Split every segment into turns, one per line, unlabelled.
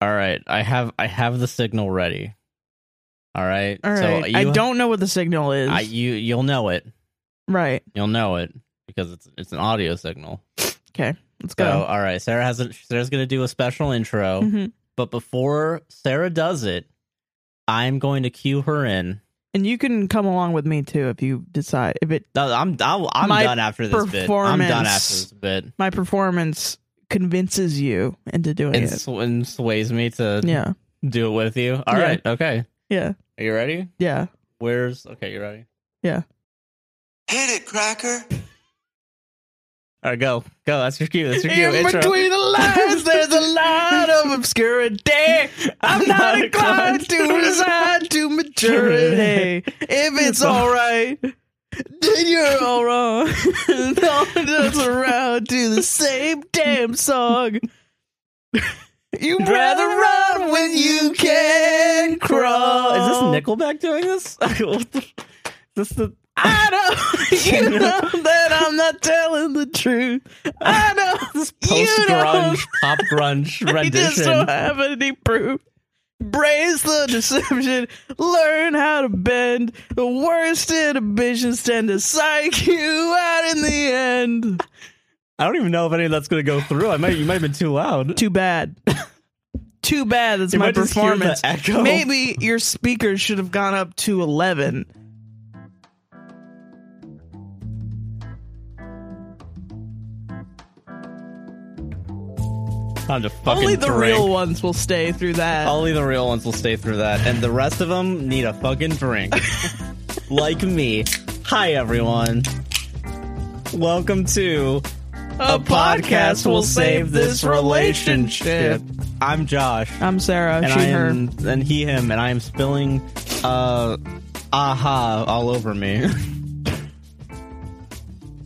All right, I have I have the signal ready. All right.
All right. I don't know what the signal is.
I, you you'll know it.
right.
You'll know it because it's it's an audio signal.
Let's
So
go.
all right, Sarah has a, Sarah's gonna do a special intro,
Mhm.
but before Sarah does it, I'm going to cue her in.
And you can come along with me too if you decide. If it
No, I'm I'm, I'm
My
done after this bit. I'm done after
performance
this bit.
my performance convinces you into doing
And,
it.
sw- and sways me to
Oh, Yeah.
do it with you. All
Yeah.
right, okay.
Yeah.
Are you ready?
Yeah.
Where's okay? You ready?
Hit it, cracker.
All right, go go. That's your cue. That's your cue.
In
intro.
between the lines, there's a lot of obscurity. I'm not inclined to resign to maturity. If it's all right, then you're all wrong. Don't dance around to the same damn song. You'd rather run when you can crawl.
Is this Nickelback doing this? What the- Is this the
I know you know that I'm not telling the truth. I know this
post grunge pop grunge
I just don't
rendition?
have any proof. Brace the deception. Learn how to bend. The worst inhibitions tend to psych you out in the end.
I don't even know if any of that's gonna go through. I might you might have been too loud.
Too bad. Too bad. That's
You
my
might just hear the
performance.
echo.
Maybe your speakers should have gone up to 11.
Time to fucking
Only the
drink.
real ones will stay through that.
Only the real ones will stay through that, and the rest of them need a fucking drink. like me. Hi, everyone. Welcome to
a podcast will save this relationship.
I'm Josh,
I'm Sarah.
and
she,
I
her.
am, and he, him, and I am spilling, uh, aha all over me.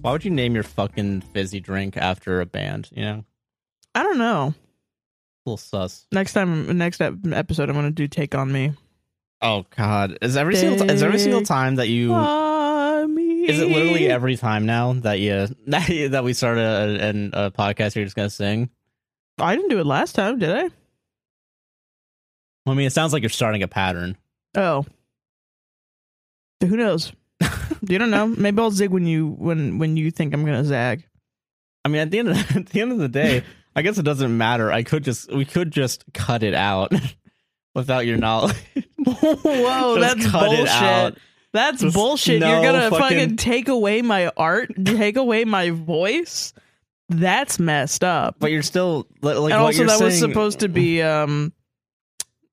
Why would you name your fucking fizzy drink after a band? You know,
I don't
a
know.
little sus.
Next time, next ep- episode, I'm going to do Take On Me.
Oh God, is every single is every single
Take
time that you
On me.
Is it literally every time now that you that, you, that we start a, an a podcast you're just gonna sing?
I didn't do it last time, did I?
I mean, it sounds like you're starting a pattern.
Oh, who knows? you don't know. Maybe I'll zig when you when when you think I'm gonna zag.
I mean, at the end of the, at the end of the day, I guess it doesn't matter. I could just we could just cut it out without your knowledge.
Whoa,
Just
Oh, that's
cut it out.
bullshit. That's
Just
bullshit.
no
You're gonna
fucking-
fucking take away my art, take away my voice. That's messed up.
But you're still li- like
and
what
also,
you're
that was
saying-
supposed to be um,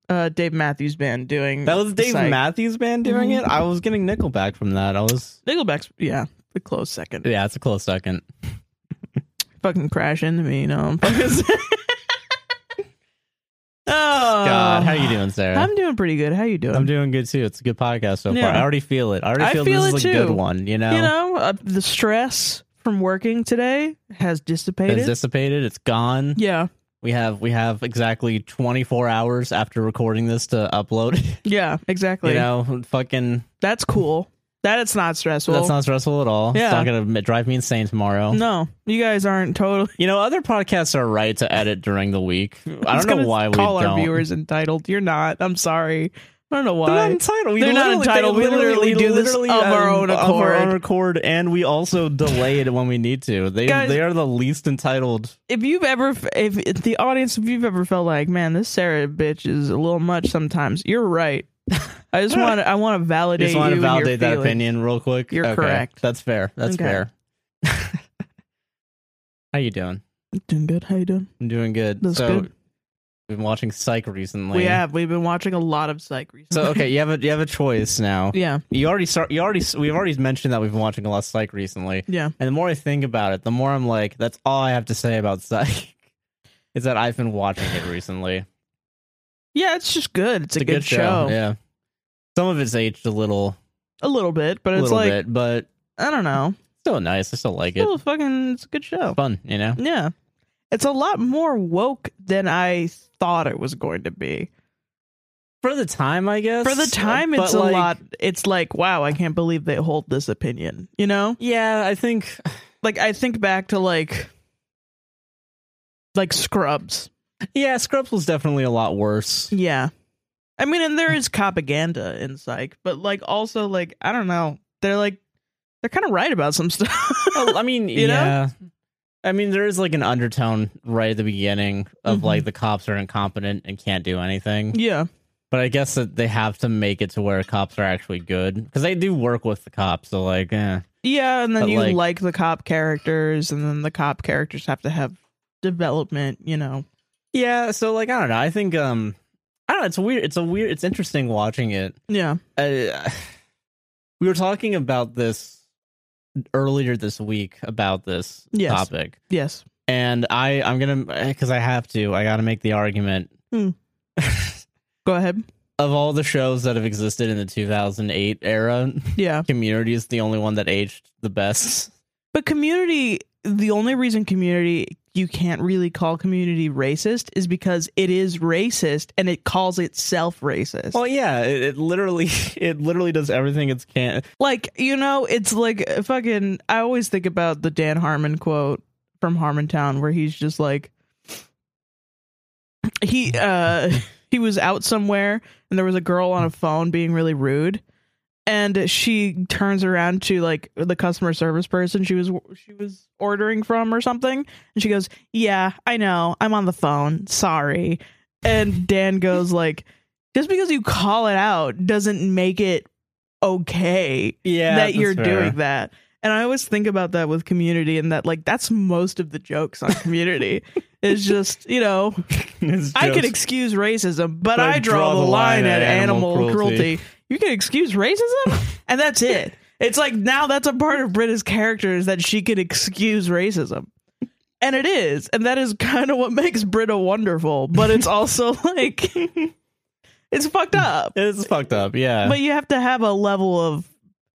uh, Dave Matthews Band doing
that was Dave
Psych.
Matthews Band doing
Mhm.
it. I was getting Nickelback from that. I was
Nickelback's. Yeah, the close second.
yeah, it's a close second.
fucking crash into me. You know. I'm fucking- oh
God, how you doing, Sarah?
I'm doing pretty good. How you doing?
I'm doing good too. It's a good podcast so
Yeah.
far. I already feel it. I already
I
feel,
feel
this
it
is a good
too.
one. You know,
you know, uh, the stress from working today has dissipated.
it's dissipated. It's gone.
yeah,
We have we have exactly 24 hours after recording this to upload.
yeah, exactly.
you know, fucking
That's cool. That it's not stressful.
that's not stressful at all.
Yeah.
It's not gonna m- drive me insane tomorrow.
No, you guys aren't totally.
You know, other podcasts are right to edit during the week. I
was
don't know
gonna
why we
call
don't.
our viewers entitled. You're not. I'm sorry. I don't know
They're not
why.
entitled. We
They're not
literally- they
entitled. We literally do this
literally,
of our own
Of our
accord.
own accord, and we also delay it when we need to. They
Guys-
they are the least entitled.
If you've ever, if, if the audience, if you've ever felt like, man, this Sarah bitch is a little much sometimes. You're right. I just want to. I want to validate.
Just want
you
to
and your
validate that
feelings.
opinion real quick.
You're
Okay.
correct.
That's fair. That's
Okay.
fair. How you doing?
Doing good. How you doing?
I'm doing good.
That's
so,
good.
We've been watching Psych recently.
We have. We've been watching a lot of Psych recently.
So okay, you have a you have a choice now.
yeah,
You already start. You already we've already mentioned that we've been watching a lot of Psych recently,
yeah.
and the more I think about it, the more I'm like, that's all I have to say about Psych. Is that I've been watching it recently. It's,
Yeah, it's just good. It's, a, good, show.
Yeah. Some of it's aged a little,
A little bit, but
a
it's
little
like
bit, but
I don't know.
still nice. I still like it.
Still fucking it's a good show.
Fun, you know.
Yeah. It's a lot more woke than I thought it was going to be.
For the time, I guess. Uh,
For the time
But,
it's
like,
a lot it's like, wow, I can't believe they hold this opinion. You know?
Yeah, I think
Like I think back to like like Scrubs.
Yeah, Scrubs was definitely a lot worse.
Yeah. I mean, and there is propaganda in psych, but like also like I don't know. They're like they're kind of right about some stuff.
Well, I mean,
You know?
yeah. I mean, there is like an undertone right at the beginning of
Mhm.
like the cops are incompetent and can't do anything.
yeah.
But I guess that they have to make it to where cops are actually good because they do work with the cops. So like, eh.
Yeah, and then
But,
you like,
like-
the cop characters and then the cop characters have to have development, you know.
yeah. So like, I don't know. I think um, I don't know. It's weird. It's a weird. It's interesting watching it.
Yeah.
Uh, we were talking about this earlier this week about this
Yes.
topic,
Yes.
and I I'm gonna because I have to. I got to make the argument
Go ahead.
of all the shows that have existed in the 2008 era,
Yeah.
Community is the only one that aged the best.
But community, the only reason community you can't really call community racist is because it is racist and it calls itself racist.
Well, yeah, it, it literally it literally does everything it's can.
like, you know, it's like uh, fucking I always think about the Dan Harmon quote from Harmontown where he's just like he uh he was out somewhere and there was a girl on a phone being really rude and she turns around to like the customer service person she was she was ordering from or something and she goes yeah i know i'm on the phone sorry and dan goes like just because you call it out doesn't make it okay
Yeah,
that you're doing that and i always think about that with community and that like that's most of the jokes on community it's just you know I can excuse racism, but I draw, the line, at animal, cruelty. You can excuse racism, and that's it. It's like now that's a part of Britta's character is that she can excuse racism. And it is. And that is kind of what makes Britta wonderful, but it's also like it's fucked up.
It's fucked up. Yeah,
But you have to have a level of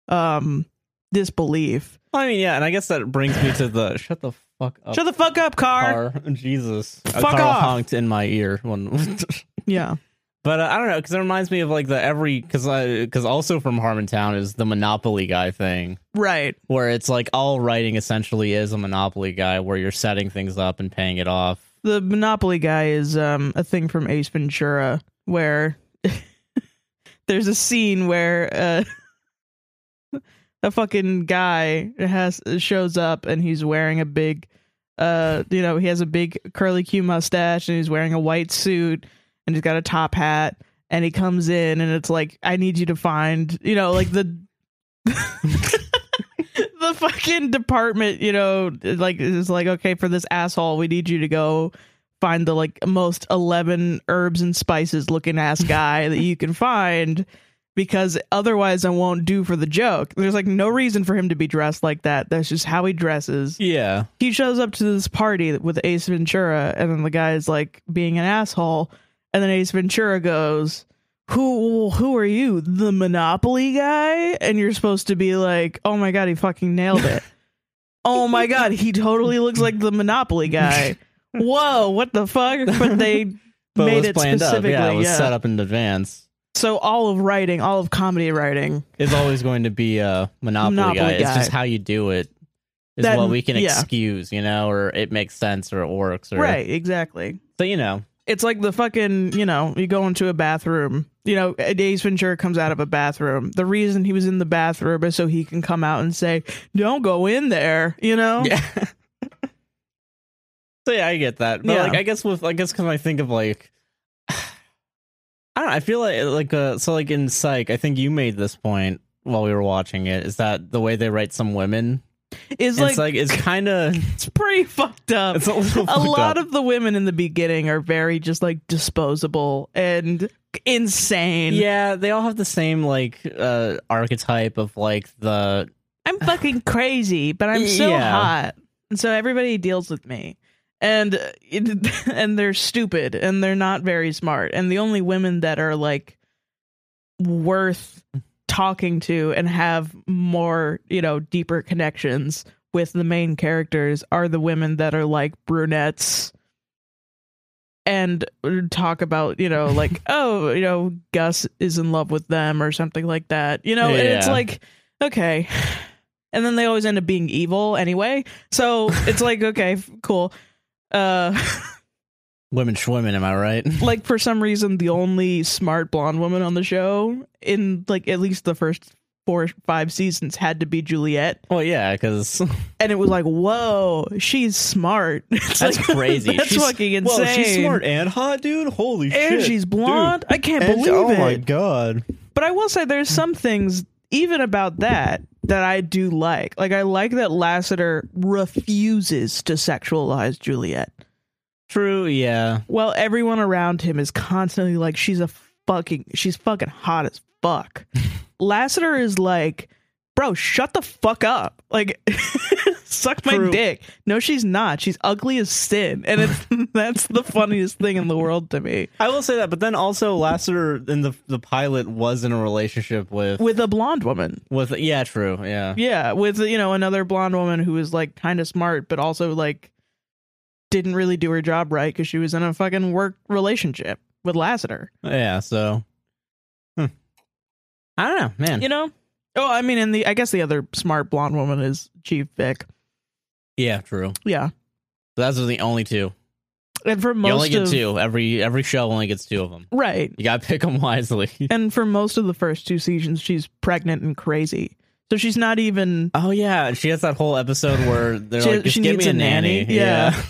um disbelief.
I mean, yeah, and I guess that brings me to the shut the fuck up.
Shut the fuck up, car.
car. Jesus, A
Fuck
car
off.
honked in my ear when
Yeah.
But uh, I don't know because it reminds me of like the every because because also from Harmontown is the Monopoly guy thing
Right.
where it's like all writing essentially is a Monopoly guy where you're setting things up and paying it off.
the Monopoly guy is um, a thing from Ace Ventura where there's a scene where uh, a fucking guy has shows up and he's wearing a big, uh, you know, he has a big curly Q mustache and he's wearing a white suit and he's got a top hat and he comes in and it's like I need you to find, you know, like the. the fucking department, you know, like is like okay for this asshole, we need you to go find the like most 11 herbs and spices looking ass guy that you can find because otherwise I won't do for the joke. There's like no reason for him to be dressed like that. That's just how he dresses.
Yeah,
He shows up to this party with Ace Ventura and then the guy is like being an asshole and then Ace Ventura goes, "Who who are you? The Monopoly guy?" And you're supposed to be like, "Oh my god, he fucking nailed it." "Oh my god, he totally looks like the Monopoly guy." Whoa, what the fuck? But they
but
made
it was
it
planned up.
specifically.
Yeah, it was
yeah.
set up in advance.
So all of writing, all of comedy writing,
It's always going to be a Monopoly,
Monopoly
guy. It's
guy.
just how you do it is
That-
what we can
yeah.
excuse, you know, or it makes sense or it works or
right? Exactly.
So you know,
It's like the fucking, you know, you go into a bathroom. You know, Ace Ventura comes out of a bathroom. The reason he was in the bathroom is so he can come out and say, "Don't go in there," you know?
Yeah. so yeah, I get that. But
Yeah.
like, I guess with I guess because I think of like, I don't. know, I feel like like uh, so like in Psych, I think you made this point while we were watching it. Is that the way they write some women?
Is
It's
like,
like, it's kind of
it's pretty fucked up.
it's a little
a lot of the women in the beginning are very just like disposable and insane.
yeah. They all have the same like uh archetype of like the
I'm fucking crazy, but I'm so
Yeah.
hot, and so everybody deals with me, and uh, it, and they're stupid, and they're not very smart, and the only women that are like worth talking to and have more, you know, deeper connections with the main characters are the women that are like brunettes and talk about you know like oh you know gus is in love with them or something like that you know and it's
Yeah.
like okay and then they always end up being evil anyway so it's like okay f- cool uh
Women schwimming, am I right?
like for some reason the only smart blonde woman on the show in like at least the first four or five seasons had to be Juliet.
Well, yeah, because
And it was like, whoa, she's smart. It's
that's
like,
crazy.
That's
She's-
fucking insane.
Whoa, she's smart and hot, dude. Holy shit.
And she's
dude.
blonde. I can't
And-
believe
oh
it.
my god.
But I will say there's some things even about that that I do like. Like I like that Lassiter refuses to sexualize Juliet.
True. Yeah.
While everyone around him is constantly like she's a fucking she's fucking hot as fuck. Lassiter is like, "Bro, shut the fuck up." Like suck my
True.
dick. No, she's not. She's ugly as sin. And it's that's the funniest thing in the world to me.
I will say that, but then also Lassiter in the the pilot was in a relationship with
With a blonde woman.
with yeah, true, yeah.
Yeah, with you know another blonde woman who was like kind of smart, but also like didn't really do her job right because she was in a fucking work relationship with Lassiter.
Yeah, so hmm. I don't know, man.
You know? Oh, I mean, and the I guess the other smart blonde woman is Chief Vic.
yeah, true.
Yeah,
Those are the only two.
and for most
you only get
of
two. Every every show only gets two of them.
right,
You gotta pick them wisely.
and for most of the first two seasons, she's pregnant and crazy, so she's not even.
Oh yeah, she has that whole episode where they're
She-
like, just
she
give
needs
me a
a nanny."
nanny.
Yeah.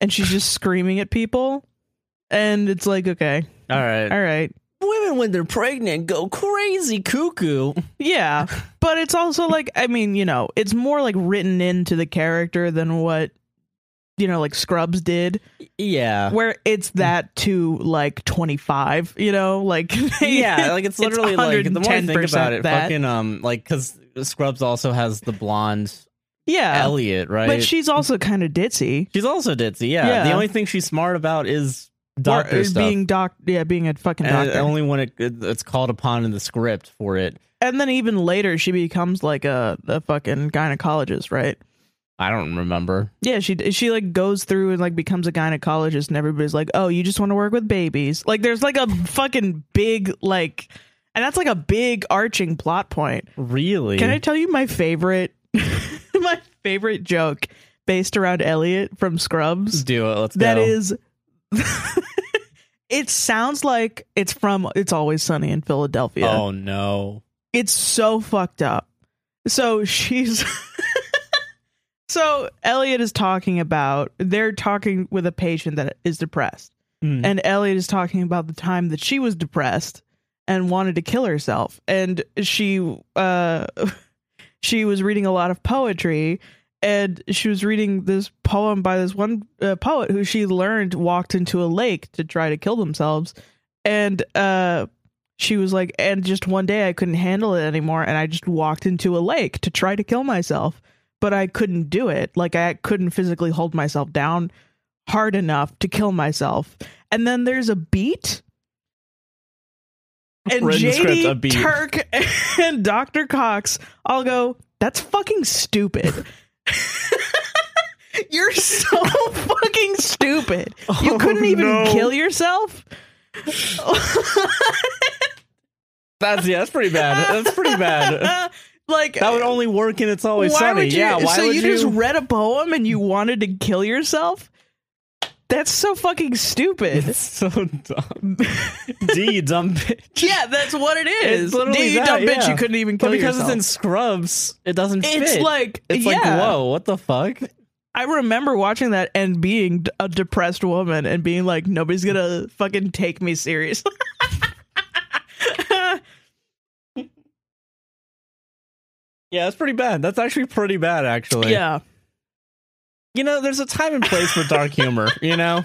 And she's just screaming at people, and it's like, okay,
All right.
all right,
Women when they're pregnant go crazy cuckoo.
Yeah, but it's also like I mean, you know, it's more like written into the character than what you know, like Scrubs did,
Yeah.
where it's that to like twenty five. You know, like
yeah, like it's literally like the more I think
110%
about it,
that.
fucking um, like because Scrubs also has the blonde
yeah.
Elliot, right?
Oh. But she's also kind of ditzy.
she's also ditzy. Yeah.
Yeah.
the only thing she's smart about is doctor
Or-
stuff,
being doc, yeah, being a fucking
and uh,
doctor.
only when it, it's called upon in the script for it.
and then even later, she becomes like a, a fucking gynecologist, right?
I don't remember.
Yeah, she she like goes through and like becomes a gynecologist, and everybody's like, "Oh, you just want to work with babies." Like, there's like a fucking big like, and that's like a big arching plot point.
Really?
Can I tell you my favorite, my favorite joke based around Elliot from Scrubs?
Let's do it? Let's
That
go.
is, it sounds like it's from It's Always Sunny in Philadelphia.
Oh no.
It's so fucked up. So she's So Elliot is talking about they're talking with a patient that is depressed.
Mm.
And Elliot is talking about the time that she was depressed and wanted to kill herself. And she uh she was reading a lot of poetry and she was reading this poem by this one uh, poet who she learned walked into a lake to try to kill themselves and uh she was like and just one day i couldn't handle it anymore and i just walked into a lake to try to kill myself but i couldn't do it like i couldn't physically hold myself down hard enough to kill myself and then there's a beat and
Written
JD
script, a beat.
Turk and Dr. Cox all go, that's fucking stupid. You're so fucking stupid. You
Oh,
couldn't even
no.
kill yourself.
That's yeah. That's pretty bad. That's pretty bad.
like
That would only work in It's Always Sunny.
would you?
yeah. Why
so
would
you
you?
just read a poem and you wanted to kill yourself? That's so fucking stupid.
It's so dumb. D, you dumb bitch.
yeah, that's what it is.
It's literally
Dude, you
that,
dumb bitch,
yeah.
you couldn't even kill
But because
yourself.
it's in Scrubs, it doesn't fit.
It's like
it's
yeah.
like whoa, what the fuck?
I remember watching that and being d- a depressed woman and being like, nobody's gonna fucking take me serious.
Yeah, that's pretty bad. That's actually pretty bad, actually.
yeah,
you know, there's a time and place for dark humor. You know,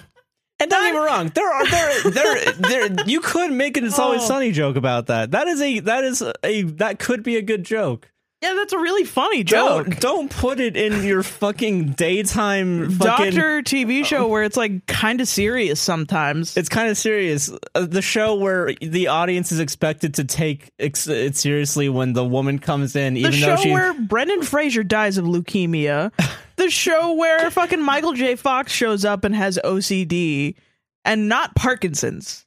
and don't get me wrong, there are there there there. You could make an "It's Always
Oh.
Sunny" joke about that. That is a that is a that could be a good joke.
yeah, that's a really funny joke.
Don't don't put it in your fucking daytime fucking.
Doctor TV show where it's like kind of serious sometimes.
It's kind of serious. Uh, the show where the audience is expected to take ex- it seriously when the woman comes in,
the
even though
show
she.
where Brendan Fraser dies of leukemia. the show where fucking Michael J. Fox shows up and has OCD and not Parkinson's.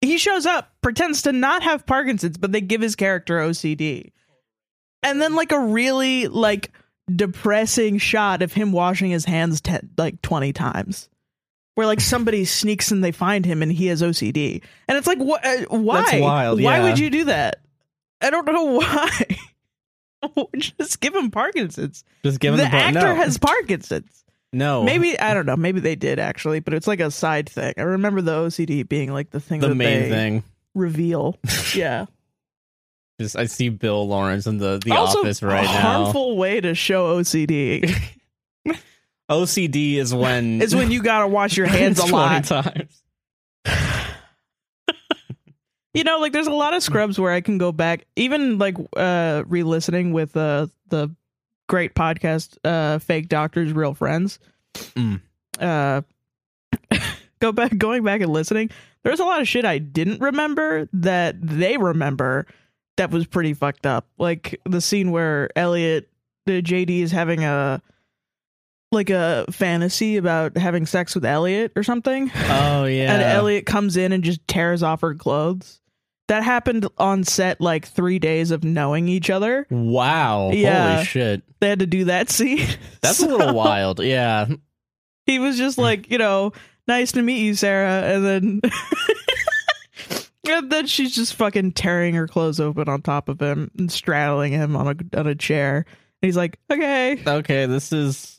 He shows up, pretends to not have Parkinson's, but they give his character OCD. And then like a really like depressing shot of him washing his hands te- like 20 times where like somebody sneaks and they find him and he has OCD. And it's like what uh, why?
That's wild,
Why
yeah.
would you do that? I don't know why. Just give him Parkinson's.
Just give him
the,
the, button.
actor
no. Oh.
has Parkinson's.
no.
Maybe I don't know. Maybe they did actually, but it's like a side thing. I remember the OCD being like the thing
the
that
main
they
thing.
reveal. yeah.
Just I see Bill Lawrence in the the
also,
office right
a harmful way to show OCD
now. OCD is when
is when you gotta wash your hands a
20
lot.
times.
You know, like there's a lot of scrubs where I can go back, even like uh re-listening with uh the great podcast uh Fake Doctors Real Friends.
Mm.
Uh go back going back and listening. There's a lot of shit I didn't remember that they remember that was pretty fucked up. Like the scene where Elliot the JD is having a like a fantasy about having sex with Elliot or something
Oh yeah.
and Elliot comes in and just tears off her clothes. That happened on set like three days of knowing each other.
Wow.
Yeah.
Holy shit.
They had to do that scene.
That's a little wild. Yeah.
he was just like, you know, nice to meet you, Sarah, and then and then she's just fucking tearing her clothes open on top of him and straddling him on a on a chair. And he's like, okay.
Okay, this is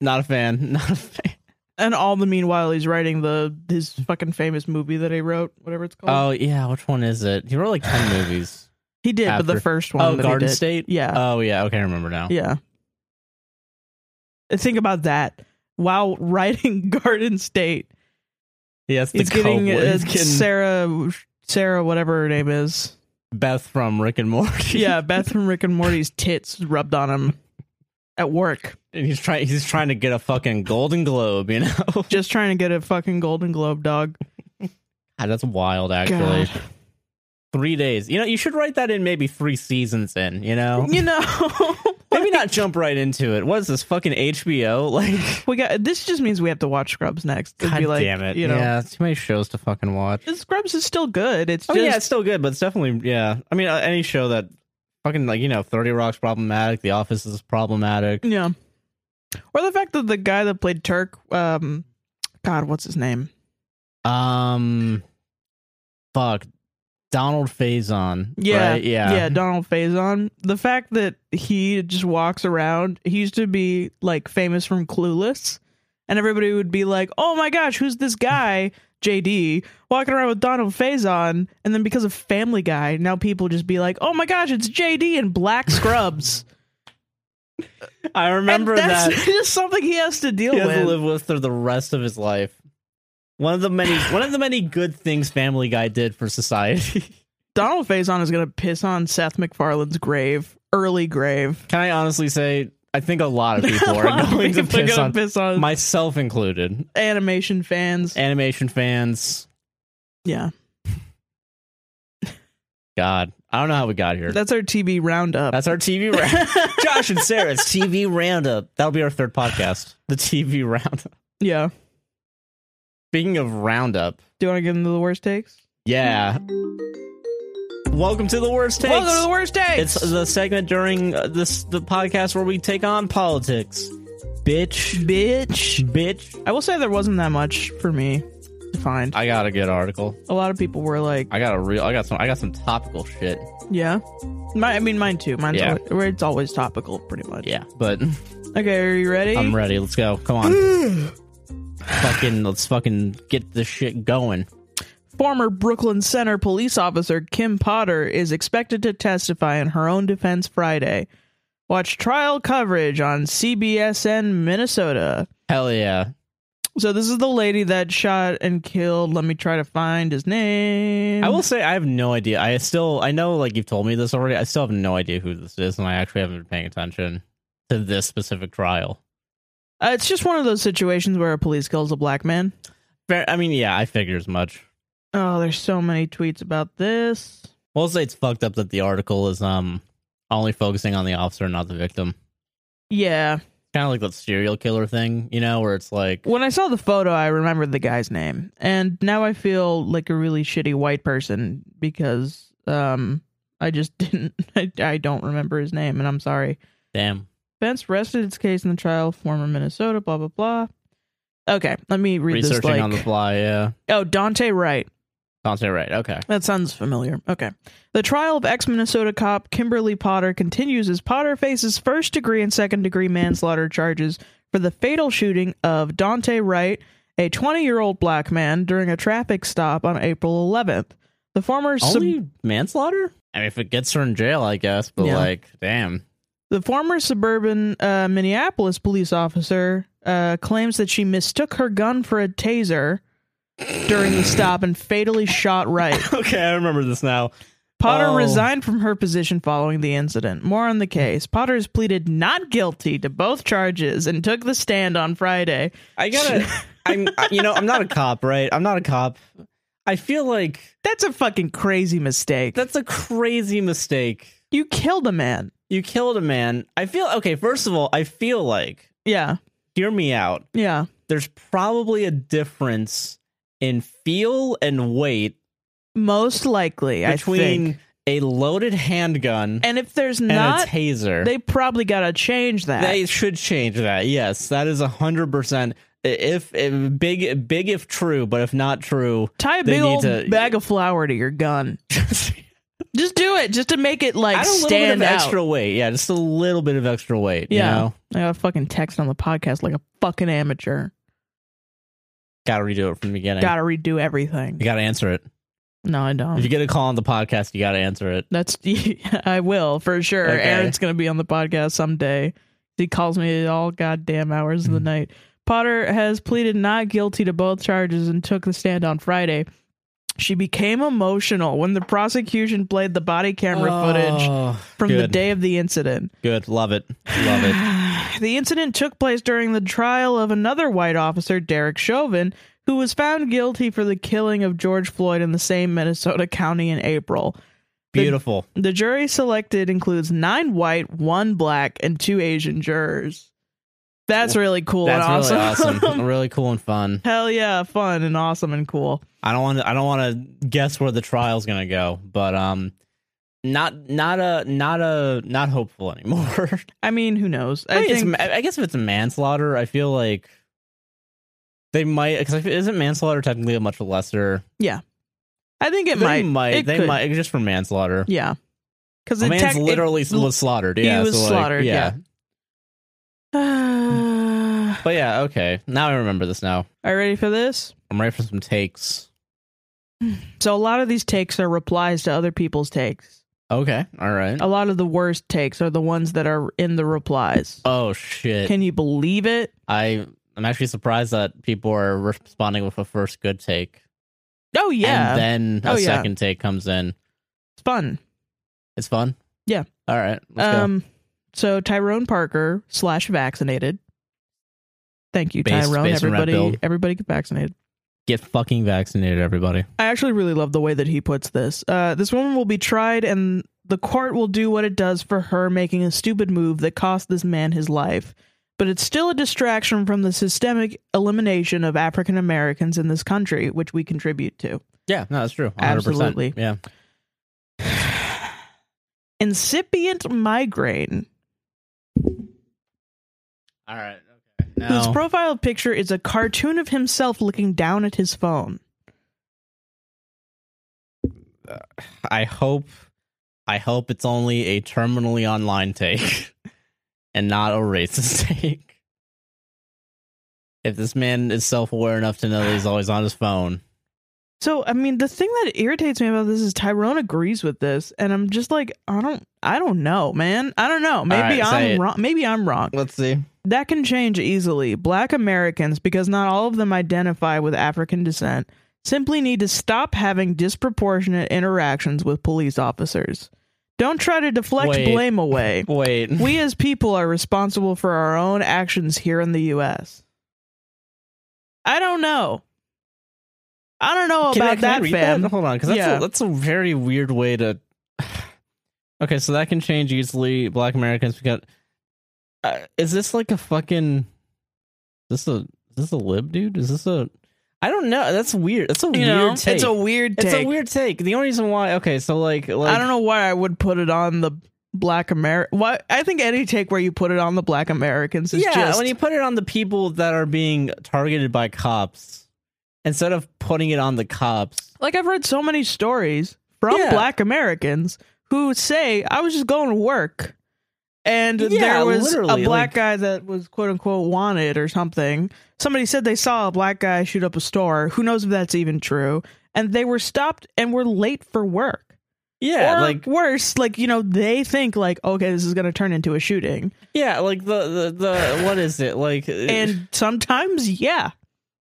not a fan. Not a fan.
And all the meanwhile, he's writing the his fucking famous movie that he wrote, whatever it's called.
Oh yeah, which one is it? He wrote like ten movies.
he did, but the
after-
first one.
Oh,
that he
Garden
did.
State.
Yeah.
Oh yeah. Okay, I remember now.
Uh, Yeah. Uh, Think about that. While writing Garden State,
Yeah, it's the
he's getting
Copeland.
uh,
He's getting
Sarah, Sarah, whatever her name is.
Beth from Rick and Morty.
Yeah, Beth from Rick and Morty's tits rubbed on him at work,
and he's trying. He's trying to get a fucking Golden Globe. You know, God,
just trying to get a fucking Golden Globe dog.
that's wild. Actually,
God.
three days. You know, you should write that in maybe three seasons in. You know,
You know,
maybe not jump right into it. What is this fucking HBO? Like,
we got this. Just means we have to watch Scrubs next. It'd
God
be like,
damn it.
You know,
Yeah, too many shows to fucking watch.
Scrubs is still good. It's
Oh
just
yeah, it's still good, but it's definitely yeah. I mean, uh, any show that fucking like you know, Thirty Rock's problematic, The Office is problematic.
Yeah. Or the fact that the guy that played Turk, um, God, what's his name?
Um, fuck, Donald Faison.
Yeah,
right? yeah,
yeah, Donald Faison. The fact that he just walks around, he used to be like famous from Clueless, and everybody would be like, "Oh my gosh, who's this guy?" JD walking around with Donald Faison, and then because of Family Guy, now people just be like, "Oh my gosh, it's JD in black scrubs."
I remember
and that's
that.
just something he has to deal
He has
with.
to live with for the rest of his life. One of the many, one of the many good things Family Guy did for society.
Donald Faison is gonna piss on Seth MacFarlane's grave, early grave.
Can I honestly say? I think a lot of people
A lot
are
of
going to
people are
piss
gonna
on,
piss on
myself included,
animation fans.
animation fans.
yeah,
God, I don't know how we got here.
that's our TV roundup.
That's our TV round. Josh and Sarah's TV roundup. That'll be our third podcast. The TV roundup.
yeah.
Speaking of roundup,
Do you want to get into the worst takes?
yeah. Welcome to the worst takes.
Welcome to the worst takes.
It's the segment during uh, this the podcast where we take on politics, bitch,
bitch.
bitch.
I will say there wasn't that much for me to find.
I got a good article.
A lot of people were like,
I got a real. I got some. I got some topical shit.
"Yeah." My, I mean, mine too. Mine's
Yeah.
always, where it's always topical, pretty much.
Yeah, but
Okay, are you ready?
I'm ready. Let's go. Come on. fucking. Let's fucking get this shit going.
Former Brooklyn Center police officer Kim Potter is expected to testify in her own defense Friday. Watch trial coverage on CBSN Minnesota.
Hell yeah.
So this is the lady that shot and killed. Let me try to find his name.
I will say I have no idea. I still I know like you've told me this already. I still have no idea who this is, and I actually haven't been paying attention to this specific trial.
Uh, it's just one of those situations where a police kills a black man.
Fair, I mean, yeah, I figure as much.
Oh, there's so many tweets about this.
We'll say it's fucked up that the article is um only focusing on the officer, and not the victim.
Yeah.
Kind of like that serial killer thing, you know, where it's like,
When I saw the photo, I remembered the guy's name, and now I feel like a really shitty white person because um I just didn't I, I don't remember his name, and I'm sorry.
damn,
defense rested its case in the trial of former Minnesota, blah, blah, blah. Okay, let me read
Researching
this. Like,
on the fly, yeah.
oh, Dante Wright.
Dante Wright, okay.
That sounds familiar. Okay. The trial of ex Minnesota cop Kimberly Potter continues as Potter faces first degree and second degree manslaughter charges for the fatal shooting of Dante Wright, a 20 year old black man, during a traffic stop on April 11th. The former sub-
Only manslaughter? I mean, if it gets her in jail, I guess, but
Yeah.
like, damn.
The former suburban uh, Minneapolis police officer uh, claims that she mistook her gun for a taser during the stop and fatally shot Wright.
Okay, I remember this now.
Potter
Oh.
resigned from her position following the incident. More on the case. Potter has pleaded not guilty to both charges and took the stand on Friday.
I gotta, I'm, you know, I'm not a cop, right? I'm not a cop. I feel like
That's a fucking crazy mistake.
that's a crazy mistake.
you killed a man.
You killed a man. I feel, okay, first of all, I feel like,
Yeah.
hear me out.
Yeah.
There's probably a difference in feel and weight
Most likely, I think.
between a loaded handgun
And if there's
and a
not,
taser.
they probably got to change that.
They should change that. Yes, that is a hundred percent. If, if big, big if true, but if not true,
Tie a
They
big
need
old
to-
bag of flour to your gun. Just do it, just to make it like
add a little bit of
stand out.
extra weight. Yeah, just a little bit of extra weight.
yeah,
You know?
I got fucking text on the podcast like a fucking amateur.
gotta redo it from the beginning.
Got to redo everything.
you gotta answer it.
No, I don't.
If you get a call on the podcast, you gotta answer it.
That's I will for sure.
Okay.
Aaron's gonna be on the podcast someday. He calls me at all goddamn hours of the
Mhm.
night. Potter has pleaded not guilty to both charges and took the stand on Friday. She became emotional when the prosecution played the body camera footage
Oh,
from the
good.
day of the incident.
Good, love it, love it.
The incident took place during the trial of another white officer, Derek Chauvin, who was found guilty for the killing of George Floyd in the same Minnesota county in April.
Beautiful.
The jury selected includes nine white, one black, and two Asian jurors. That's really cool
That's
and awesome.
really awesome. really cool and fun.
Hell yeah, fun and awesome and cool.
I don't want to. I don't want to guess where the trial's gonna go, but um, not not a not a not hopeful anymore.
I mean, who knows?
I,
I
think it's
think
ma- I guess if it's manslaughter, I feel like they might because isn't manslaughter technically a much lesser?
I think it
they
might. It
they
could.
might just for manslaughter.
Yeah, because
a
it
man's
tech- it-
literally was slaughtered.
he
Yeah,
was
so, like,
slaughtered, yeah.
But yeah, okay. Now I remember this. Now
Are you ready for this?
I'm ready for some takes.
So a lot of these takes are replies to other people's takes.
Okay, all right.
A lot of the worst takes are the ones that are in the replies.
Oh shit!
Can you believe it?
I I'm actually surprised that people are responding with a first good take.
Oh yeah,
and then a
Oh, yeah.
second take comes in.
it's fun.
It's fun.
Yeah.
All right. Let's go.
Um, so Tyrone Parker slash vaccinated. Thank you,
Based-
Tyrone.
based on Red Pill.
everybody, everybody get vaccinated.
Get fucking vaccinated, everybody.
I actually really love the way that he puts this. Uh, this woman will be tried, and the court will do what it does for her making a stupid move that cost this man his life. But it's still a distraction from the systemic elimination of African Americans in this country, which we contribute to.
Yeah, no, that's true. 100%.
Absolutely.
Yeah.
Incipient migraine.
All right. Okay.
Whose
Now,
profile picture is a cartoon of himself looking down at his phone.
I hope, I hope it's only a terminally online take, and not a racist take. If this man is self-aware enough to know that he's always on his phone,
So I mean, the thing that irritates me about this is Tyrone agrees with this, and I'm just like, I don't, I don't know, man. I don't know. Maybe
right, say
I'm
it.
wrong. Maybe I'm wrong.
let's see.
That can change easily. Black Americans, because not all of them identify with African descent, simply need to stop having disproportionate interactions with police officers. Don't try to deflect
Wait.
blame away.
Wait.
we as people are responsible for our own actions here in the U.S. I don't know. I don't know
Can I-
about
can I
that,
read
fam.
Hold on, because that's,
Yeah.
a, that's a very weird way to. okay, so that can change easily. Black Americans because uh, is this like a fucking? This a is this a lib dude? Is this a? I don't know. That's weird. That's a
You
weird
know,
take.
it's a weird
It's
take.
a weird take. The only reason why, okay, so like, like
I don't know why I would put it on the black America. Why? I think any take where you put it on the black Americans is
yeah,
just
when you put it on the people that are being targeted by cops, instead of putting it on the cops,
like I've read so many stories from
Yeah.
black Americans who say I was just going to work and
Yeah,
there was a
literally,
black
like-
guy that was quote unquote wanted or something. Somebody said they saw a black guy shoot up a store. Who knows if that's even true? And they were stopped and were late for work.
yeah,
or
like
worse, like you know, they think like, okay, this is going to turn into a shooting.
yeah, like the the, the what is it like?
And sometimes, yeah.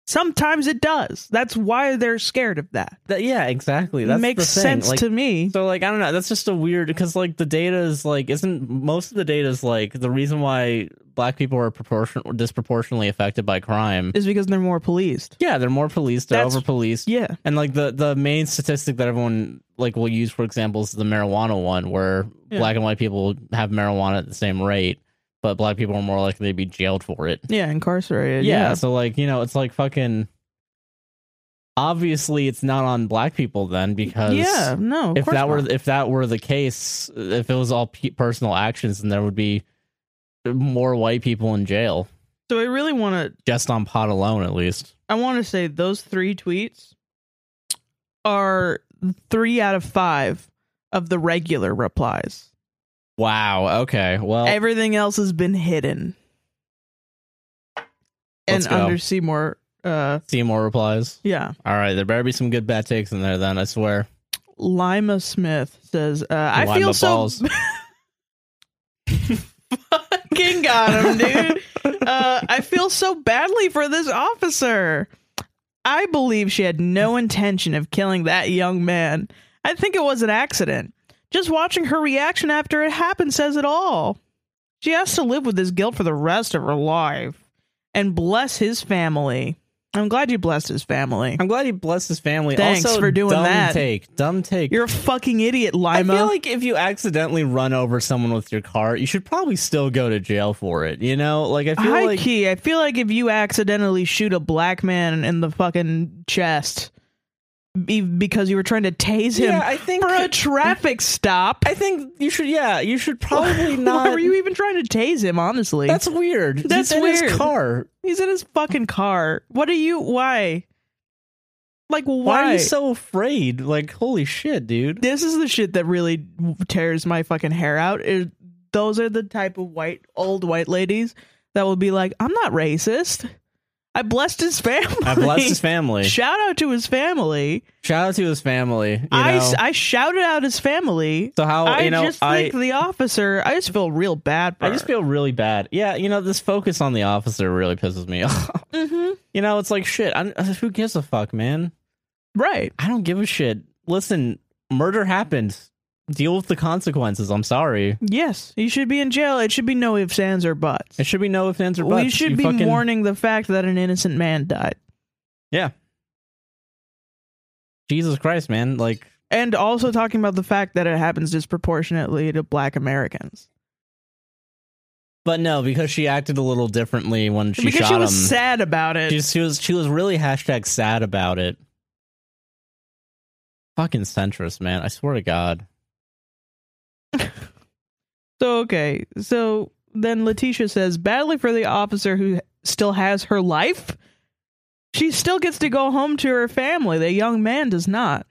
Sometimes it does. That's why they're scared of that.
that, yeah, exactly.
It
That
makes sense to me.
So like I don't know, that's just a weird because like the data is like isn't most of the data is like the reason why black people are proportion disproportionately affected by crime.
is because they're more policed.
Yeah, they're more policed, they're
That's-
over policed.
Yeah.
And like the the main statistic that everyone like will use for example is the marijuana one where
Yeah.
black and white people have marijuana at the same rate, but black people are more likely to be jailed for it.
Yeah, incarcerated.
Yeah,
Yeah.
so like, you know, it's like fucking obviously it's not on black people then because
Yeah, no. of
if
course
that were
not.
if that were the case, if it was all pe- personal actions, then there would be more white people in jail
So I really want to
just on pot alone, at least.
I want to say those 3 tweets are 3 out of 5 of the regular replies.
Wow. Okay. Well,
Everything else has been hidden.
Let's
and
go.
under Seymour uh
Seymour replies.
yeah,
All right, there better be some good bad takes in there. Then I swear.
Lima Smith says, uh, "I
Lima
feel so
balls.
fucking got him, dude. Uh, I feel so badly for this officer. I believe she had no intention of killing that young man. I think it was an accident. Just watching her reaction after it happened says it all. She has to live with this guilt for the rest of her life and bless his family. I'm glad you blessed his family.
I'm glad he blessed his family.
Thanks
also,
for doing
dumb
that.
Take dumb take.
You're a fucking idiot,
I
Lima.
feel like if you accidentally run over someone with your car, you should probably still go to jail for it. You know, like I feel
High
like
key, I feel like if you accidentally shoot a black man in the fucking chest be- because you were trying to tase him
yeah, I think
for a traffic stop,
I think you should. Yeah, you should probably not.
why were you even trying to tase him? Honestly,
That's weird.
That's
He's In
weird.
his car.
he's in his fucking car. What are you? Why? Like why?
Why are you so afraid? Like, holy shit, dude.
this is the shit that really tears my fucking hair out. Is those are the type of white old white ladies that will be like, "I'm not racist. I blessed his family.
I blessed his family.
Shout out to his family.
Shout out to his family. You
I,
know?
I shouted out his family.
so how
I
you know
just
I
think the officer. I just feel real bad for.
I just feel really bad. Yeah, you know this focus on the officer really pisses me off.
hmm
you know, it's like shit. I'm, uh, who gives a fuck, man?
right.
I don't give a shit. Listen, murder happened. Deal with the consequences. I'm sorry.
Yes, you should be in jail. It should be no ifs, ands, or buts.
It should be no offense or buts.
we should
You
be
fucking-
mourning the fact that an innocent man died,
Jesus Christ, man! Like,
and also talking about the fact that it happens disproportionately to Black Americans
but no, because she acted a little differently when she shot
because she was
him.
sad about it.
She, she was she was really hashtag sad about it. Fucking centrist, man. I swear to God.
So okay, so then Letitia says, "Badly for the officer who still has her life. She still gets to go home to her family. The young man does not."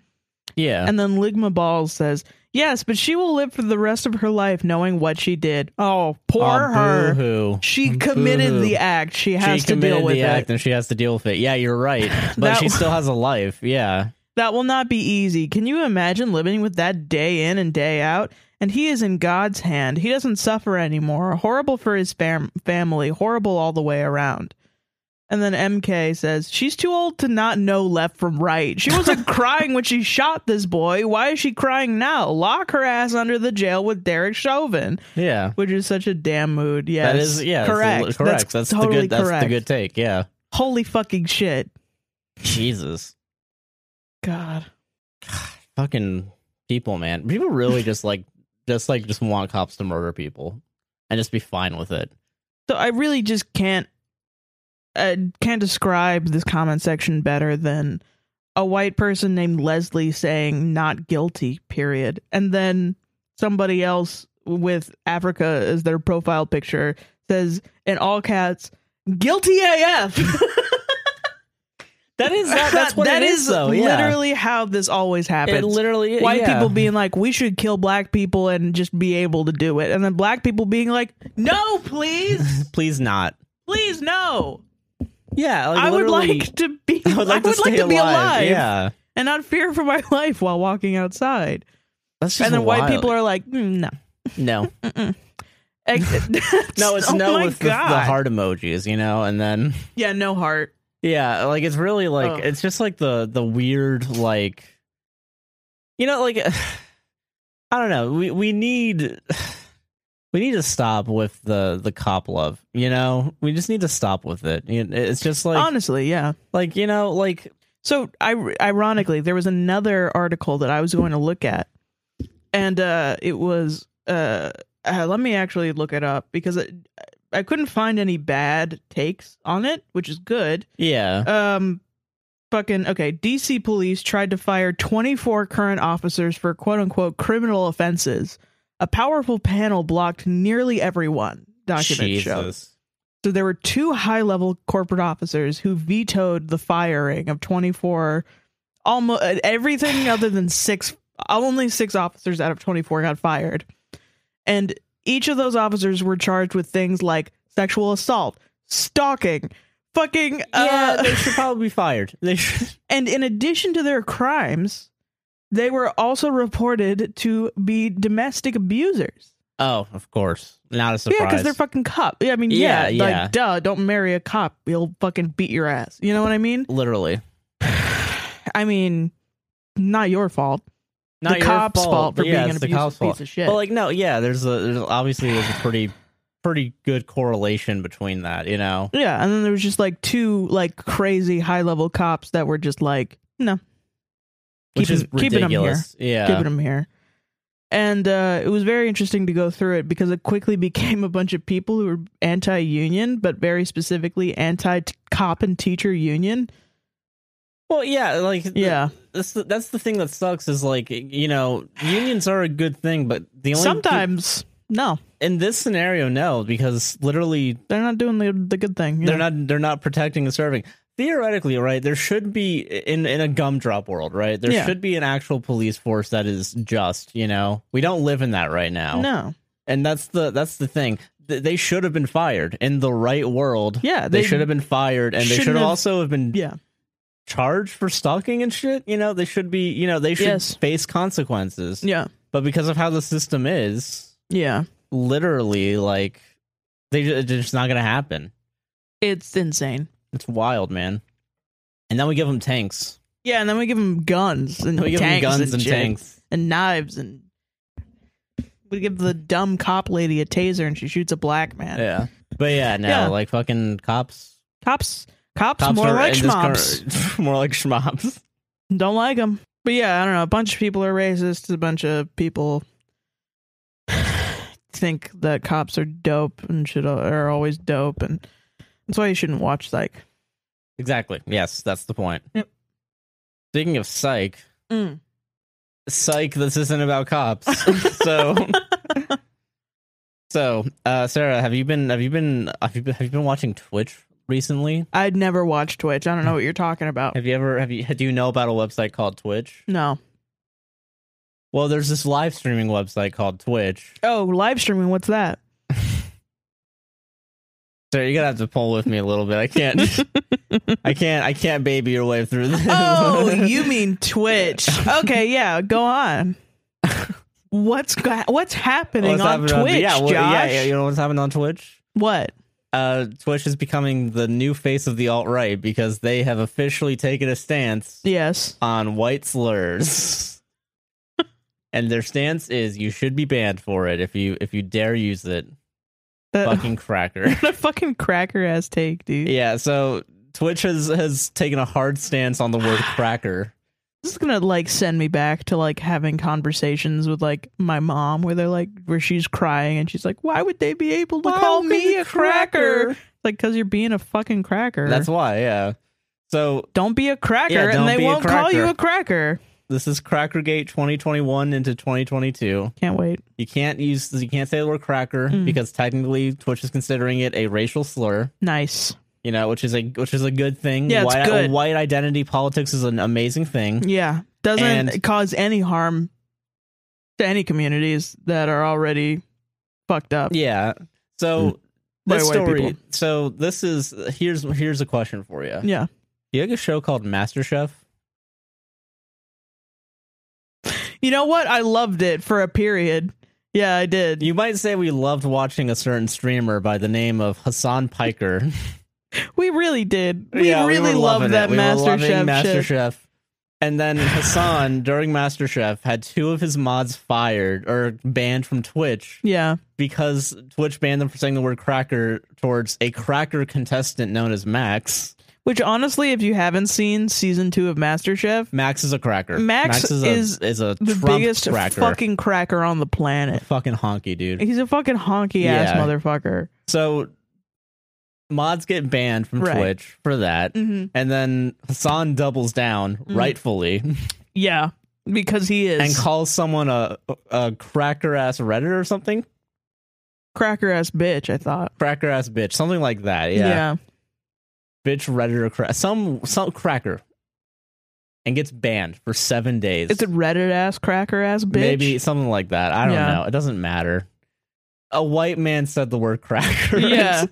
Yeah.
And then Ligma Balls says, "Yes, but she will live for the rest of her life knowing what she did. Oh, poor her.
Who
She committed
Boo-hoo.
the act. She
Ah, she
has to
committed
deal with
the
it.
act and she has to deal with it. Yeah, you're right. But
That-
she still has a life. Yeah.
That will not be easy. Can you imagine living with that day in and day out? And he is in God's hand. He doesn't suffer anymore. Horrible for his fam- family, horrible all the way around. And then MK says, She's too old to not know left from right. She wasn't crying when she shot this boy. Why is she crying now? Lock her ass under the jail with Derek Chauvin,
Yeah.
which is such a damn mood. Yes.
That is yeah, it's a
Correct.
li- correct. That's, the
totally
good that's
correct.
the good take. Yeah.
Holy fucking shit.
Jesus.
God.
Fucking people, man. People really just like just like just want cops to murder people and just be fine with it.
So I really just can't I can't describe this comment section better than a white person named Leslie saying not guilty, period. And then somebody else with Africa as their profile picture It says in all cats, guilty AF.
That is that, that's what
That
it is, though. Yeah.
literally how this always
It
happens.
literally
White
yeah.
people being like, we should kill black people and just be able to do it. And then black people being like, no, please,
please not.
please, no.
Yeah, like,
I would
literally,
like to be.
I would like to stay
be alive,
Yeah,
and not fear for my life while walking outside.
that's
and then white people are like, "Mm, no,
no,
Ex-
no, it's
oh
no
my
with the, the
God.
heart emojis, you know, and then
Yeah, no heart.
yeah, like it's really like
Ugh.
it's just like the the weird like, you know, like I don't know, we we need. We need to stop with the the cop love, you know. We just need to stop with it. You- It's just like,
Honestly, yeah.
like you know, like
So, I ironically, there was another article that I was going to look at, and uh, it was uh, uh, let me actually look it up because it, I couldn't find any bad takes on it, which is good.
yeah,
Um, fucking okay. DC police tried to fire 24 current officers for quote unquote criminal offenses. A powerful panel blocked nearly everyone. Document show.
Jesus.
So there were two high level corporate officers who vetoed the firing of 24 almost everything other than six only six officers out of 24 got fired. And each of those officers were charged with things like sexual assault, stalking, fucking
yeah,
uh,
they should probably be fired. They should.
and in addition to their crimes, they were also reported to be domestic abusers.
Oh, of course, not a surprise.
Yeah, because they're fucking cop. Yeah, I mean,
Yeah,
yeah,
yeah.
like duh, don't marry a cop. He'll fucking beat your ass. You know what I mean?
literally
I mean, not your fault.
not
the
your
cop's fault, for
but yeah,
being an
it's the
abusive
cop's
piece
fault.
of shit.
But like, no, yeah, there's a there's obviously there's a pretty pretty good correlation between that, you know.
yeah, and then there was just like two like crazy high level cops that were just like, no,
Which
Keeping-
is
keeping 'em here.
ridiculous. Yeah,
giving them here. And uh, it was very interesting to go through it because it quickly became a bunch of people who were anti union, but very specifically anti cop and teacher union.
well, yeah, like th-
Yeah.
that's the, that's the thing that sucks is like you know unions are a good thing, but the only
Sometimes, no,
in this scenario, no, because literally
they're not doing the, the good thing. you
they're
know?
not they're not protecting and serving theoretically right there should be in in a gumdrop world right there
Yeah.
should be an actual police force that is just you know we don't live in that right now
No.
and that's the that's the thing Th- they should have been fired in the right world
Yeah,
they, should have been fired and they should
shouldn't
have
have-
also have been
Yeah,
charged for stalking and shit you know they should be you know they should
Yes.
face consequences
yeah,
but because of how the system is
yeah.
literally like they ju- it's just not gonna happen
It's insane.
It's wild, man. And then we give them tanks.
Yeah, and then we give them guns and
We give them
tanks
guns
and,
and
shit,
tanks.
and knives and we give the dumb cop lady a taser and she shoots a black man.
Yeah. But yeah, no,
Yeah.
like fucking cops.
Cops, cops,
Cops
more
are
like
in this cur-
schmops.
more like schmops.
Don't like them. But yeah, I don't know. A bunch of people are racist. A bunch of people think that cops are dope and should are always dope, and that's why you shouldn't watch Psych.
Exactly. Yes, that's the point.
Yep.
Speaking of psych,
Mm.
psych, this isn't about cops. so, so uh, Sarah, have you been have you been have you been, have you been watching Twitch recently?
I'd never watch Twitch. I don't know what you're talking about.
Have you ever have you do you know about a website called Twitch?
No.
Well, there's this live streaming website called Twitch.
Oh, live streaming. What's that?
Sarah, you're gonna have to pull with me a little bit. I can't. I can't. I can't baby your way through this.
Oh, you mean Twitch? Okay, yeah, go on. What's go- what's happening
What's
on
happening on-
Twitch,
yeah, well,
Josh?
yeah, yeah. You know what's happening on Twitch?
What?
Uh, Twitch is becoming the new face of the alt right because they have officially taken a stance
Yes.
on white slurs, and their stance is you should be banned for it if you if you dare use it.
That-
Fucking cracker.
what a fucking cracker ass take, dude.
yeah. So Twitch has has taken a hard stance on the word cracker.
This is gonna like send me back to like having conversations with like my mom where they're like where she's crying and she's like, Why would they be able to
Why
call
would
me
the
a cracker?
cracker?
Like, cause you're being a fucking cracker.
That's why. Yeah. So
don't be a cracker
Yeah, don't
and they
be a
won't call you
cracker.
a cracker.
this is Crackergate 2021 into 2022.
Can't wait.
You can't use you can't say the word cracker
Mm.
because technically Twitch is considering it a racial slur.
Nice.
You know, which is a which is a good thing.
Yeah, it's
white,
good.
white identity politics is an amazing thing.
Yeah. Doesn't
And-
cause any harm to any communities that are already fucked up.
Yeah. So
Hmm. By
this
white
story.
people.
So this is here's here's a question for you.
Yeah.
You have a show called MasterChef.
You know what? I loved it for a period. Yeah, I did.
You might say we loved watching a certain streamer by the name of Hassan Piker.
We really did. We
Yeah,
really
were loving
loved that
it. We were
Master
loving
Chef
Master
shit.
Chef. And then Hassan during Master Chef had two of his mods fired or banned from Twitch
Yeah.
because Twitch banned them for saying the word cracker towards a cracker contestant known as Max.
Which honestly, if you haven't seen season two of Master Chef,
Max is a cracker.
Max
is a,
is
a
the
Trump
biggest
cracker.
fucking cracker on the planet.
Fucking honky dude.
He's a fucking honky ass
Yeah.
motherfucker.
So mods get banned from
Right.
Twitch for that.
Mm-hmm.
And then Hassan doubles down,
Mm.
rightfully,
Yeah, because he is
and calls someone a a cracker ass Reddit or something,
cracker ass bitch. I thought.
cracker ass bitch, something like that. Yeah, bitch Reddit or cra- some some cracker, and gets banned for seven days.
It's a Reddit ass cracker ass bitch.
maybe something like that. I don't
Yeah.
know. It doesn't matter. A white man said the word cracker.
Yeah.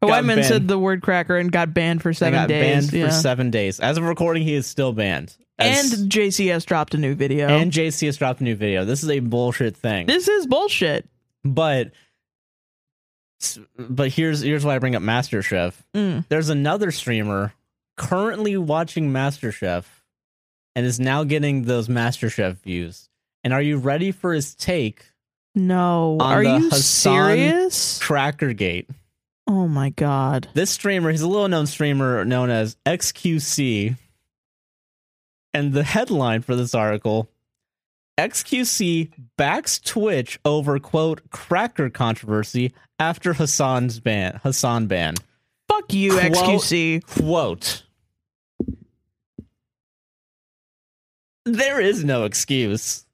A
Got
white man
banned.
Oh, said the word cracker and got banned for
They
seven
got
days.
banned
yeah.
for seven days. As of recording, he is still banned. As-
and JCS dropped a new video.
and JC has dropped a new video. This is a bullshit thing.
this is bullshit.
but but here's here's why I bring up MasterChef.
Mm.
There's another streamer currently watching MasterChef and is now getting those MasterChef views. And are you ready for his take?
No,
On
are
the
you
Hassan-
serious?
Crackergate.
Oh my god.
This streamer, he's a little known streamer known as XQC. And the headline for this article XQC backs Twitch over quote cracker controversy after Hassan's ban Hassan ban.
Fuck you,
Quote-
XQC.
quote there is no excuse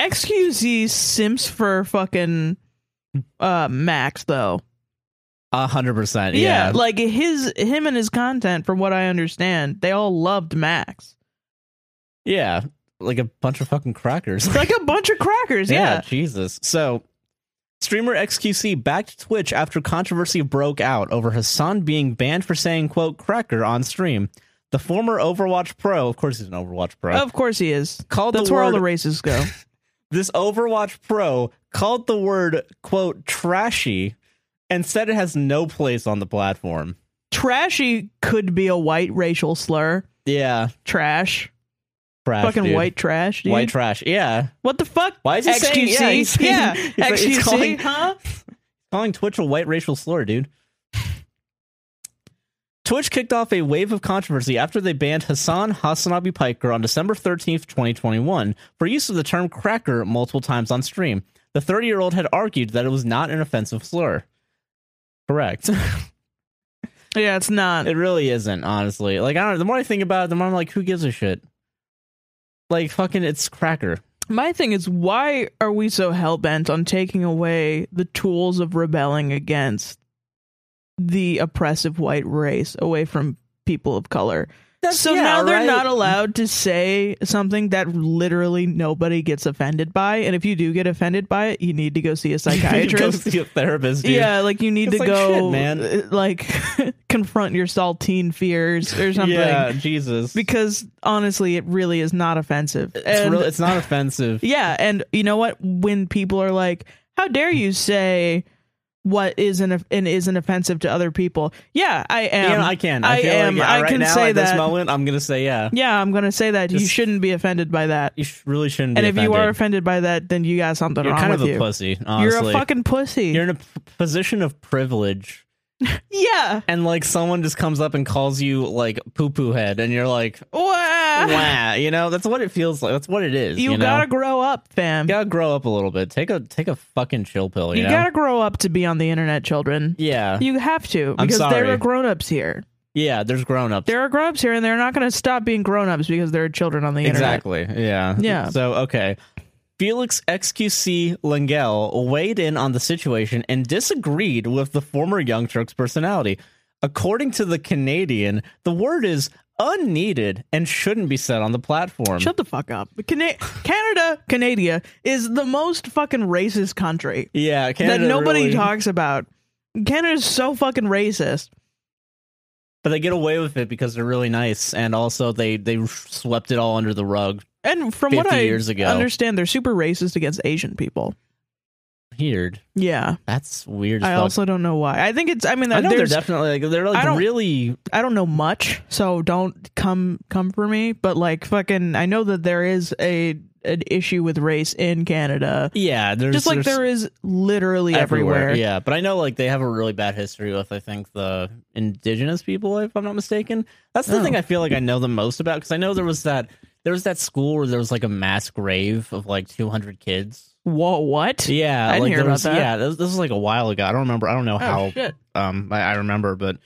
XQC simps for fucking uh Max though.
a hundred percent
Yeah.
yeah
like his him and his content, from what I understand, they all loved Max.
yeah like a bunch of fucking crackers
It's like a bunch of crackers. Yeah,
jesus so streamer xqc backed twitch after controversy broke out over hassan being banned for saying quote cracker on stream the former overwatch pro of course he's an overwatch pro
of course he is.
called
That's
the
where
word
all the races go.
this Overwatch Pro called the word, quote, trashy and said it has no place on the platform.
Trashy could be a white racial slur.
Yeah.
Trash,
Trash.
fucking
dude.
white trash, dude.
White trash. Yeah.
what the fuck?
Why is he saying-
XQC?
yeah, he's saying-
yeah,
he's like-
XQC,
he's calling-
huh?
Calling Twitch a white racial slur, dude. Twitch kicked off a wave of controversy after they banned Hassan Hassanabi Piker on December 13th, 2021, for use of the term cracker multiple times on stream. The 30 year old had argued that it was not an offensive slur. Correct.
Yeah, it's not.
It really isn't, honestly. Like I don't. The more I think about it, the more I'm like, who gives a shit? Like fucking, it's cracker.
My thing is, why are we so hell bent on taking away the tools of rebelling against the oppressive white race away from people of color? so now they're not allowed to say something that literally nobody gets offended by. And if you do get offended by it, you need to go see a
Go
psychiatrist.
see a therapist. Dude.
yeah, like you need
It's
to
like,
go,
shit, man.
uh, like confront your saltine fears or something.
Yeah, Jesus.
Because honestly, it really is not offensive.
it's
And-
real, it's not offensive.
yeah, and you know what? When people are like, "How dare you say what isn't and isn't offensive to other people?" Yeah, I am.
you know, I can. I,
I
feel
am-
Like, yeah,
I
right
can
now,
say
at
that.
this moment. I'm gonna say yeah.
yeah, I'm gonna say that you
Just-
shouldn't be offended by that.
You sh- really shouldn't.
And
be
if you are
offended.
offended by that, then you got something
you're
wrong
kind
with
of a
you.
pussy. Honestly,
You're a fucking pussy.
You're in a p- position of privilege,
yeah.
and like someone just comes up and calls you like poo poo head, and you're like,
Wah.
wow, you know, that's what it feels like. That's what it is.
You,
You, know?
gotta grow up, fam.
You gotta grow up a little bit. Take a take a fucking chill pill. You,
you
know?
gotta grow up to be on the internet, children.
yeah,
You have to
I'm
because there
sorry.
are grown ups here.
Yeah, there's grown ups.
There are grown-ups here, and they're not going to stop being grown-ups because there are children on the internet.
Exactly. Yeah.
Yeah.
So okay. Felix XQC Langell weighed in on the situation and disagreed with the former Young Turks personality. According to the Canadian, the word is unneeded and shouldn't be said on the platform.
Shut the fuck up. Cana- Canada, Canada is the most fucking racist country
yeah, Canada
that nobody
really-
talks about. Canada's so fucking racist.
but they get away with it because they're really nice, and also they they swept it all under the rug
And from what
50
I
years ago.
understand, they're super racist against Asian people.
Weird.
Yeah.
That's weird. as
I
fuck.
also don't know why. I think it's. I mean,
I know they're
there's.
definitely like they're
I
like
don't-
really
I don't know much, so don't come come for me. But like, fucking, I know that there is a an issue with race in Canada,
yeah. There's
just like
there's-
there is literally everywhere.
Yeah, but I know like they have a really bad history with I think the indigenous people, if I'm not mistaken. That's the
Oh.
thing I feel like I know the most about because I know there was that there was that school where there was like a mass grave of like 200 kids.
Whoa, what?
Yeah,
I didn't
like
hear
there
about
was,
that.
Yeah, this, this was like a while ago. I don't remember. I don't know how.
Oh, shit.
Um, I, I remember, but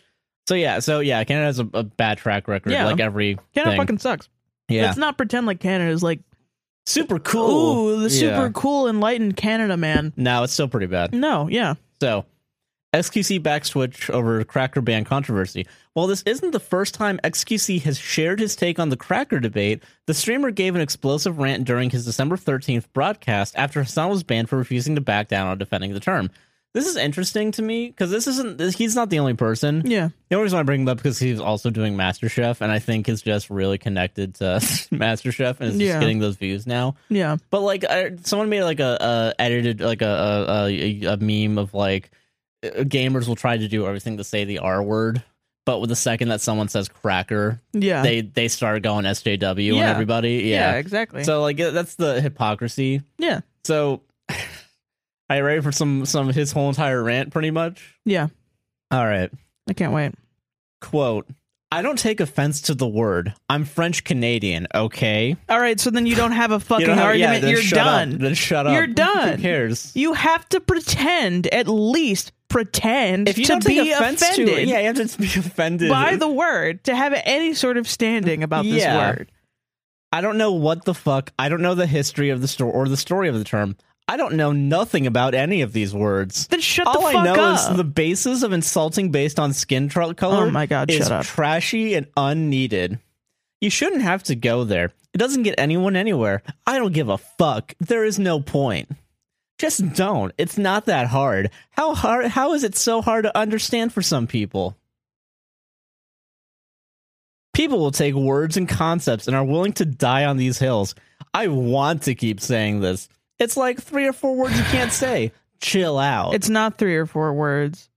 so yeah, so yeah, Canada has a, a bad track record.
Yeah.
like every
Canada
thing.
fucking sucks.
yeah,
Let's not pretend like Canada's like
super cool.
ooh the super
Yeah.
cool enlightened Canada man.
No, it's still pretty bad.
No, yeah,
So, XQC backswitch over cracker ban controversy. While this isn't the first time XQC has shared his take on the cracker debate, the streamer gave an explosive rant during his December 13th broadcast after Hassan was banned for refusing to back down on defending the term. This is interesting to me because this isn't, this, he's not the only person.
yeah.
The only reason I bring him up because he's also doing MasterChef, and I think is just really connected to MasterChef and is just
Yeah.
getting those views now.
Yeah,
But like, I, someone made like a, a edited like a a, a a meme of like uh, gamers will try to do everything to say the R word, but with the second that someone says cracker,
yeah,
they they start going SJW on
Uh-huh. Yeah.
everybody.
yeah,
Yeah.
exactly.
So like that's the hypocrisy.
Yeah.
So, are you ready for some some of his whole entire rant? Pretty much.
Yeah.
All right
I can't wait.
quote i don't take offense to the word i'm french canadian okay
All right, so then you don't have a fucking
don't have- yeah,
argument.
then
You're
shut up.
done.
then shut up
You're done.
who cares
You have to pretend, at least pretend,
if you
to
don't take
be
offense
offended
to it yeah you have to be offended
by the word to have any sort of standing about this
Yeah.
word.
i don't know what the fuck i don't know the history of the store or the story of the term i don't know nothing about any of these words
Then shut
all
the
i
fuck
know
up.
is the basis of insulting based on skin tro- color
oh my god,
is
shut up.
trashy and unneeded. You shouldn't have to go there. It doesn't get anyone anywhere. I don't give a fuck. There is no point. Just don't. It's not that hard. How hard how is it so hard to understand for some people? People will take words and concepts and are willing to die on these hills. I want to keep saying this. It's like three or four words you can't say. Chill out.
It's not three or four words.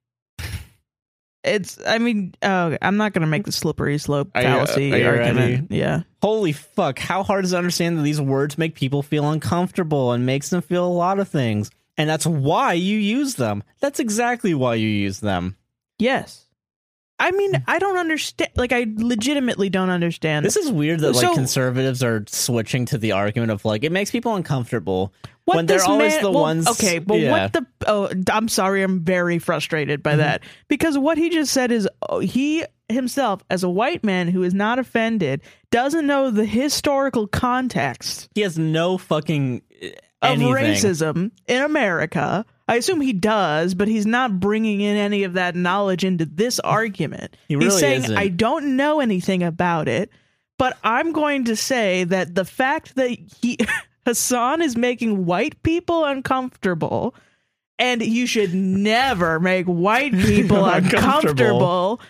It's. I mean, uh, I'm not gonna make the slippery slope
Are you- uh,
fallacy
are you
argument. Yeah,
Holy fuck, how hard is it to understand that these words make people feel uncomfortable and makes them feel a lot of things. And that's why you use them. That's exactly why you use them.
yes. I mean, I don't understand. Like, I legitimately don't understand.
Hmm. This is weird that like
So-
conservatives are switching to the argument of like it makes people uncomfortable.
What
when they're
this
always
man-
the
well,
ones-
Okay, but
yeah. Mm-hmm.
what the? Oh, I'm sorry. I'm very frustrated by that because what he just said is oh, he himself, as a white man who is not offended, doesn't know the historical context
He has no fucking uh,
of
anything.
racism in America. I assume he does, but he's not bringing in any of that knowledge into this argument.
He really
he's saying,
isn't.
"I don't know anything about it, but I'm going to say that the fact that he Hassan is making white people uncomfortable." And you should never make white people
Uncomfortable.
uncomfortable.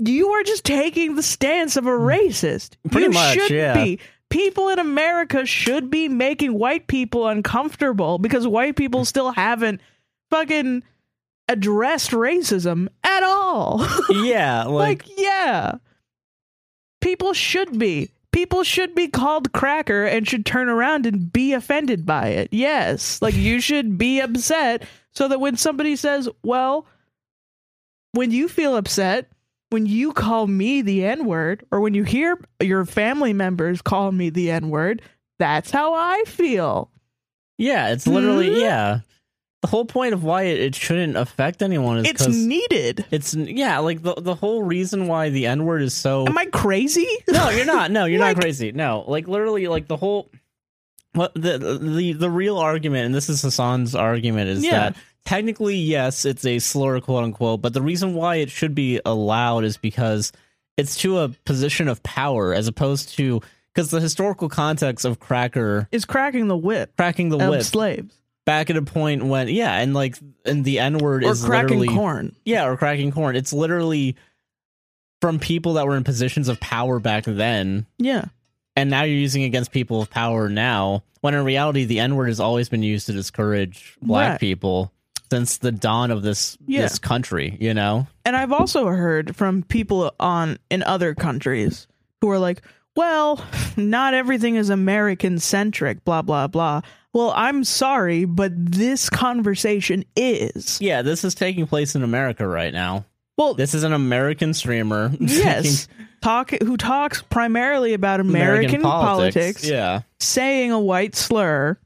You are just taking the stance of a racist.
Pretty
you
much,
should
yeah.
be. People in America should be making white people uncomfortable because white people still haven't fucking addressed racism at all.
yeah, like,
like, yeah. People should be. People should be called cracker and should turn around and be offended by it. Yes. Like you should be upset so that when somebody says, well, when you feel upset, when you call me the N word, or when you hear your family members call me the N word, that's how I feel.
yeah, it's literally
Hmm?
yeah. the whole point of why it, it shouldn't affect anyone is
It's
'cause
needed.
it's yeah, like the the whole reason why the N word is so
Am I crazy?
No, you're not. No, you're
Like-
not crazy. No, like literally, like the whole what the the the real argument, and this is Hassan's argument, is
Yeah.
that technically yes, it's a slur, quote unquote, but the reason why it should be allowed is because it's to a position of power as opposed to because the historical context of cracker
Is cracking the whip
cracking the
of
whip
slaves
back at a point when yeah, and like and the N word
or
is
cracking
literally
corn?
yeah, or cracking corn. It's literally from people that were in positions of power back then
Yeah,
and now you're using it against people of power now when in reality the n-word has always been used to discourage black
Right.
people since the dawn of this
Yeah.
this country you know
and I've also heard from people on in other countries who are like, "Well, not everything is American centric." Blah blah blah. Well, I'm sorry, but this conversation is.
yeah this is taking place in america right now
Well,
this is an american streamer
yes, talk who talks primarily about
taking
American, politics,
yeah
saying a white slur,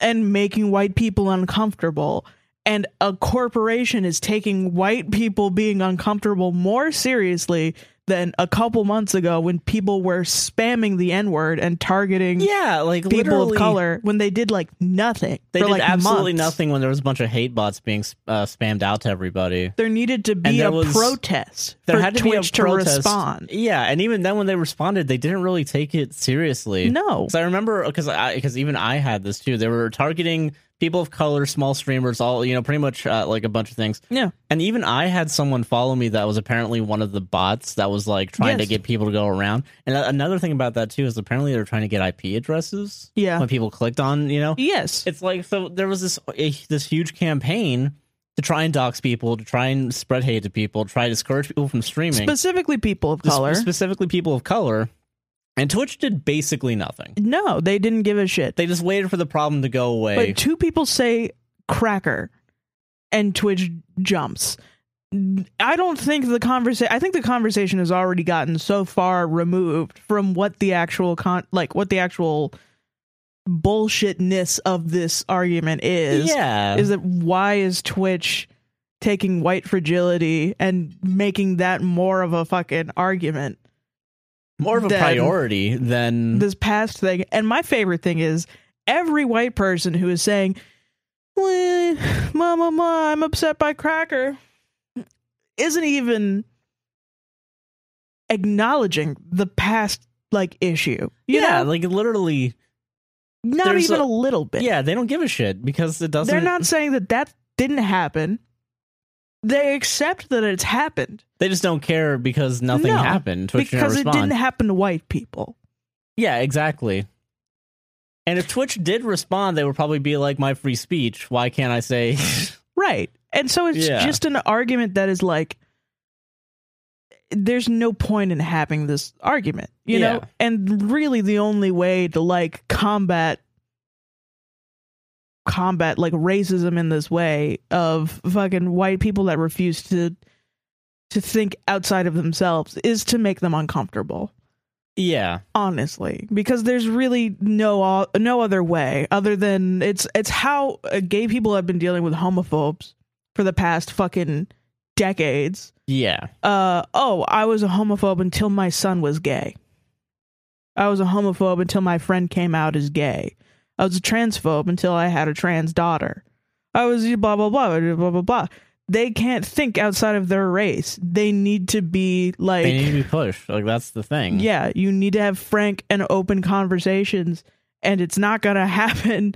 and making white people uncomfortable. And a corporation is taking white people being uncomfortable more seriously than a couple months ago when people were spamming the N word and targeting
yeah like
people of
literally,
color when they did like nothing.
they
for,
did
like,
absolutely
months.
nothing when there was a bunch of hate bots being uh, spammed out to everybody
There needed to
And
be
there
a
was-
protest
there
for
had to
Twitch
be a
to
protest.
respond.
yeah and even then when they responded they didn't really take it seriously
No.
Because I remember, because I because even I had this too. They were targeting people of color, small streamers, all you know, pretty much uh, like a bunch of things.
Yeah.
And even I had someone follow me that was apparently one of the bots that was like trying to
Yes.
get people to go around. And a- another thing about that too is apparently they're trying to get IP addresses
Yeah.
when people clicked on. You know,
Yes.
it's like so there was this a, this huge campaign to try and dox people, to try and spread hate to people, try to discourage people from streaming,
Specifically people of
sp-
color.
specifically people of color. And Twitch did basically nothing.
no, they didn't give a shit.
They just waited for the problem to go away.
But two people say cracker and Twitch jumps. I don't think the conversation I think the conversation has already gotten so far removed from what the actual con like what the actual bullshitness of this argument is.
yeah.
Is that why is Twitch taking white fragility and making that more of a fucking argument?
more of a
then-
priority than
this past thing. And my favorite thing is every white person who is saying, "Well, "Ma, ma, ma, I'm upset by Cracker," isn't even acknowledging the past like issue. You
yeah,
know,
like literally
not
there's
even
a-
a, little bit.
yeah, they don't give a shit because it doesn't
they're not saying that that didn't happen. They accept that it's happened
they just don't care because nothing
No,
happened. Twitch
because
didn't
it
respond.
didn't happen to white people.
yeah, exactly. And if Twitch did respond, they would probably be like my free speech. Why can't I say
Right. And so it's
Yeah.
just an argument that is like there's no point in having this argument, you know?
Yeah.
And really the only way to like combat combat like racism in this way of fucking white people that refuse to to think outside of themselves is to make them uncomfortable
Yeah.
honestly because there's really no o- no other way other than it's it's how uh, gay people have been dealing with homophobes for the past fucking decades
Yeah.
uh oh i was a homophobe until my son was gay i was a homophobe until my friend came out as gay i was a transphobe until i had a trans daughter i was blah blah blah blah blah blah, blah. they can't think outside of their race they need to be like
They need to be pushed. Like that's the thing.
yeah, you need to have frank and open conversations, and it's not going to happen.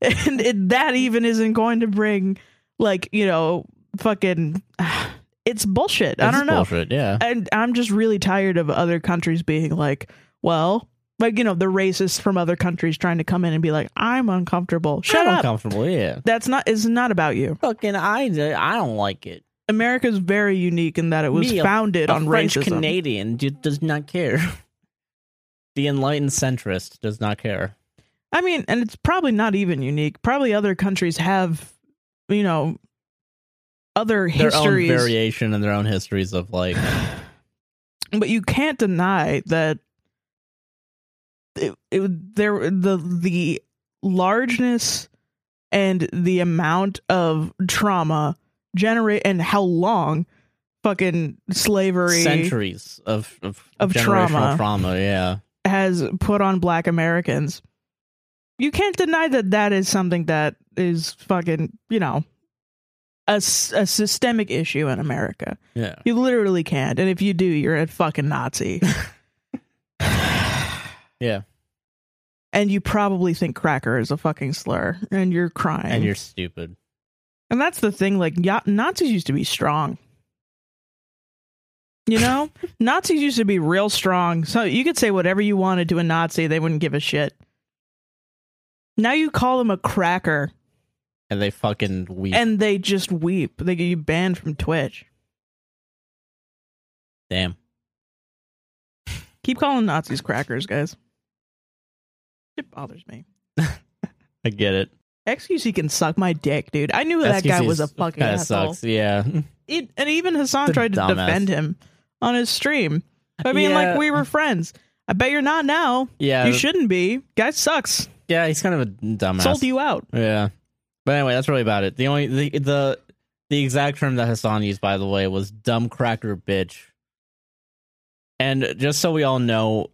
and it, that even isn't going to bring, like, you know, fucking. It's bullshit. I
It's
don't know.
bullshit, Yeah.
And I'm just really tired of other countries being like, well, like, you know, the racists from other countries trying to come in and be like, I'm uncomfortable. Shut
I'm
up.
uncomfortable, yeah.
That's not, it's not about you.
Fucking I I don't like it.
America's very unique in that it was
Me, a-
founded
a
on
French
racism.
Canadian d- does not care. the enlightened centrist does not care.
I mean, and it's probably not even unique. Probably other countries have, you know, other
Their
histories,
own variation and their own histories of like,
but you can't deny that it, it, there the the largeness and the amount of trauma generate and how long fucking slavery
centuries of of,
Of
generational
trauma.
trauma. Yeah,
has put on black Americans. You can't deny that that is something that is fucking, you know, a, s- a systemic issue in America.
yeah.
You literally can't. And if you do, you're a fucking Nazi.
Yeah.
And you probably think cracker is a fucking slur and you're crying.
And you're stupid.
And that's the thing, like ya- Nazis used to be strong. You know, Nazis used to be real strong. So you could say whatever you wanted to a Nazi, they wouldn't give a shit. Now you call them a cracker,
And they fucking weep.
and they just weep. They get you banned from Twitch.
Damn.
Keep calling Nazis crackers, guys. It bothers me.
I get it.
XQC can suck my dick, dude. I knew that guy was a fucking
kind of
asshole.
sucks. Yeah.
It, and even Hassan
The
tried to
dumbass.
defend him on his stream. I mean, like
Yeah.
we were friends. I bet you're not now.
Yeah.
you shouldn't be. Guy sucks.
Yeah, he's kind of a dumbass.
Sold you out.
Yeah. But anyway, that's really about it. The only the the the exact term that Hassan used, by the way, was dumb cracker bitch. And just so we all know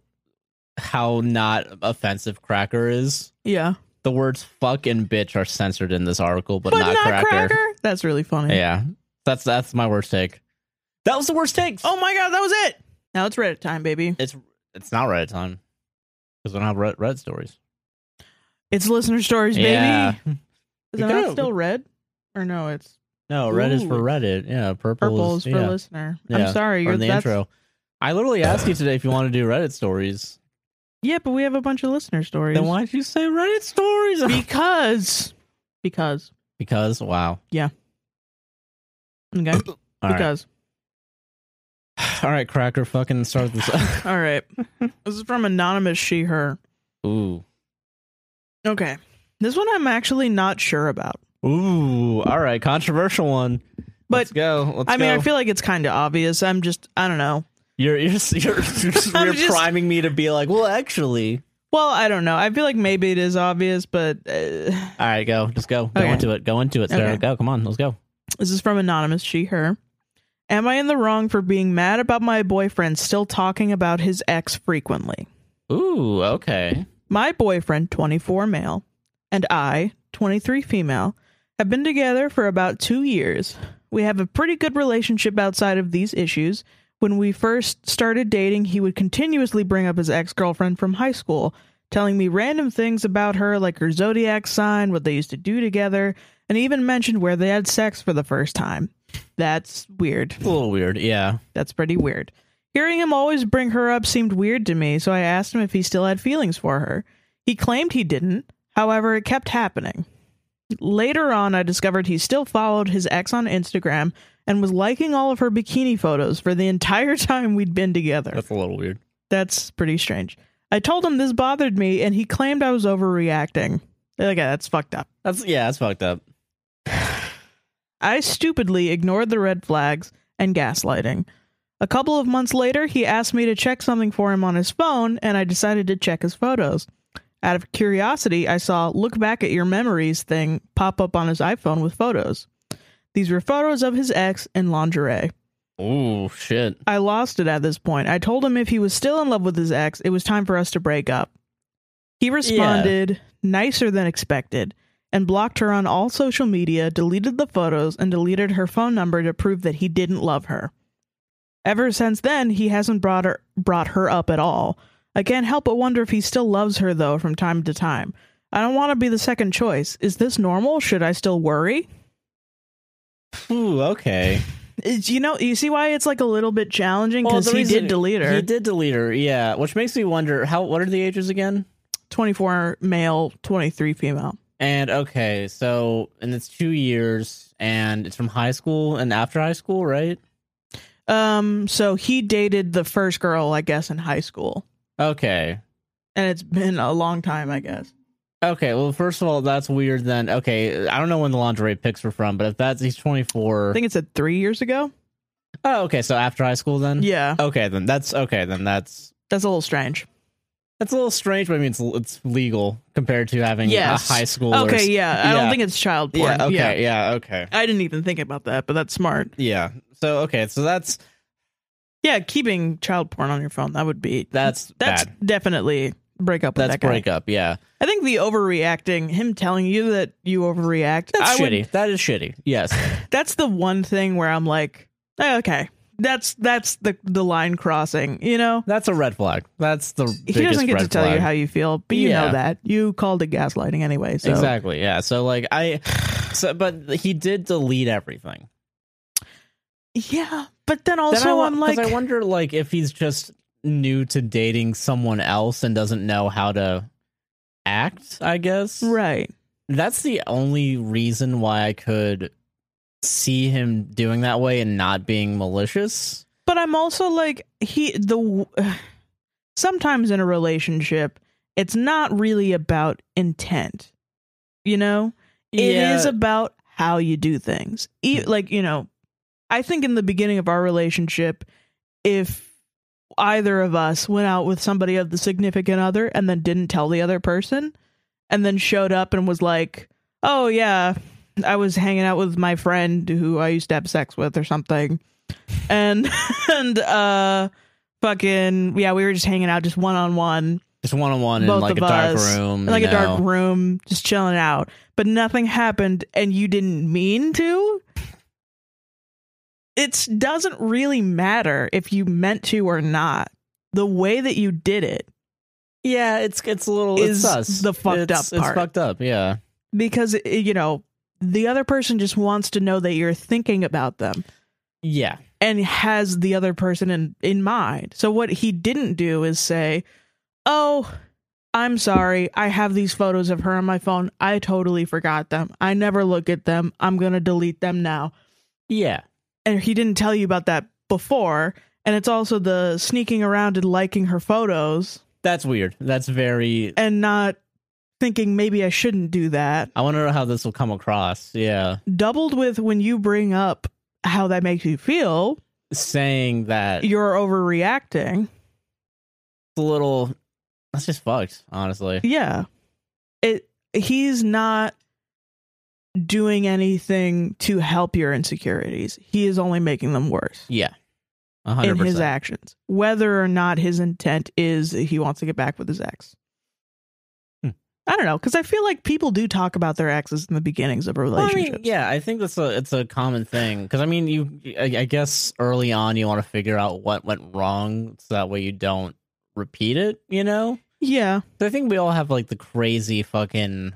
how not offensive cracker is,
Yeah,
the words fuck and bitch are censored in this article, but,
but, not, cracker. That's really funny.
Yeah. That's that's my worst take. That was the worst take.
Oh my god, that was it. Now it's Reddit time, baby.
it's it's not Reddit time. Because we don't have Reddit, Reddit stories.
It's listener stories, baby.
Yeah.
Is
You
that not
could've-
still red? Or no, it's
No, red is for
Ooh.
Reddit. Yeah, purple,
purple
is
is for
yeah.
listener.
Yeah.
I'm sorry,
or
you're
in the
that's-
intro. I literally asked you today if you want to do Reddit stories.
Yeah, but we have a bunch of listener stories.
Then why did you say Reddit stories?
Because, because,
because wow.
okay,
All right.
because.
All right, Cracker, fucking start this. up.
All right, this is from anonymous she/her.
Ooh.
Okay. This one I'm actually not sure about.
Ooh. All right, controversial one.
But-
Let's go. Let's
I mean,
go.
I feel like it's kind of obvious. I'm just, I don't know.
you're you're you're, you're,
I'm
you're
just-
priming me to be like, well, actually.
Well, I don't know. I feel like maybe it is obvious, but uh,
All right, go. Just go. Go
Okay.
into it. Go into it. Sarah.
Okay.
Go. Come on. Let's go.
this is from Anonymous, she, her. Am I in the wrong for being mad about my boyfriend still talking about his ex frequently?
Ooh. Okay.
My boyfriend, 24 male, and I, 23 female, have been together for about two years. We have a pretty good relationship outside of these issues. When we first started dating, he would continuously bring up his ex girlfriend from high school, telling me random things about her, like her zodiac sign, what they used to do together, and even mentioned where they had sex for the first time. That's weird.
A little weird. Yeah.
That's pretty weird. Hearing him always bring her up seemed weird to me, so I asked him if he still had feelings for her. He claimed he didn't, however, it kept happening. Later on, I discovered he still followed his ex on Instagram and was liking all of her bikini photos for the entire time we'd been together.
That's a little weird.
That's pretty strange. I told him this bothered me, and he claimed I was overreacting. Okay, that's fucked up.
That's yeah. That's fucked up.
I stupidly ignored the red flags and gaslighting. A couple of months later, he asked me to check something for him on his phone, and I decided to check his photos. Out of curiosity, I saw look back at your memories thing pop up on his iPhone with photos. These were photos of his ex in lingerie.
Ooh. Shit.
I lost it at this point. I told him if he was still in love with his ex, it was time for us to break up. He responded nicer than expected and blocked her on all social media, deleted the photos, and deleted her phone number to prove that he didn't love her. Ever since then, he hasn't brought her brought her up at all. I can't help but wonder if he still loves her though from time to time. I don't want to be the second choice. Is this normal? Should I still worry?
Ooh. Okay.
It's, you know, you see why it's like a little bit challenging because
the
he
reason-
did delete her.
He did delete her, yeah. Which makes me wonder how. What are the ages again?
24 male, 23 female.
And okay, so and it's two years, and it's from high school and after high school, right?
Um, so he dated the first girl, I guess, in high school,
Okay,
and it's been a long time, I guess.
okay. Well, first of all, that's weird. Then okay, I don't know when the lingerie pics were from, but if that's he's twenty
I
four.
think it said three years ago.
Oh, okay. So after high school, then
Yeah,
Okay, then that's okay. Then that's
that's a little strange.
That's a little strange, but I mean it's it's legal compared to having
Yes.
a high school.
Okay, yeah. I
yeah.
don't think it's child porn.
yeah. Okay. Yeah. Okay.
I didn't even think about that, but that's smart.
Yeah. So okay. So that's
Yeah, keeping child porn on your phone, that would be
that's
that's
bad.
definitely break up with
That's
that guy.
breakup. Yeah.
I think the overreacting, him telling you that you overreact,
That's
I would-
shitty. that is shitty. Yes.
that's the one thing where I'm like, eh, okay, that's that's the the line crossing. You know,
That's a red flag. That's the
he doesn't get to tell you
how.
how you feel, but you
Yeah.
know that you called it gaslighting anyway. So
Exactly. Yeah. So like I, so but he did delete everything.
yeah, but then
Then
also
I, wa-
I'm
'cause
like,
I wonder like if he's just new to dating someone else and doesn't know how to act. I guess.
right,
That's the only reason why I could see him doing that way and not being malicious.
but I'm also like he the sometimes in a relationship it's not really about intent, you know. It is about how you do things. E- like, you know, I think in the beginning of our relationship, if either of us went out with somebody of the significant other and then didn't tell the other person and then showed up and was like, oh, yeah, I was hanging out with my friend who I used to have sex with or something. And, and, uh, fucking, yeah, we were just hanging out just one on one
just one on one in
both
like a
of
dark
us,
room.
like
you
a dark
know.
room, just chilling out. But nothing happened, and you didn't mean to. It doesn't really matter if you meant to or not. The way that you did it,
Yeah, it's it's a little it's
Is
sus.
the fucked
It's-
up part.
It's fucked up. Yeah.
because eh, you know the other person just wants to know that you're thinking about them
Yeah.
and has the other person in in mind. So what he didn't do is say, "Oh." I'm sorry. I have these photos of her on my phone. I totally forgot them. I never look at them. I'm going to delete them now.
Yeah.
and he didn't tell you about that before. And it's also the sneaking around and liking her photos
That's weird. That's very
and not thinking maybe I shouldn't do that.
I wonder how this will come across. Yeah.
Doubled with when you bring up how that makes you feel,
Saying that it's
you're overreacting.
a little that's just fucked, honestly.
Yeah. It he's not doing anything to help your insecurities. He is only making them worse
Yeah. a 100%.
in his actions, whether or not his intent is he wants to get back with his ex.
Hmm.
I don't know because I feel like people do talk about their exes in the beginnings of
Well, I
relationships.
mean, yeah, I think that's a it's a common thing because I mean, you I, I guess early on you want to figure out what went wrong so that way you don't repeat it, you know.
yeah,
So I think we all have like the crazy fucking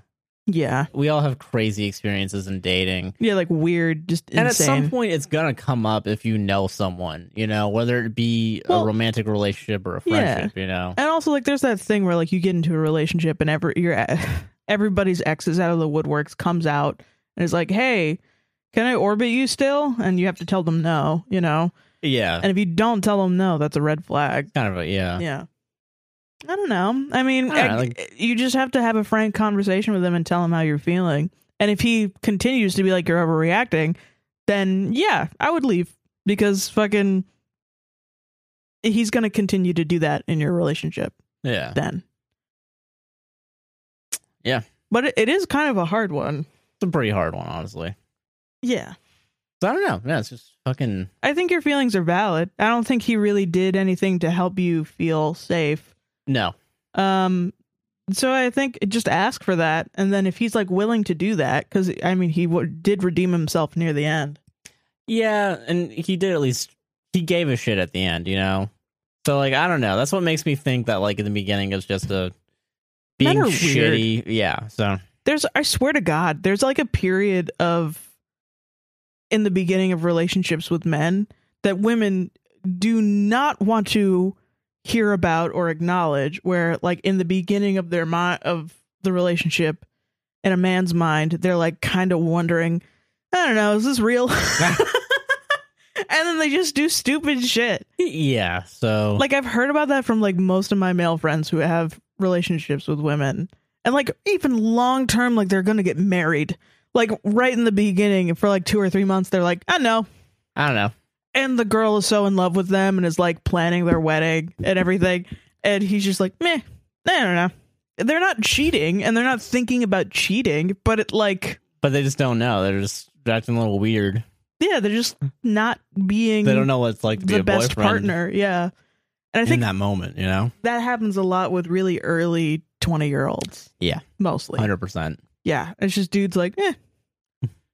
yeah,
we all have crazy experiences in dating.
yeah, like weird, just
And
insane.
at some point, it's gonna come up if you know someone, you know, whether it be a
Well-
romantic relationship or a
Yeah.
friendship, you know.
and also, like, there's that thing where like you get into a relationship and every your everybody's exes out of the woodworks comes out and is like, "Hey, can I orbit you still?" And you have to tell them no, you know.
Yeah,
And if you don't tell them no, that's a red flag.
kind of a yeah.
Yeah. I don't know. I mean,
I don't know,
I- you just have to have a frank conversation with him and tell him how you're feeling. And if he continues to be like you're overreacting, then yeah, I would leave because fucking he's going to continue to do that in your relationship
yeah,
then.
Yeah.
But it, it is kind of a hard one.
It's a pretty hard one, honestly.
Yeah.
So I don't know. Yeah, it's just fucking.
I think your feelings are valid. I don't think he really did anything to help you feel safe.
No,
Um, so I think just ask for that, and then if he's like willing to do that, because I mean he w- did redeem himself near the end.
Yeah, and he did at least he gave a shit at the end, you know. So like I don't know. That's what makes me think that like in the beginning it's just a being
Men are
shitty. Yeah. So
There's, I swear to God, there's like a period of in the beginning of relationships with men that women do not want to hear about or acknowledge, where like in the beginning of their mind of the relationship, in a man's mind, they're like kind of wondering, I don't know, is this real? and then they just do stupid shit.
yeah. So
like i've heard about that from like most of my male friends who have relationships with women and like even long term like they're gonna get married like right in the beginning for like two or three months they're like i know
I don't know.
and the girl is so in love with them and is like planning their wedding and everything and he's just like meh No, no, no. They're not cheating and they're not thinking about cheating, but it like
But they just don't know. They're just acting a little weird.
yeah, they're just not being
They don't know what it's like to be
the
a
best
boyfriend
partner. Yeah. And I
in
think
that moment. You know,
that happens a lot with really early 20 year olds.
Yeah.
Mostly.
hundred percent.
Yeah. It's just dudes like, eh,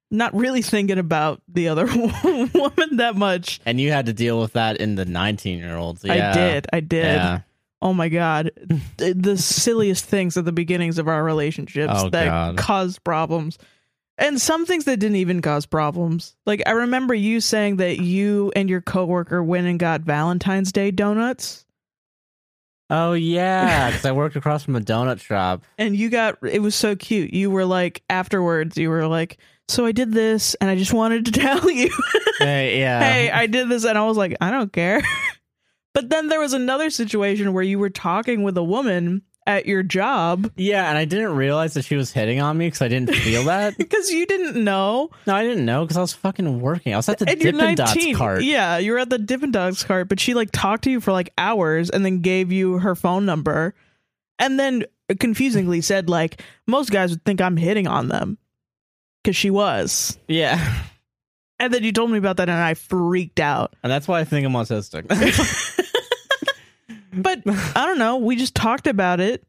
not really thinking about the other woman that much.
And you had to deal with that in the nineteen-year-olds. Yeah.
I did. I did.
Yeah.
Oh my God. The, the silliest things at the beginnings of our relationships
Oh,
that
God.
caused problems. And some things that didn't even cause problems. Like, I remember you saying that you and your coworker went and got Valentine's Day donuts,
Oh yeah, because I worked across from a donut shop.
and you got it was so cute. You were like, afterwards, you were like, So I did this, and I just wanted to tell you.
Hey, yeah.
hey, I did this, and I was like, I don't care. but then there was another situation where you were talking with a woman at your job
yeah, and I didn't realize that she was hitting on me because I didn't feel that.
because you didn't know,
no, I didn't know because I was fucking working. I was at the
and you're
Dippin' Dots
19.
cart.
Yeah, you were at the Dippin' Dots cart, but she like talked to you for like hours and then gave you her phone number, and then confusingly said like, most guys would think I'm hitting on them because she was.
yeah.
And then you told me about that, and I freaked out.
And that's why I think I'm autistic.
But I don't know. We just talked about it,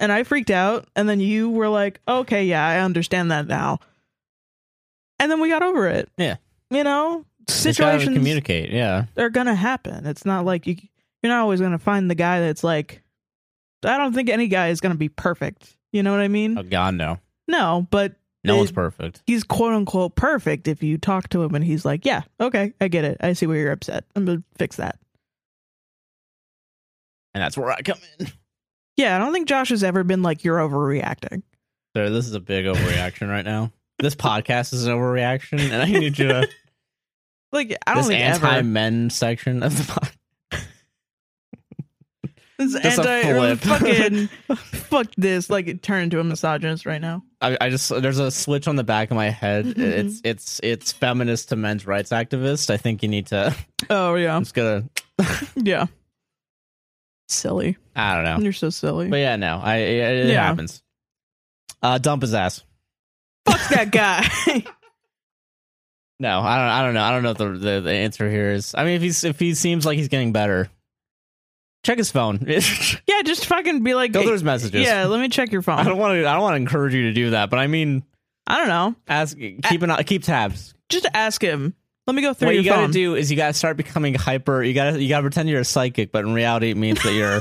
and I freaked out, and then you were like, "Okay, yeah, I understand that now." And then we got over it.
Yeah.
you know,
Just gotta
situations
communicate. Yeah.
are gonna happen. It's not like you you're not always gonna find the guy that's like. I don't think any guy is gonna be perfect. You know what I mean?
Oh God, no.
No, but
No one's
it-
perfect.
he's quote unquote perfect if you talk to him and he's like, "Yeah, okay, I get it. I see where you're upset. I'm gonna fix that."
And that's where I come in.
Yeah, I don't think Josh has ever been like, "You're overreacting."
So this is a big overreaction right now. This podcast is an overreaction, and I need you to
Like I don't
this
think
anti
ever.
men section of the podcast.
It's
Just a
anti
flip.
fucking fuck this. Like it turned into a misogynist right now.
I, I just there's a switch on the back of my head.
Mhm.
It's it's it's feminist to men's rights activist. I think you need to.
Oh yeah.
I'm just gonna.
Yeah. Silly.
I don't know.
You're so silly.
But yeah, no. I it, it
Yeah.
happens. Uh, dump his ass.
fuck that guy.
No, I don't. I don't know. I don't know what the, the the answer here is. I mean, if he's if he seems like he's getting better, check his phone. Go
yeah, just fucking be like
through his messages.
Yeah, let me check your phone.
I don't want to. I don't want to encourage you to do that. But I mean,
know.
ask keep an eye- keep tabs.
Just ask him. Let me go through
what
your
you
phone.
gotta do is you gotta start becoming hyper. You gotta you gotta pretend you're a psychic, but in reality, it means that you're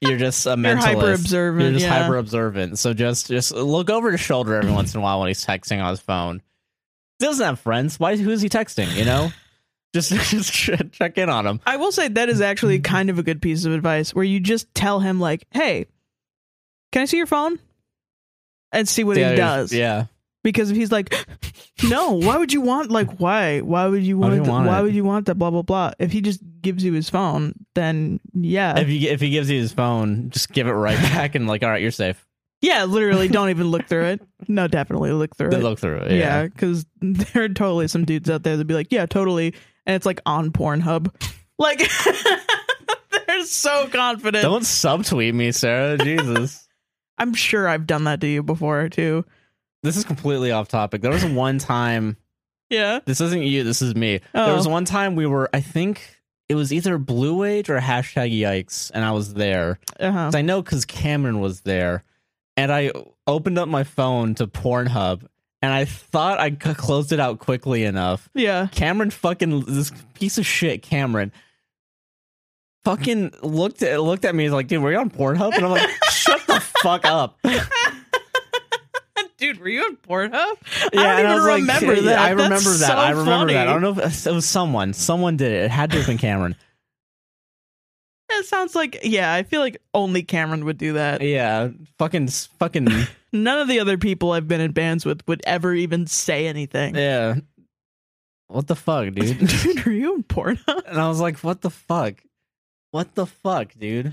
you're just a
You're
mentalist.
hyper observant.
You're just
yeah.
hyper observant. So just just look over his shoulder every once in a while when he's texting on his phone. He doesn't have friends. Why? Who is he texting? You know, just just check in on him.
I will say that is actually
Mm-hmm.
kind of a good piece of advice where you just tell him like, "Hey, can I see your phone?" and see what
Yeah,
he
he's-
does.
Yeah,
because if he's like no why would you want like why why would you
Why
want,
would you
th-
want
why
it?
would you want that blah blah blah if he just gives you his phone then yeah
if he if he gives you his phone, just give it right back and like, all right, you're safe.
yeah literally don't even look through it no definitely look through
Then
it
Look through it.
yeah
Yeah.
because there are totally some dudes out there that be like yeah totally and it's like on pornhub like they're so confident
Don't subtweet me, Sarah. Jesus.
i'm sure i've done that to you before too
This is completely off topic. There was one time
yeah
This isn't you. This is me. There
Oh.
was one time we were. I think it was either Blue Age or hashtag Yikes, and I was there.
uh-huh
'Cause I know because Cameron was there, and I opened up my phone to Pornhub, and I thought I c- closed it out quickly enough.
yeah
Cameron fucking this piece of shit. Cameron fucking looked at looked at me. He's like, "Dude, were you on Pornhub?" And I'm like, "Shut the fuck up."
dude were you on pornhub
Yeah,
I don't
and
even
was like,
remember
yeah,
that.
I remember
That's
that.
so
I remember that. I
funny.
don't know if it was someone. Someone did it. It had to have been Cameron.
That sounds like yeah. I feel like only Cameron would do that.
yeah, fucking, fucking,
None of the other people I've been in bands with would ever even say anything.
yeah. What the fuck, dude?
Dude, are you in Pornhub?
and I was like, what the fuck? What the fuck, dude?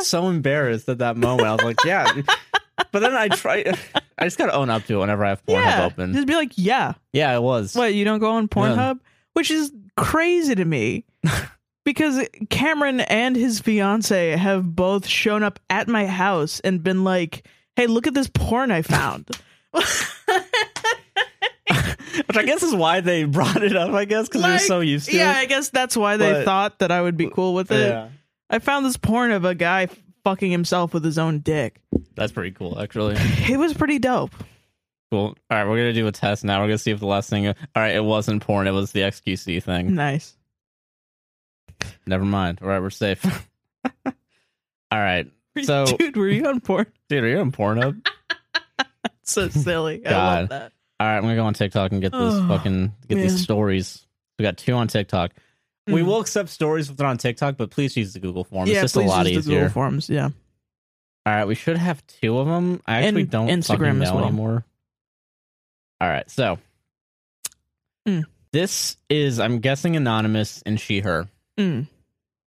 So embarrassed at that moment. I was like, yeah. But then I try. I just gotta own up to it whenever I have Pornhub
yeah,
open.
just be like, yeah.
yeah, it was.
What you don't go on Pornhub, which is crazy to me. because Cameron and his fiance have both shown up at my house and been like, "Hey, look at this porn I found."
Which I guess is why they brought it up. I guess because they're
Like,
so used to
yeah,
it.
I guess that's why they
But-
thought that I would be cool with it.
Yeah,
I found this porn of a guy fucking himself with his own dick.
that's pretty cool, actually.
It was pretty dope.
Cool. All right, we're gonna do a test now. We're gonna see if the last thing. All right, it wasn't porn. It was the XQC thing.
Nice.
Never mind. All right, we're safe. All right, So-
dude, were you on porn?
dude, are you on Pornhub?
So silly. I
God.
love that.
All right, I'm gonna go on TikTok and get this
Oh,
fucking get
man.
these stories. We got two on TikTok. We
Mm.
will accept stories if they're on TikTok, but please use the Google form.
Yeah,
it's just a
please
lot
use the Google
easier.
forms. Yeah.
All right, we should have two of them. I actually
And
don't
Instagram
fucking
as
know
well.
anymore. All right, so
Mm.
this is I'm guessing anonymous and she her.
Mm.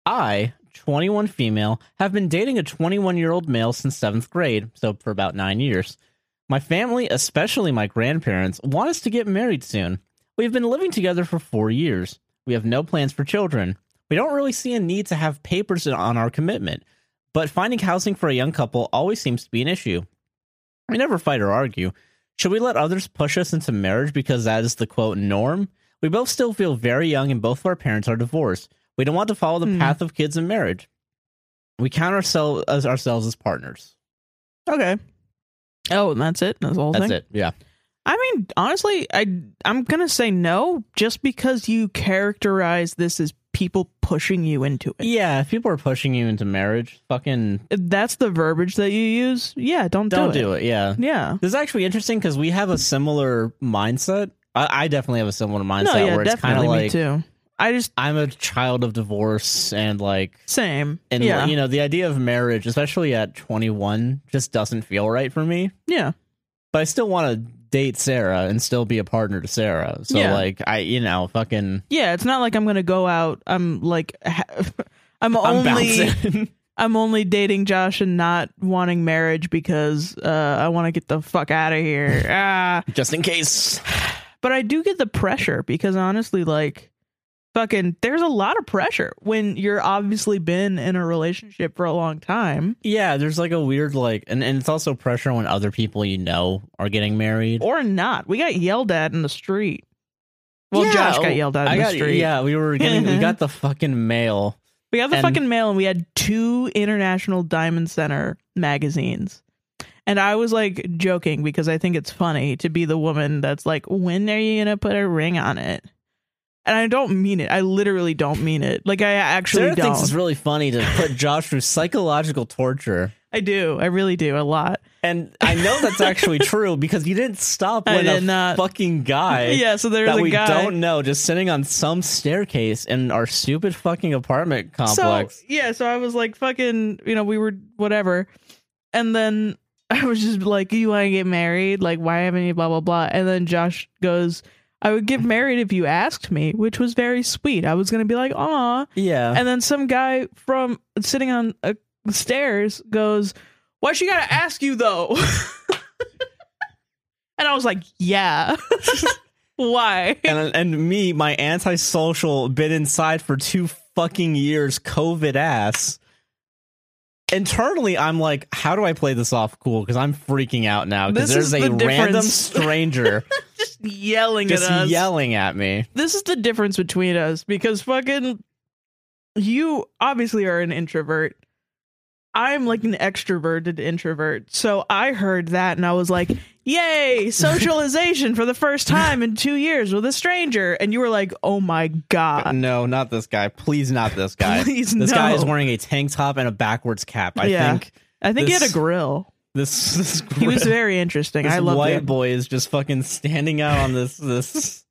I, 21 female, have been dating a 21 year old male since seventh grade, so for about nine years. My family, especially my grandparents, want us to get married soon. We've been living together for four years. We have no plans for children. We don't really see a need to have papers on our commitment, but finding housing for a young couple always seems to be an issue. We never fight or argue. Should we let others push us into marriage because that is the quote norm? We both still feel very young and both of our parents are divorced. We don't want to follow the
Hmm.
path of kids and marriage. We count ourselves as ourselves as partners.
Okay. Oh, and that's it. That's the whole
That's
thing.
it. Yeah.
I mean, honestly, I I'm gonna say no, just because you characterize this as people pushing you into it.
Yeah, if people are pushing you into marriage, fucking
If that's the verbiage that you use. Yeah, don't do
don't
it.
do it. Yeah.
Yeah.
This is actually interesting because we have a similar mindset. I, I definitely have a similar mindset
no, yeah,
where it's kind
definitely
of
me
like
too. I just
I'm a child of divorce and like
same.
and
yeah,
you know the idea of marriage, especially at 21, just doesn't feel right for me.
yeah,
But I still want to date Sarah and still be a partner to Sarah. So
Yeah.
like I, you know, fucking
yeah. It's not like I'm gonna go out. I'm like, ha-
I'm
I'm only I'm,
bouncing.
only dating Josh and not wanting marriage because uh, I want to get the fuck out of here. ah.
just in case.
but I do get the pressure because honestly, like, fucking, there's a lot of pressure when you're obviously been in a relationship for a long time
Yeah, there's like a weird like, and, and it's also pressure when other people you know are getting married.
or not. We got yelled at in the street. Well,
Yeah,
Josh got yelled at in
I
the
got
street.
yeah, we were getting we got the fucking mail.
We got the
And-
fucking mail and we had two International Diamond Center magazines. And I was like joking because I think it's funny to be the woman that's like, when are you going to put a ring on it? And I don't mean it. I literally don't mean it. Like, I actually
Sarah
don't.
thinks it's really funny to put Josh through psychological torture.
I do. I really do a lot.
And I know that's actually true because you didn't stop
I
when a
did not.
fucking guy
yeah. So there's
that
a
we
guy.
don't know just sitting on some staircase in our stupid fucking apartment complex.
So yeah. So I was like, fucking. You know, we were whatever, and then I was just like, you want to get married? Like, why haven't you? Blah blah blah. And then Josh goes. I would get married if you asked me, which was very sweet. I was gonna be like, "Aw,"
Uh. yeah.
and then some guy from sitting on a stairs goes, "Why she gotta ask you though?" and I was like, "Yeah, why?"
And, and me, my antisocial, been inside for two fucking years, COVID ass. Internally, I'm like, how do I play this off cool? Because I'm freaking out now. Because
This
there's
is
a
the
random
difference.
stranger
Just yelling
just
at us.
yelling at me.
this is the difference between us because fucking you obviously are an introvert. I'm like an extroverted introvert. So I heard that and I was like, yay, socialization for the first time in two years with a stranger. And you were like, oh my God.
no, not this guy. Please, not this guy.
Please,
this
no.
guy is wearing a tank top and a backwards cap. I
Yeah.
think
I think he
this-
had a grill.
this. this
He was very interesting.
This
I love
white
him.
boy is just fucking standing out on this this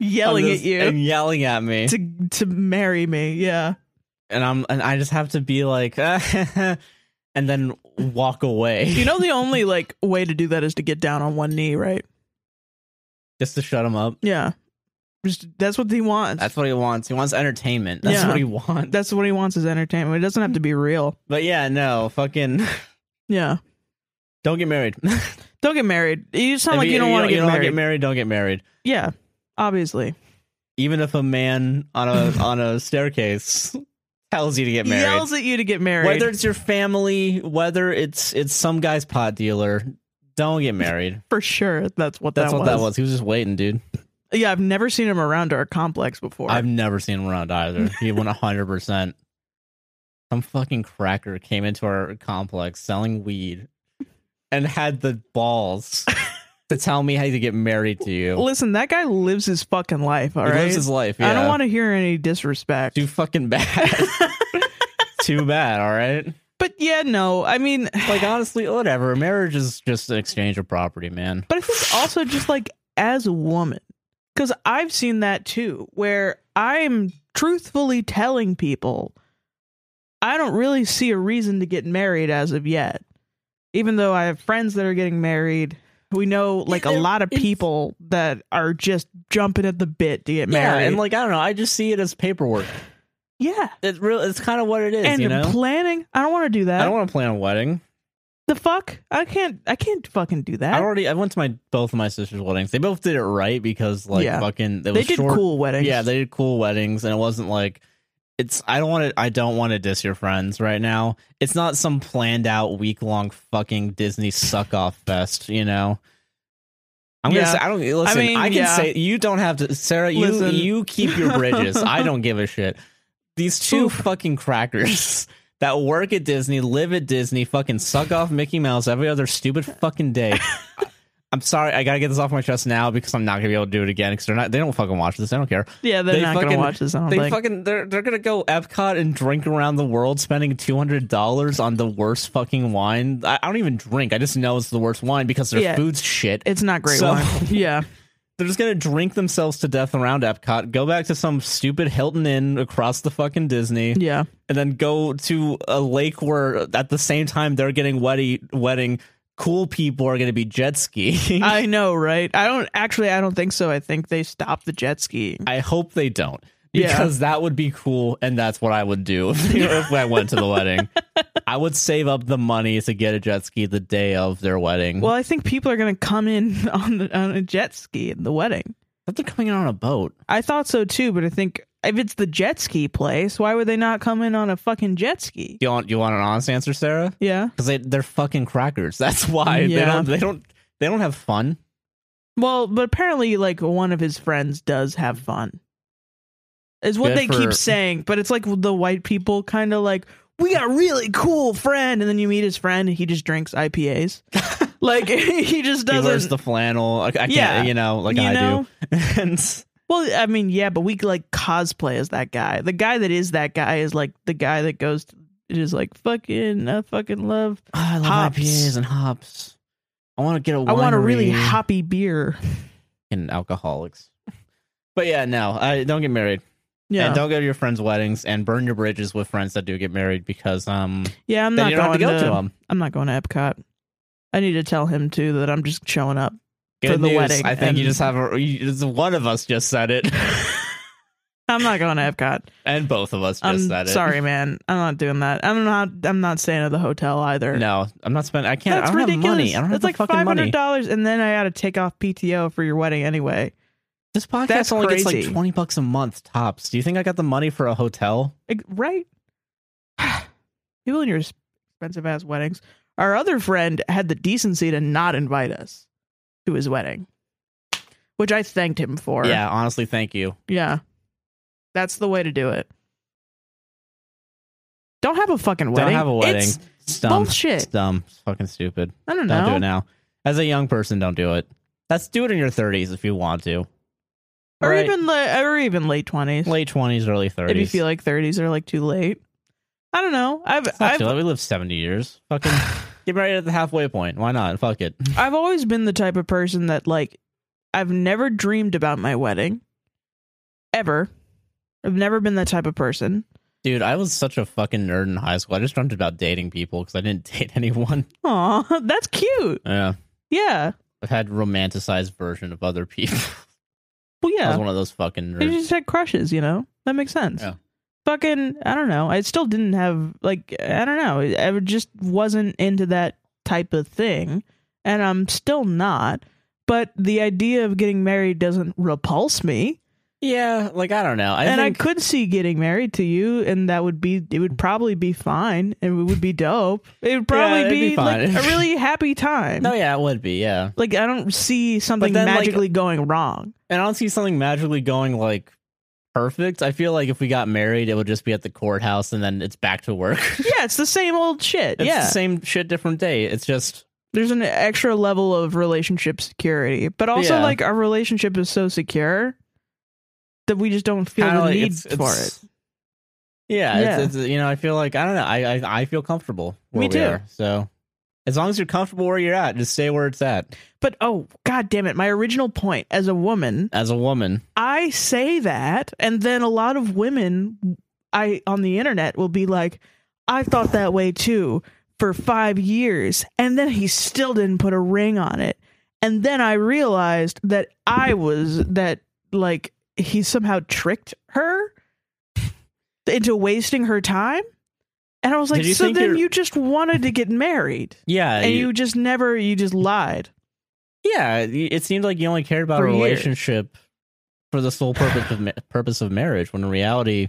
on
Yelling
this
at you
and yelling at me.
to, to marry me. Yeah.
and I'm and I just have to be like, and then walk away
You know, the only like way to do that is to get down on one knee, right?
just to shut him up.
Yeah. Just, that's what he wants.
That's what he wants. He wants entertainment. That's
Yeah.
what he wants.
That's what he wants is entertainment. It doesn't have to be real.
but yeah, no, fucking
Yeah.
don't get married.
Don't get married. You sound
If
like you don't want to
you
get
don't wanna
married.
Don't get married.
Yeah. Obviously.
even if a man on a on a staircase tells you to get married,
Yells at you to get married.
whether it's your family, whether it's it's some guy's pot dealer, don't get married.
for sure, that's what
That's
that
what
was.
that was. He was just waiting, dude.
Yeah, I've never seen him around our complex before.
I've never seen him around either. He went hundred percent. Some fucking cracker came into our complex selling weed and had the balls to tell me how to get married to you.
Listen, that guy lives his fucking life. All
he
right,
lives his life. Yeah.
I don't want to hear any disrespect.
too fucking bad. too bad. All right.
But yeah, no, I mean,
Like honestly, whatever. Marriage is just an exchange of property, man.
but I think also just like as a woman, because I've seen that too, where I'm truthfully telling people I don't really see a reason to get married as of yet, even though I have friends that are getting married. We know like a
there-
lot of
it's-
people that are just jumping at the bit to get
Yeah,
married.
and like I don't know, I just see it as paperwork.
yeah.
It real, it's kind of what it is,
and
you know.
planning. I don't want to do that.
I don't want to plan a wedding.
the fuck? I can't. I can't fucking do
I
that.
already I went to my both of my sisters' weddings. They both did it right because like
Yeah.
fucking it
They
was
did
short.
cool weddings.
Yeah, they did cool weddings, and it wasn't like it's. I don't want to. I don't want to diss your friends right now. It's not some planned out week long fucking Disney suck off fest. You know. I'm
Yeah.
gonna say I don't listen. I,
mean,
can
yeah.
say you don't have to, Sarah. You
Listen.
you keep your bridges. I don't give a shit. These two fucking crackers that work at Disney, live at Disney, fucking suck off Mickey Mouse every other stupid fucking day. I'm sorry, I gotta get this off my chest now because I'm not gonna be able to do it again because they're not. They don't fucking watch this. I don't care
yeah. They're
they
not
fucking-
gonna watch this. I don't
they
think.
fucking they're they're gonna go Epcot and drink around the world, spending two hundred dollars on the worst fucking wine. I, I don't even drink. I just know it's the worst wine because their
Yeah.
food's shit.
it's not great.
So-
wine. Yeah.
they're just gonna drink themselves to death around Epcot. Go back to some stupid Hilton Inn across the fucking Disney,
Yeah.
and then go to a lake where at the same time they're getting wedding wedding. Cool people are gonna be jet skiing.
I know, right? I don't actually. I don't think so. I think they stopped the jet skiing.
I hope they don't
Yeah.
because that would be cool and that's what I would do if, if I went to the wedding. I would save up the money to get a jet ski the day of their wedding.
Well, I think people are gonna come in on the on a jet ski in the wedding.
but they're coming in on a boat.
I thought so too, but I think if it's the jet ski place, why would they not come in on a fucking jet ski?
Do you want you want an honest answer, Sarah?
Yeah.
Because they they're fucking crackers. That's why they
Yeah.
don't they don't they don't have fun.
Well, but apparently, like one of his friends does have fun, is what
Good
they
for-
keep saying. But it's like the white people kind of like we got a really cool friend, and then you meet his friend, and he just drinks IPAs. like he just
He wears
doesn't.
the flannel. I, I can't,
Yeah.
you know, like
you
I
know?
do. and
Well, I mean, yeah, but we like cosplay as that guy. The guy that is that guy is like the guy that goes to, it is like fucking I fucking love.
oh, I love
Hops.
IPAs and hops. I want to get a
I want a really
winery.
hoppy beer.
and alcoholics. But yeah, no, I don't get married.
Yeah,
And uh, don't go to your friends' weddings and burn your bridges with friends that do get married because um
yeah. I'm
then
not
you don't have
going
to go to them.
I'm not going to Epcot. I need to tell him too that I'm just showing up.
Good
the
news.
wedding
I think you
and-
just have a you, just one of us just said it,
I'm not going to Epcot.
and both of us just
I'm
said it.
sorry, man. I'm not doing that. I'm not. I'm not staying at the hotel either.
No, I'm not spending. I can't.
that's
I don't
ridiculous.
have money. I don't have
that's
the
like
fucking money.
dollars, and then I got to take off PTO for your wedding anyway.
This podcast
That's
only gets
crazy.
like twenty bucks a month tops. Do you think I got the money for a hotel?
Ex- Right? People in your expensive ass weddings. Our other friend had the decency to not invite us to his wedding, which I thanked him for.
yeah, honestly, thank you.
Yeah. That's the way to do it. Don't have a fucking wedding.
Don't have a wedding.
It's-
It's dumb.
bullshit.
It's dumb. It's fucking stupid.
I don't know.
Don't do it now. As a young person, don't do it. That's do it in your thirties if you want to.
Or
Right.
even la- or even late twenties.
late twenties, early thirties.
If you feel like thirties are like too late. I don't know. I've
It's not
I've
too late. We live seventy years. Fucking get married at the halfway point. Why not? Fuck it.
I've always been the type of person that like I've never dreamed about my wedding. Ever. I've never been that type of person.
Dude, I was such a fucking nerd in high school. I just dreamt about dating people because I didn't date anyone.
Aw, that's cute.
Yeah.
Yeah.
I've had romanticized version of other people.
Well
I was
yeah.
one of those fucking
You
nerds.
just had crushes, you know? That makes sense.
Yeah.
Fucking I don't know. I still didn't have like I don't know. I just wasn't into that type of thing. And I'm still not. But the idea of getting married doesn't repulse me.
Yeah, like I don't know. I
and
think
I could see getting married to you, and that would be it. Would probably be fine, and it would be dope. It would probably
it'd
be,
be
like
fine.
a really happy time.
no, yeah, it would be, yeah.
Like I don't see something
then, like-
magically going wrong.
And I don't see something magically going like perfect. I feel like if we got married, it would just be at the courthouse, and then it's back to work.
Yeah, it's the same old shit.
it's
yeah,
the same shit, different day. It's just
there's an extra level of relationship security, but also
Yeah.
like our relationship is so secure that we just don't feel
kinda
the
like-
need
it's-
for
it's-
it.
Yeah,
Yeah.
It's, it's you know I feel like I don't know I I, I feel comfortable. Where
Me
we
too.
Are, so as long as you're comfortable where you're at, just stay where it's at.
But oh god damn it, my original point as a woman,
As a woman,
I say that, and then a lot of women I on the internet will be like, I thought that way too for five years, and then he still didn't put a ring on it. And then I realized that I was that like he somehow tricked her into wasting her time. And I was like,
Did you
so
think
then
you're-
you just wanted to get married.
yeah,
And
you-
you just never you just lied.
yeah. It seemed like you only cared about
For
a
years.
relationship for the sole purpose of ma- purpose of marriage. When in reality,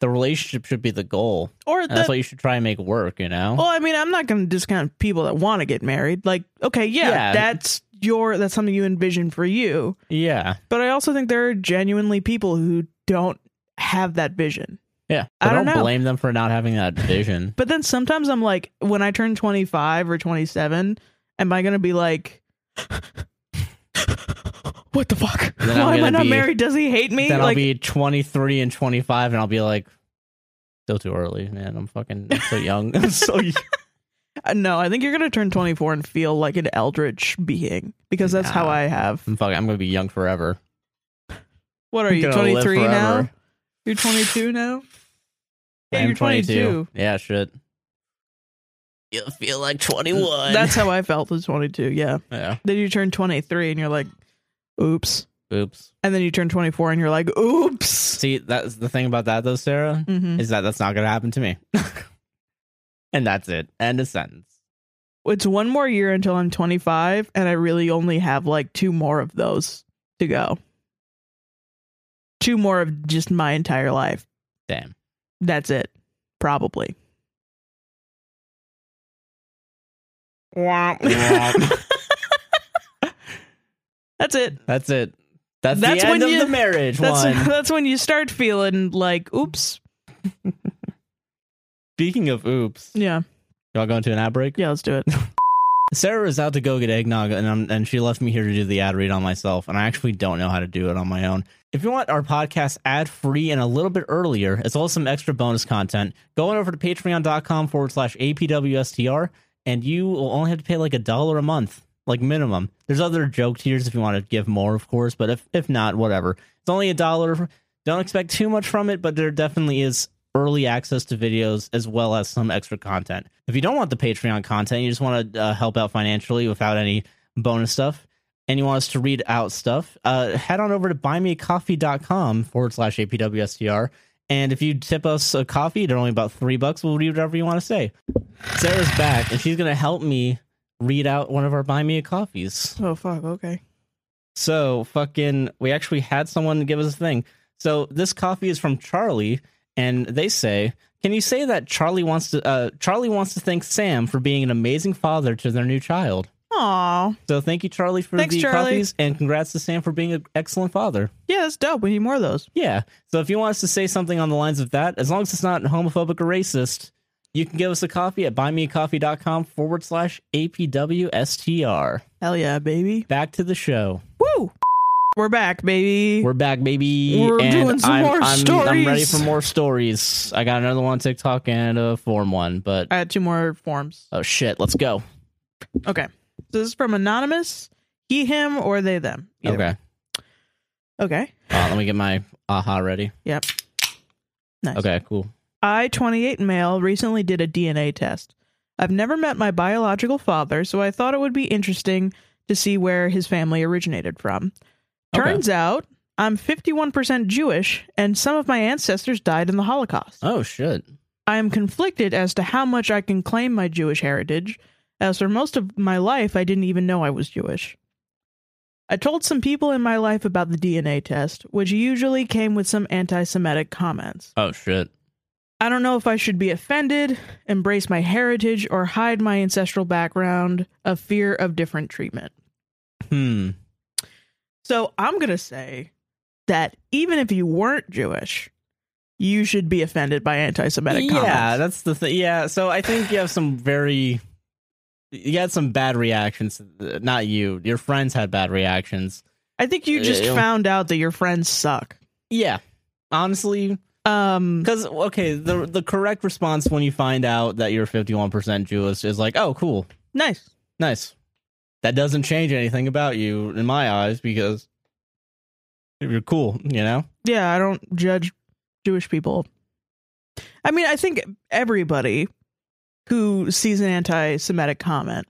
the relationship should be the goal,
Or
and that's
the,
what you should try and make work. You know,
Well, Oh, I mean, I'm not going to discount people that want to get married. Like, okay, yeah,
Yeah.
that's your that's something you envision for you.
yeah,
But I also think there are genuinely people who don't have that vision.
yeah.
I
But
don't know.
blame them for not having that vision.
But then sometimes I'm like, when I turn 25 or 27, am I going to be like, what the fuck?
Then I'm
Why am I
gonna
not
be-
married? Does he hate me?
then I'll
Like,
be 23 and 25, and I'll be like, still too early, man. I'm fucking I'm so young. I'm so young.
uh, no, I think you're going to turn 24 and feel like an eldritch being because that's how
Nah.
I have.
I'm fucking. I'm gonna be young forever.
What are you,
Gonna live
23 now?
forever.
You're 22 now? Yeah,
I am
you're 22.
Yeah, shit. You'll feel like 21.
That's how I felt was 22. Yeah.
yeah.
Then you turn 23 and you're like, oops.
Oops.
And then you turn 24 and you're like, oops.
See, that's the thing about that though, Sarah,
hmm
is that that's not gonna happen to me. and that's it. End of sentence.
It's one more year until I'm 25, and I really only have like two more of those to go. Two more of just my entire life.
Damn.
That's it. Probably. That's it.
that's it. That's,
That's
the end
when
of
you-
the marriage
That's
one.
that's when you start feeling like, oops.
Speaking of oops,
Yeah.
y'all going to an ad break?
Yeah, let's do it.
Sarah was out to go get eggnog, and i and she left me here to do the ad read on myself. And I actually don't know how to do it on my own. If you want our podcast ad free and a little bit earlier, as well as some extra bonus content, go on over to patreon.com forward slash APWSTR, and you will only have to pay like a dollar a month, like minimum. There's other joke tiers if you want to give more, of course, but if, if not, whatever. It's only a dollar. Don't expect too much from it, but there definitely is early access to videos as well as some extra content. If you don't want the Patreon content, you just want to uh, help out financially without any bonus stuff, and you want us to read out stuff, uh, head on over to buymeacoffee.com forward slash APWSTR. And if you tip us a coffee, they're only about three bucks. We'll read whatever you want to say. Sarah's back, and she's going to help me read out one of our Buy Me a Coffees.
Oh fuck, okay.
So fucking, we actually had someone give us a thing. So this coffee is from Charlie, and they say, "Can you say that Charlie wants to? Uh, Charlie wants to thank Sam for being an amazing father to their new child.
Aw.
So thank you, Charlie, for
Thanks,
the
Charlie.
coffees, and congrats to Sam for being an excellent father.
Yeah, that's dope. We need more of those.
Yeah. So if you want us to say something on the lines of that, as long as it's not homophobic or racist." You can give us a coffee at buymeacoffee.com forward slash APWSTR.
Hell yeah, baby.
Back to the show.
Woo! We're back, baby.
We're back, baby.
We're doing some
I'm,
more
I'm, I'm ready
stories.
for more stories. I got another one on TikTok and a form one, but
I had two more forms.
oh shit, let's go.
Okay. So this is from Anonymous. He, him, or they, them. Either
Okay.
way. Okay.
Uh, let me get my aha ready.
Yep. Nice.
Okay, cool.
I, 28 male, recently did a DNA test. I've never met my biological father, so I thought it would be interesting to see where his family originated from.
Okay.
Turns out I'm 51% Jewish, and some of my ancestors died in the Holocaust.
Oh shit.
I am conflicted as to how much I can claim my Jewish heritage, as for most of my life I didn't even know I was Jewish. I told some people in my life about the DNA test, which usually came with some anti Semitic comments.
Oh shit.
I don't know if I should be offended, embrace my heritage, or hide my ancestral background of fear of different treatment.
Hmm.
So I'm going to say that even if you weren't Jewish, you should be offended by anti Semitic
Yeah,
comments.
that's the thing. Yeah, so I think you have some very, you got some bad reactions. to- Not you, your friends had bad reactions.
I think you just
Ew.
found out that your friends suck.
Yeah, honestly,
Um,
because okay, the the correct response when you find out that you're 51 percent Jewish is like, oh, cool,
nice.
nice. That doesn't change anything about you in my eyes because you're cool. You know,
Yeah, I don't judge Jewish people. I mean, I think everybody who sees an anti Semitic comment,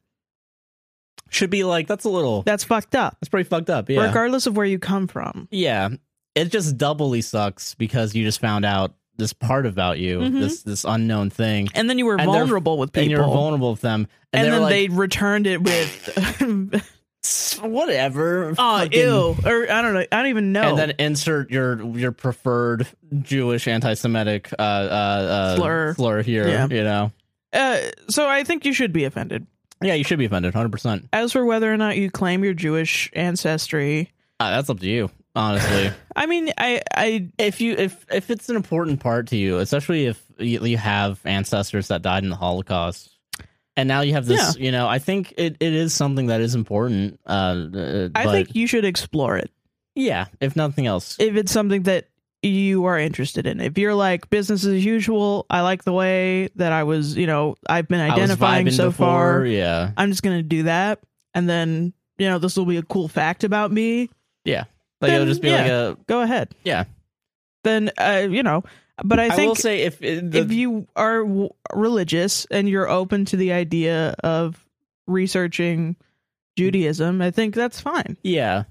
should be like that's a little
that's fucked up,
that's pretty fucked up. Yeah,
regardless of where you come from.
Yeah. It just doubly sucks because you just found out this part about you,
Mhm.
this this unknown thing,
And then you were
And they're-
vulnerable with people.
and you're vulnerable with them.
And
And,
then
they
they returned it with,
they whatever.
oh,
fucking-
ew. Or I don't know. I don't even know.
And then insert your your preferred Jewish anti-Semitic uh, uh, uh,
Slur.
here.
Yeah.
You know,
uh, so I think you should be offended.
yeah, you should be offended, hundred percent.
As for whether or not you claim your Jewish ancestry,
Uh, that's up to you, honestly.
I mean, I, I,
if you if if it's an important part to you, especially if you, you have ancestors that died in the Holocaust, and now you have this, you know, I think it, it is something that is important. Uh, uh,
I
but
think you should explore it.
yeah, if nothing else,
if it's something that you are interested in. If you're like business as usual, I like the way that I was, you know, I've been
I was
identifying
vibing
so
before,
far.
Yeah,
I'm just going to do that and then, you know, this will be a cool fact about me.
like it'll
Then,
just be like a
Go ahead.
Yeah.
Then uh, you know, but I
I will
think
say if it- the,
if you are w- religious and you're open to the idea of researching Judaism, I think that's fine.
Yeah.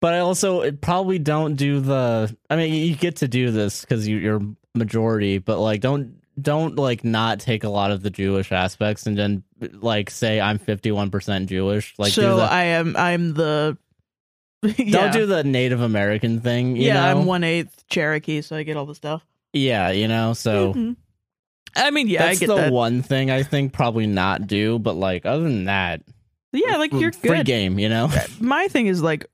But I also it probably don't do the I mean you get to do this cuz you you're majority but like don't don't like not take a lot of the Jewish aspects and then like say I'm 51% Jewish like do
so
the,
I am I'm the Yeah.
don't do the Native American thing, you
yeah,
know?
I'm one eighth Cherokee, so I get all the stuff.
yeah, you know. So
Mhm. I mean, yeah,
that's
I get
the
that.
one thing I think probably not do, but like other than that,
Yeah, like you're
free
good.
game, you know.
My thing is like,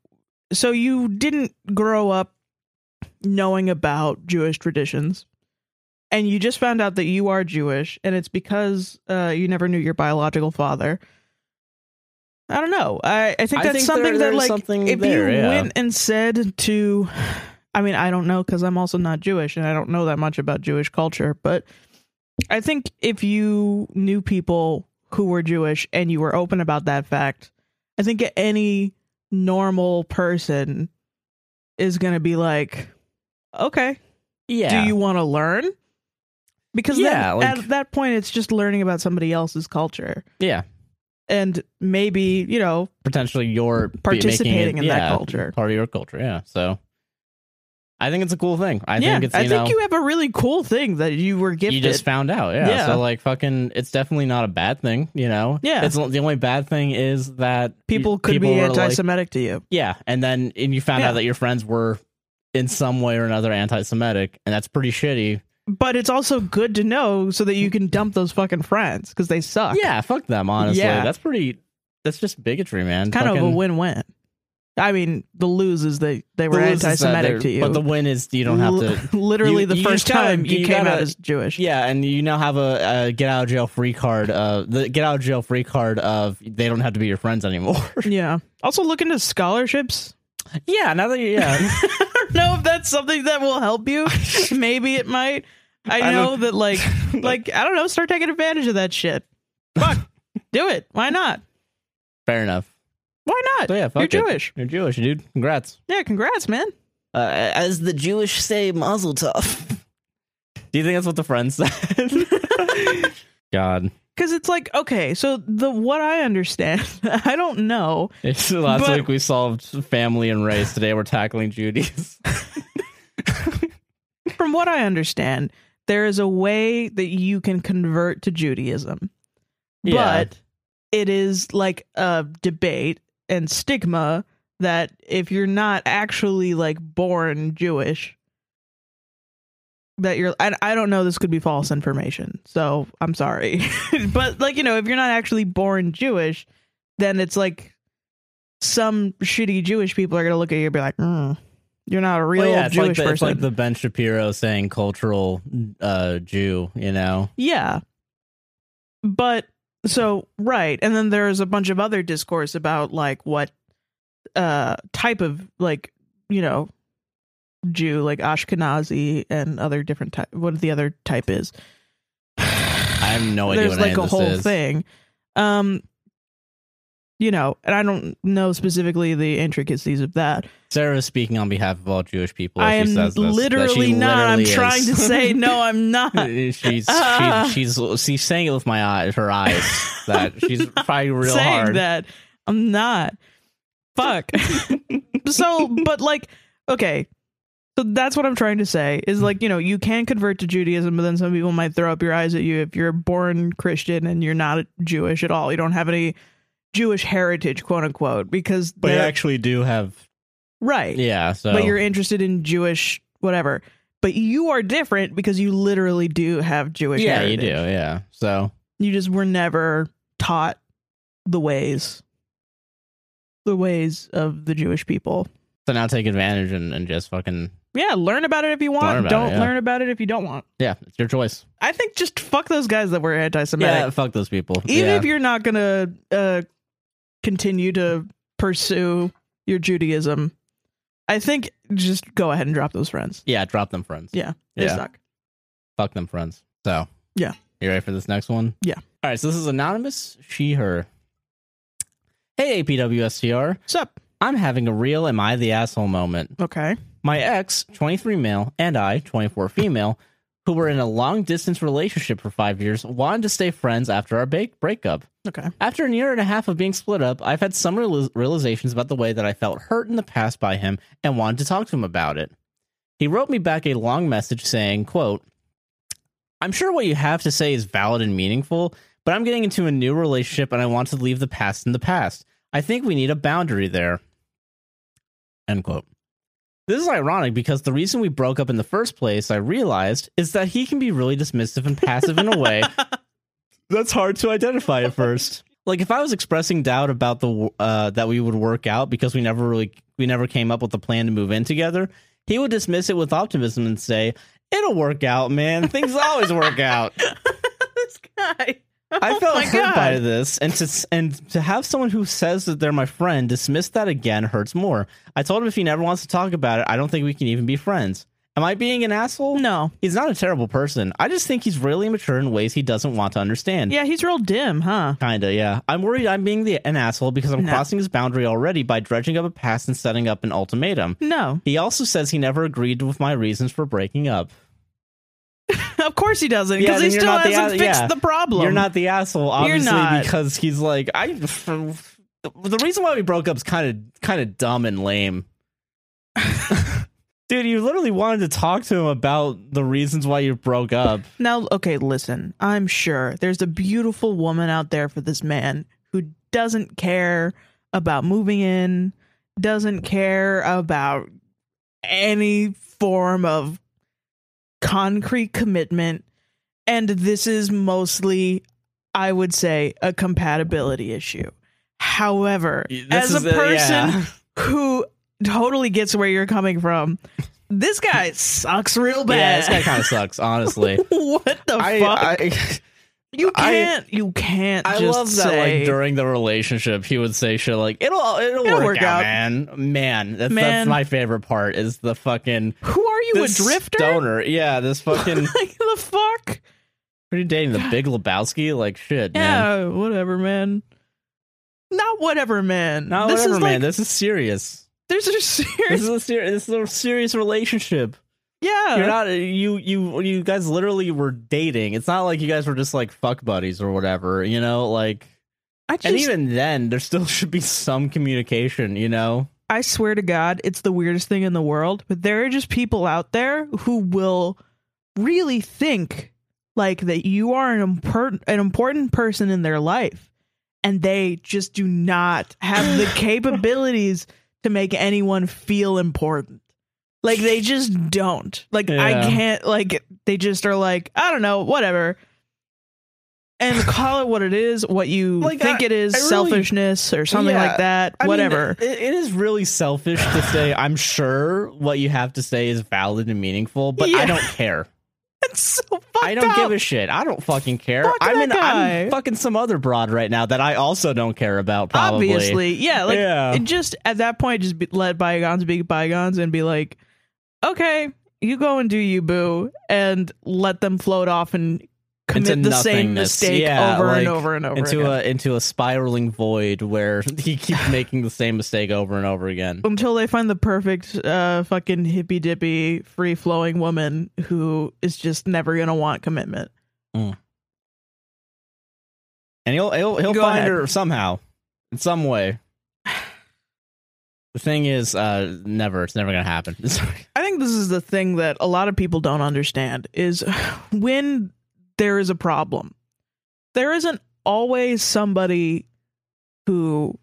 so you didn't grow up knowing about Jewish traditions, and you just found out that you are Jewish, and it's because uh, you never knew your biological father. I don't know. I, I
I
think that's
think
something
there-
that
there's
like
something
if
there,
you
yeah.
went and said to, I mean, I don't know because I'm also not Jewish and I don't know that much about Jewish culture, but I think if you knew people who were Jewish and you were open about that fact, I think any normal person is going to be like, okay,
Yeah.
do you want to learn? Because
Yeah,
then,
like-
at that point, it's just learning about somebody else's culture
yeah.
and maybe you know
potentially you're be- making
Participating
it-
in that
yeah,
culture.
part of your culture. Yeah, so I think it's a cool thing. I
yeah
think it's you
i
know
think you have a really cool thing that you were gifted
you just found out. Yeah.
Yeah.
so like fucking, it's definitely not a bad thing. You know,
Yeah.
It's the only bad thing is that
people
y-
could be
were like-
anti-semitic to you
yeah, and then and you found
Yeah.
out that your friends were in some way or another anti-Semitic, and that's pretty shitty.
but it's also good to know so that you can dump those fucking friends because they suck
Yeah, fuck them. Honestly,
Yeah.
that's pretty. That's just bigotry, man.
kind of a
Fucking-
win-win i mean the lose is they they
the
were
lose is that
anti-semitic
they're-
to you
but the win is you don't have to.
L- literally
you-
the
you
first
just gotta-
time you,
you
came out
gotta-
as jewish
Yeah, and you now have a, a get out of jail free card. Uh, the get out of jail free card of they don't have to be your friends anymore.
yeah also look into scholarships
yeah, now that you yeah,
don't know if that's something that will help you. Maybe it might. I
I
know
don't-
that like like I don't know, start taking advantage of that shit. Fuck. Do it. Why not?
fair enough.
Why not?
So yeah, fuck
You're
it.
Jewish.
You're Jewish, dude. Congrats.
Yeah, congrats, man.
Uh, as the Jewish say, Mazel Tov. Do you think that's what the friends said? God,
Cause it's like, okay, so the what I understand, I don't know.
It's- last
But-
week we solved family and race. Today we're tackling Judy's.
From what I understand, there is a way that you can convert to Judaism.
Yeah.
But it is like a debate and stigma that if you're not actually like born Jewish, that you're I, I don't know this could be false information. So I'm sorry. but like, you know, if you're not actually born Jewish, then it's like some shitty Jewish people are going to look at you and be like, mm, you're not a real
Well, yeah, it's like,
Jewish
the, it's
person.
like the Ben Shapiro saying cultural uh, Jew, you know?
Yeah. But so right, and then there's a bunch of other discourse about like what uh type of like, you know, Jew, like Ashkenazi and other different type what the other type is.
I have no idea
there's
what any
like
of
a
this
whole
is.
thing. Um you know, and I don't know specifically the intricacies of that.
Sarah is speaking on behalf of all Jewish people. if
I am
she says this, that she
literally not. I'm
literally is.
trying to say no, I'm not.
she's she's
Ah.
she's she's saying it with my eye, her eyes. That she's probably real
saying
hard.
that. I'm not. Fuck. so, but like, okay. So that's what I'm trying to say is like, you know, you can convert to Judaism, but then some people might throw up your eyes at you if you're born Christian and you're not Jewish at all. You don't have any Jewish heritage, quote unquote, because
But you
they're-
actually do have.
right.
Yeah. So
But you're interested in Jewish whatever. But you are different because you literally do have Jewish
yeah,
heritage.
you do. Yeah. So
you just were never taught the ways the ways of the jewish people
so now take advantage and, and just fucking
yeah learn about it if you
Learn
want
about
don't
it, yeah.
learn about it if you don't want
yeah, it's your choice.
i think just fuck those guys that were
Yeah.
anti-semitic
Fuck those people.
even
yeah.
if you're not gonna uh continue to pursue your judaism i think just go ahead and drop those friends
yeah, drop them friends.
Yeah. they
Yeah.
suck
Fuck them friends. So
Yeah.
You ready for this next one?
Yeah.
All right. So this is anonymous. She her. Hey APWSTR,
what's up
I'm having a real "Am I the asshole" moment.
okay
My ex, 23 male, and I, 24 female, who were in a long distance relationship for five years, wanted to stay friends after our ba- breakup.
okay
After an year and a half of being split up, I've had some real- realizations about the way that I felt hurt in the past by him and wanted to talk to him about it. He wrote me back a long message saying, quote, I'm sure what you have to say is valid and meaningful, but I'm getting into a new relationship and I want to leave the past in the past. I think we need a boundary there. End quote. This is ironic because the reason we broke up in the first place, I realized, is that he can be really dismissive and passive in a way that's hard to identify at first. Like if I was expressing doubt about the uh, that we would work out because we never really we never came up with a plan to move in together, he would dismiss it with optimism and say, "It'll work out, man. Things always work out."
this guy
I
Oh
felt
my
hurt by
God.
this, and to s- and to have someone who says that they're my friend dismiss that again hurts more. I told him if he never wants to talk about it, I don't think we can even be friends. Am I being an asshole?
no
He's not a terrible person. I just think he's really immature in ways he doesn't want to understand.
yeah he's real dim huh
Kinda, yeah. I'm worried I'm being the, an asshole because I'm
No.
crossing his boundary already by dredging up a past and setting up an ultimatum.
no
He also says he never agreed with my reasons for breaking up.
Of course he doesn't,
Yeah,
because he
then you're
still
not the
hasn't
ass-
fixed
yeah.
the problem.
You're not the asshole, obviously,
not.
because he's like, I. the reason why we broke up is kind of kind of dumb and lame. Dude, you literally wanted to talk to him about the reasons why you broke up.
now. Okay, listen. I'm sure there's a beautiful woman out there for this man who doesn't care about moving in, doesn't care about any form of concrete commitment, and this is mostly, I would say, a compatibility issue. However,
This
as
is
a person
yeah.
who totally gets where you're coming from. This guy sucks real
yeah, this
bad.
guy kind of sucks, honestly.
what the
I-
fuck?
I,
you
I-
can't. you can't.
I
just
love that.
say,
Like during the relationship, he would say shit like, "It'll it'll, work, out, man, man." That's,
Man.
that's my favorite part is the fucking
"Who are you, a
this
drifter?"
stoner. Yeah, this fucking
like the fuck?
pretty dating the Big Lebowski. Like shit, man.
Yeah, whatever, man. Not whatever, man.
Not
this
whatever,
is
man.
Like,
this is serious.
there's a
This
serious.
is a serious. This is a serious relationship.
Yeah,
You're not you you you guys literally were dating. It's not like you guys were just like fuck buddies or whatever. You know, like
I just.
and even then, there still should be some communication. You know.
I swear to God, it's the weirdest thing in the world, but there are just people out there who will really think like that you are an important an important person in their life and they just do not have the capabilities to make anyone feel important. Like they just don't. Like I
Yeah.
can't like they just are like, I don't know, whatever. And call it what it is, what you
Like,
think
I-
it is,
I really-
selfishness or something
Yeah,
like that,
I mean,
whatever.
it- it is really selfish to say, I'm sure what you have to say is valid and meaningful, but
Yeah.
I don't care.
it's so fucked
I don't
up.
give a shit. I don't fucking care.
Fuck
I'm
that
in
guy.
I'm fucking some other broad right now that I also don't care about probably.
obviously yeah like
Yeah.
it just at that point just be, let bygones be bygones and be like okay you go and do you boo and let them float off and commit
Into
the same
nothingness.
mistake
Yeah,
over and
like,
over and over
into
again.
a into a spiraling void where he keeps making the same mistake over and over again.
until they find the perfect uh fucking hippy dippy free flowing woman who is just never gonna want commitment
And he'll he'll, he'll
Go
find
ahead.
her somehow, in some way. The thing is, uh, never. It's never gonna happen.
I think this is the thing that a lot of people don't understand is when there is a problem, there isn't always somebody who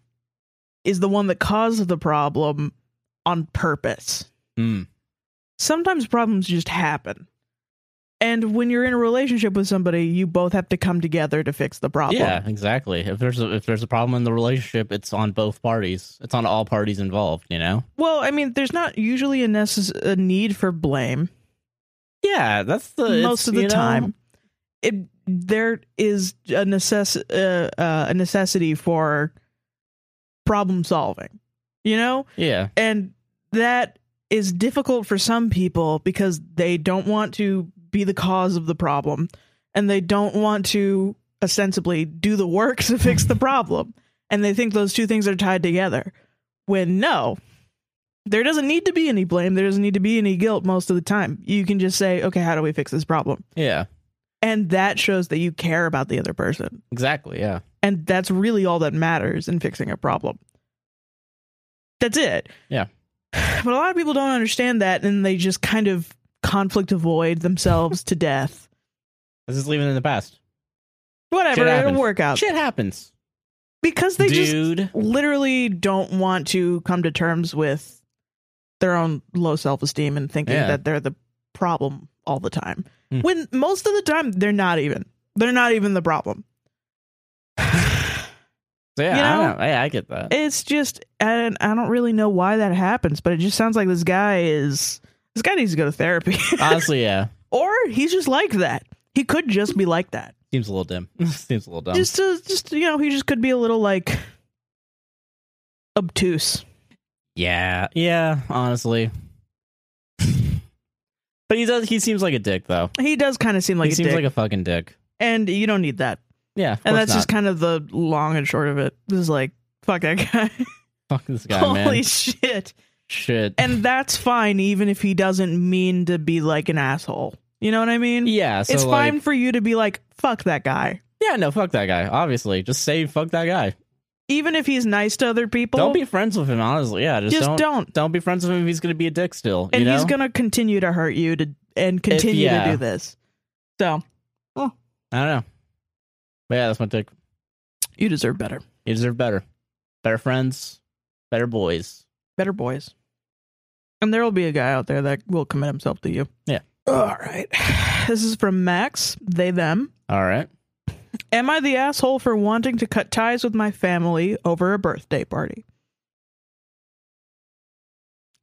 is the one that caused the problem on purpose.
Mm.
Sometimes problems just happen. And when you're in a relationship with somebody, you both have to come together to fix the problem.
Yeah, exactly. If there's a, if there's a problem in the relationship, it's on both parties. It's on all parties involved. You know.
Well, I mean, there's not usually a, necess- a need for blame.
Yeah, that's the
most
it's,
of the
you know,
time. It there is a necess uh, uh, a necessity for problem solving, you know,
Yeah,
and that is difficult for some people because they don't want to be the cause of the problem, and they don't want to ostensibly do the work to fix the problem, and they think those two things are tied together. When no. There doesn't need to be any blame. There doesn't need to be any guilt most of the time. You can just say, okay, how do we fix this problem?
yeah,
and that shows that you care about the other person
exactly. Yeah,
and that's really all that matters in fixing a problem that's it
Yeah.
but a lot of people don't understand that and they just kind of conflict avoid themselves to death
this is leaving it in the past.
whatever
Shit
it'll
happens.
work out
Shit happens,
because Uh, they just
dude.
literally don't want to come to terms with their own low self-esteem and thinking
Yeah.
that they're the problem all the time
Hmm.
when most of the time they're not even they're not even the problem
So, yeah,
you
I
know,
know. Yeah, I get that.
it's just and I don't really know why that happens, but it just sounds like this guy is this guy needs to go to therapy,
Honestly, yeah,
or he's just like that. He could just be like that.
seems a little dim. seems a little dumb.
Just, to, just you know, he just could be a little like obtuse.
Yeah, yeah, honestly. but he does. He seems like a dick, though.
He does kind of seem like
he
a
seems
dick,
like a fucking dick.
and you don't need that.
Yeah, of
And
course
that's just
not.
kind of the long and short of it. This is like fuck that guy.
fuck this guy,
Holy
man.
shit!
Shit.
And that's fine, even if he doesn't mean to be like an asshole. You know what I mean?
yeah, so
it's
like,
fine for you to be like fuck that guy.
Yeah, no, fuck that guy. Obviously, just say fuck that guy.
even if he's nice to other people,
don't be friends with him. Honestly, yeah, just,
just
don't,
don't.
don't be friends with him if he's gonna be a dick still.
And
you know?
he's gonna continue to hurt you to and continue
yeah.
to do this. So
I don't know. But yeah, that's my dick.
you deserve better,
You deserve better, better friends, better boys.
better boys. And there will be a guy out there that will commit himself to you.
Yeah.
All right. This is from Max. They them.
All right.
Am I the asshole for wanting to cut ties with my family over a birthday party?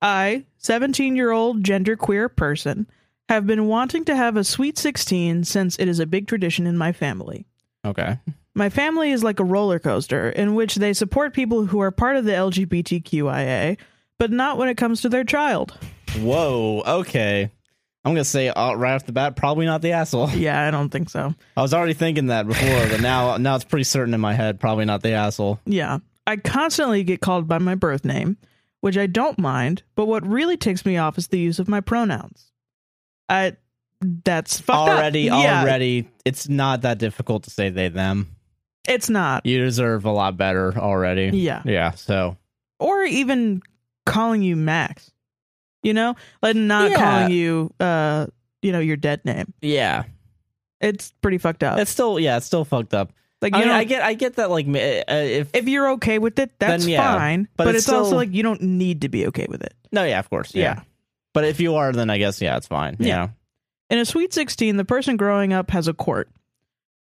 I, 17 year old genderqueer person, have been wanting to have a sweet 16 since it is a big tradition in my family.
Okay.
My family is like a roller coaster in which they support people who are part of the LGBTQIA, but not when it comes to their child.
Whoa. Okay. I'm gonna say uh, right off the bat, probably not the asshole.
Yeah, I don't think so.
I was already thinking that before, but now now it's pretty certain in my head. Probably not the asshole.
Yeah. I constantly get called by my birth name, which I don't mind, but what really ticks me off is the use of my pronouns. I that's fucked up.
already,
Yeah,
already, it's not that difficult to say they them.
It's not.
You deserve a lot better already.
Yeah.
Yeah. So
Or even calling you Max. You know? Like not
Yeah.
calling you uh you know, your dead name.
yeah,
It's pretty fucked up.
it's still yeah, it's still fucked up.
Like you
I, mean,
know,
I get, I get that. Like, ma- uh, if,
if you're okay with it, that's
Then, yeah.
fine.
But
But,
it's
it's, also
still-
like you don't need to be okay with it.
no, yeah, of course,
Yeah.
But if you are, then I guess, yeah, it's fine.
Yeah.
Yeah,
In a sweet sixteen, the person growing up has a court.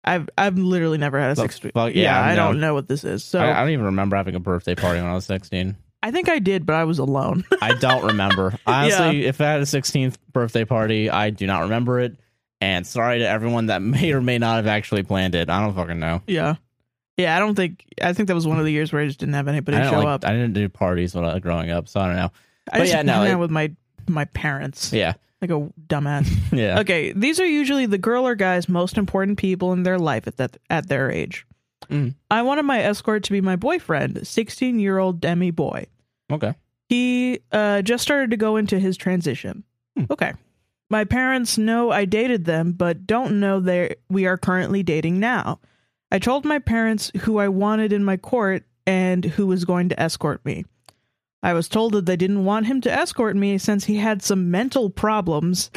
I've I've literally never had a
The
sixteen.
fuck-
yeah,
Oh, yeah, no.
I don't know what this is. So
I, I
I,
don't even remember having a birthday party when I was sixteen.
think I did, but I was alone.
I don't remember. Honestly, if I had a 16th birthday party, I do not remember it. And sorry to everyone that may or may not have actually planned it. I don't fucking know.
yeah, yeah. I don't think I think that was one of the years where I just didn't have anybody
I
show
didn't, like-
up.
I didn't do parties when I was growing up, so I don't know. but
I just
yeah, no,
hung
it-
out with my my parents
Yeah,
like a dumbass.
yeah.
Okay, these are usually the girl or guy's most important people in their life at that at their age.
Mm.
I wanted my escort to be my boyfriend, sixteen year old demi boy.
Okay.
He uh, just started to go into his transition.
Hmm.
Okay, my parents know I dated them, but don't know they we are currently dating now. I told my parents who I wanted in my court and who was going to escort me. I was told that they didn't want him to escort me since he had some mental problems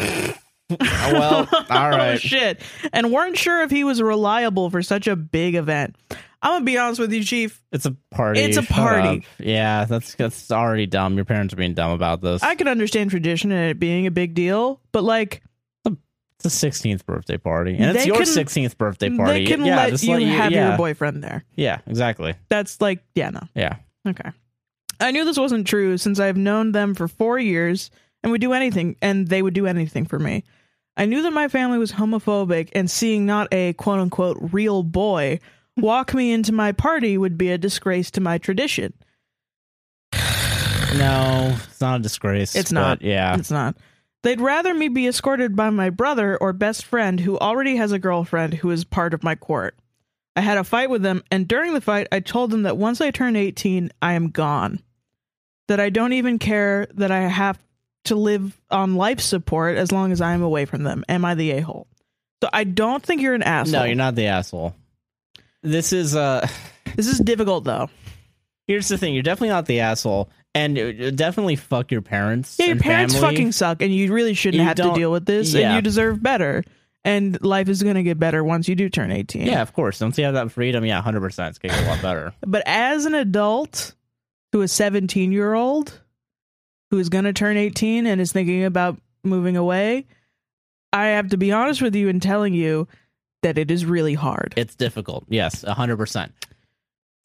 Oh, well, all
oh,
right.
shit. And weren't sure if he was reliable for such a big event. I'm gonna be honest with you, Chief.
It's a party.
It's a
Shut
party.
up. Yeah, that's that's already dumb. Your parents are being dumb about this.
I can understand tradition and it being a big deal, but like
it's a 16th birthday party, and it's
They
your
can-
16th birthday party.
they can
yeah,
let
just
you
let you
have
yeah,
your boyfriend there.
Yeah, exactly.
That's like, yeah, no.
Yeah.
Okay. I knew this wasn't true since I've known them for four years and would do anything, and they would do anything for me. I knew that my family was homophobic, and seeing not a quote unquote real boy walk me into my party would be a disgrace to my tradition.
No, it's not a disgrace.
It's
but
not.
Yeah.
It's not. They'd rather me be escorted by my brother or best friend who already has a girlfriend who is part of my court. I had a fight with them, and during the fight, I told them that once I turn 18, I am gone. That I don't even care that I have to live on life support as long as I am away from them. Am I the a hole? So I don't think you're an asshole.
No, you're not the asshole. This is uh
This is difficult, though.
here's the thing, you're definitely not the asshole and uh, definitely fuck your parents.
Yeah, your
and
parents
family.
fucking suck, and you really shouldn't
You
have to
don't-
deal with this, and
yeah.
you deserve better. And life is going to get better once you do turn 18.
Yeah, of course. Once you have that freedom, yeah, 100% it's going to get a lot better.
But as an adult to a 17 year old who is going to turn 18 and is thinking about moving away, I have to be honest with you in telling you that it is really hard.
It's difficult. Yes, 100%.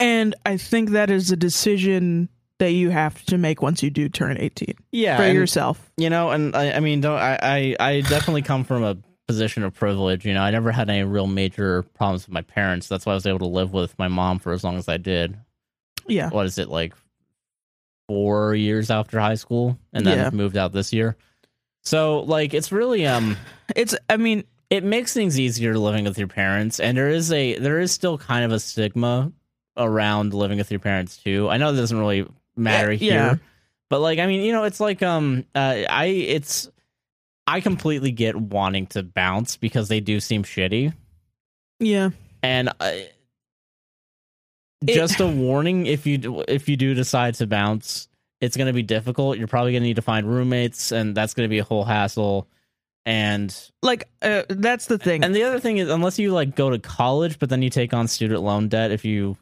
And I think that is a decision that you have to make once you do turn 18
Yeah.
for
and-
yourself.
you know, and I, I mean, don't I, I I definitely come from a position of privilege, you know. I never had any real major problems with my parents. That's why I was able to live with my mom for as long as I did.
Yeah.
What is it like 4 years after high school and then
Yeah.
moved out this year. So, like it's really um
It's, I mean,
it makes things easier living with your parents and there is a there is still kind of a stigma around living with your parents too i know it doesn't really matter
Yeah,
here
yeah.
but like i mean you know it's like um uh, i it's i completely get wanting to bounce because they do seem shitty
yeah.
and I,
It-
just a warning if you do- if you do decide to bounce it's going to be difficult you're probably going to need to find roommates and that's going to be a whole hassle and
Like, uh, that's the thing.
and the other thing is, unless you like go to college, but then you take on student loan debt if you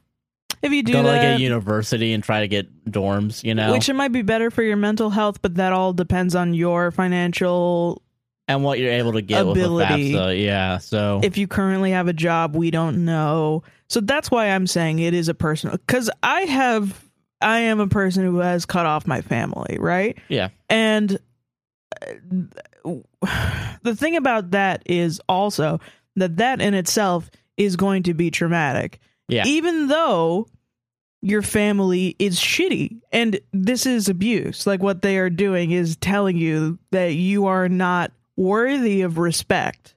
if you do
go to
that,
like a university and try to get dorms, you know,
which it might be better for your mental health, but that all depends on your financial
and what you're able to get
ability.
with a FAFSA. Yeah, so
if you currently have a job we don't know so that's why i'm saying it is a personal because i have i am a person who has cut off my family right
Yeah.
and uh, the thing about that is also that that in itself is going to be traumatic
Yeah.
even though your family is shitty and this is abuse like what they are doing is telling you that you are not worthy of respect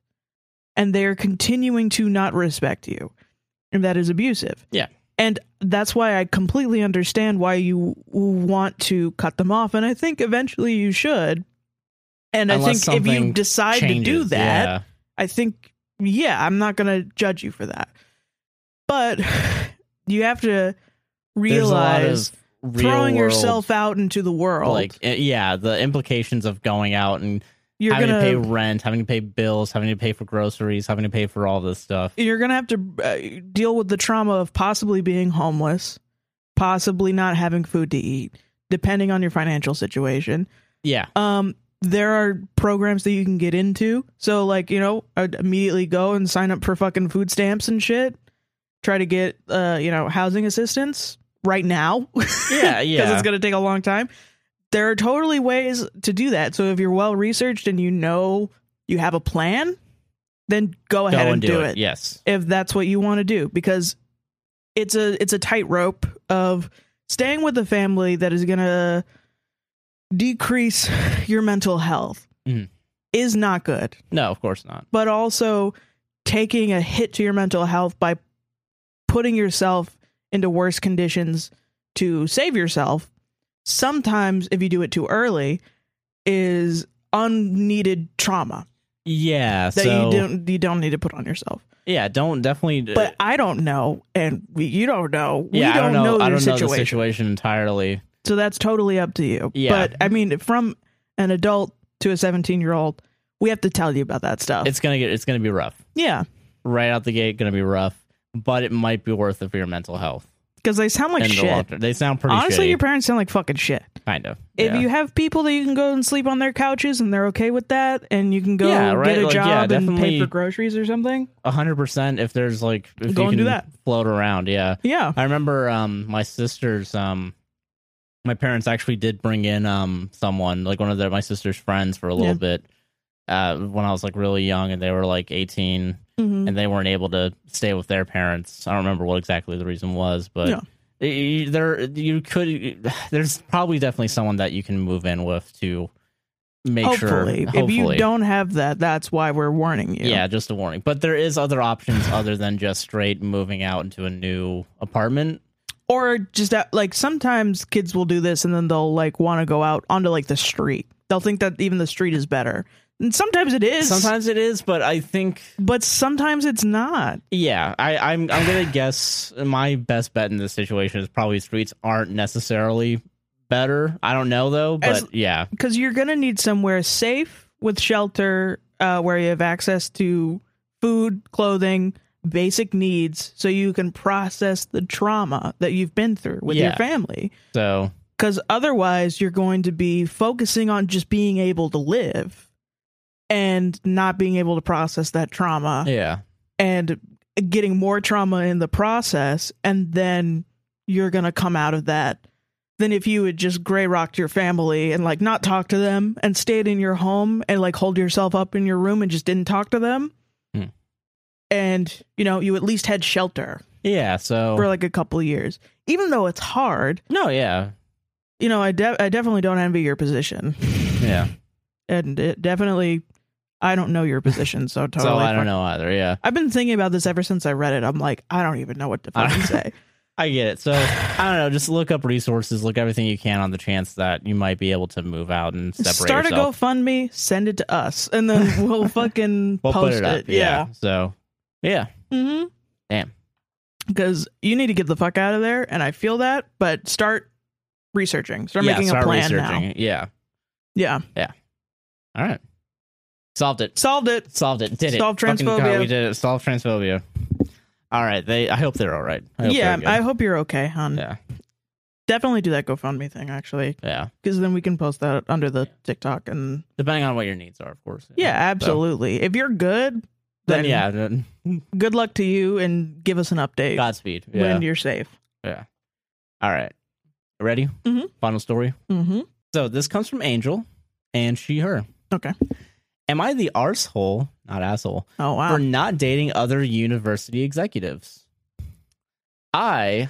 and they are continuing to not respect you. And that is abusive.
Yeah.
And that's why I completely understand why you want to cut them off. And I think eventually you should. And
Unless
I think if you
something
decide to do
changes,
that,
yeah.
I think, yeah, I'm not going to judge you for that. But you have to
There's a lot of
realize
real
throwing
world, eh,
yourself out into the world.
like uh, yeah, the implications of going out and
you're
having
gonna
to pay rent, having to pay bills, having to pay for groceries, having to pay for all this stuff.
you're gonna have to uh, deal with the trauma of possibly being homeless, possibly not having food to eat, depending on your financial situation.
Yeah.
um there are programs that you can get into so like you know i'd immediately go and sign up for fucking food stamps and shit try to get uh you know housing assistance right now
Yeah,
because
yeah.
it's going to take a long time there are totally ways to do that so if you're well researched and you know you have a plan then go ahead
Go
and do, it,
Yes.
if that's what you want to do because it's a it's a tightrope of staying with a family that is going to decrease your mental health
Mhm.
is not good
No, of course not.
but also taking a hit to your mental health by putting yourself into worse conditions to save yourself sometimes if you do it too early is unneeded trauma
Yeah.
that
so
you don't you don't need to put on yourself
yeah, don't definitely.
but I don't know, and we, you don't know.
yeah,
we
I
don't,
don't know.
your
I don't
situation,
know the situation entirely.
so that's totally up to you.
Yeah.
But I mean, from an adult to a seventeen-year-old, we have to tell you about that stuff.
It's gonna get. It's gonna be rough.
yeah,
Right out the gate, gonna be rough. But it might be worth it for your mental health.
because they sound like
in the long
shit.
term. They sound pretty.
Honestly,
shitty,
your parents sound like fucking shit.
kind of.
If
yeah.
you have people that you can go and sleep on their couches and they're okay with that, and you can go
Yeah, right,
get a
like, yeah,
job and pay
definitely-
for groceries or something,
A hundred percent. If there's like, if
Go
you
and
can
do that.
float around, yeah.
yeah,
I remember um my sister's um my parents actually did bring in um someone like one of their my sister's friends for a little
Yeah.
bit uh when I was like really young and they were like 18
Mhm.
and they weren't able to stay with their parents. I don't remember what exactly the reason was, but
Yeah.
y- y- there you could there's probably definitely someone that you can move in with to make
hopefully.
sure
if you don't have that, that's why we're warning you.
yeah, just a warning. But there is other options other than just straight moving out into a new apartment.
or just that like sometimes kids will do this and then they'll like want to go out onto like the street they'll think that even the street is better and sometimes it is
Sometimes it is, but I think
but sometimes it's not
yeah, I, I'm I'm gonna guess my best bet in this situation is probably streets aren't necessarily better. I don't know though, but
As-
yeah,
because you're gonna need somewhere safe with shelter uh, where you have access to food clothing basic needs so you can process the trauma that you've been through with your
Yeah.
family
so
because otherwise you're going to be focusing on just being able to live and not being able to process that trauma
yeah,
and getting more trauma in the process and then you're gonna come out of that than if you had just gray rocked your family and like not talk to them and stayed in your home and like hold yourself up in your room and just didn't talk to them
Hmm.
and you know you at least had shelter
yeah. So
for like a couple years even though it's hard
no, yeah,
you know i, de- I definitely don't envy your position
yeah.
and it definitely i don't know your position so totally
so I
fuck-
don't know either. Yeah,
I've been thinking about this ever since I read it. I'm like, I don't even know what to
I
fucking say.
I get it. So I don't know. Just look up resources, look everything you can on the chance that you might be able to move out and separate
Start
yourself.
a GoFundMe, send it to us, and then we'll fucking
we'll
post
put it up. yeah. So yeah,
Mm-hmm.
Damn.
Because you need to get the fuck out of there, and I feel that. But start researching. Start
yeah,
making
start
a plan
researching.
now.
Yeah.
Yeah,
All right. Solved it.
solved it.
Solved it. Did it.
Solved
Fucking God,
transphobia.
we did it. Solved transphobia. All right. They. I hope they're all right. I hope
yeah,
they're good.
I hope you're okay, hon.
yeah.
Definitely do that GoFundMe thing actually,
Yeah.
because then we can post that under the TikTok. And
Depending on what your needs are, of course.
yeah,
So,
absolutely. If you're good,
then, yeah. Then
good luck to you, and give us an update
Godspeed. Yeah.
when you're safe.
All right. Ready?
Mhm.
Final story.
Mm-hmm.
So this comes from Angel, and she her.
Okay.
Am I the arsehole? Not asshole.
Oh wow.
for not dating other university executives. I,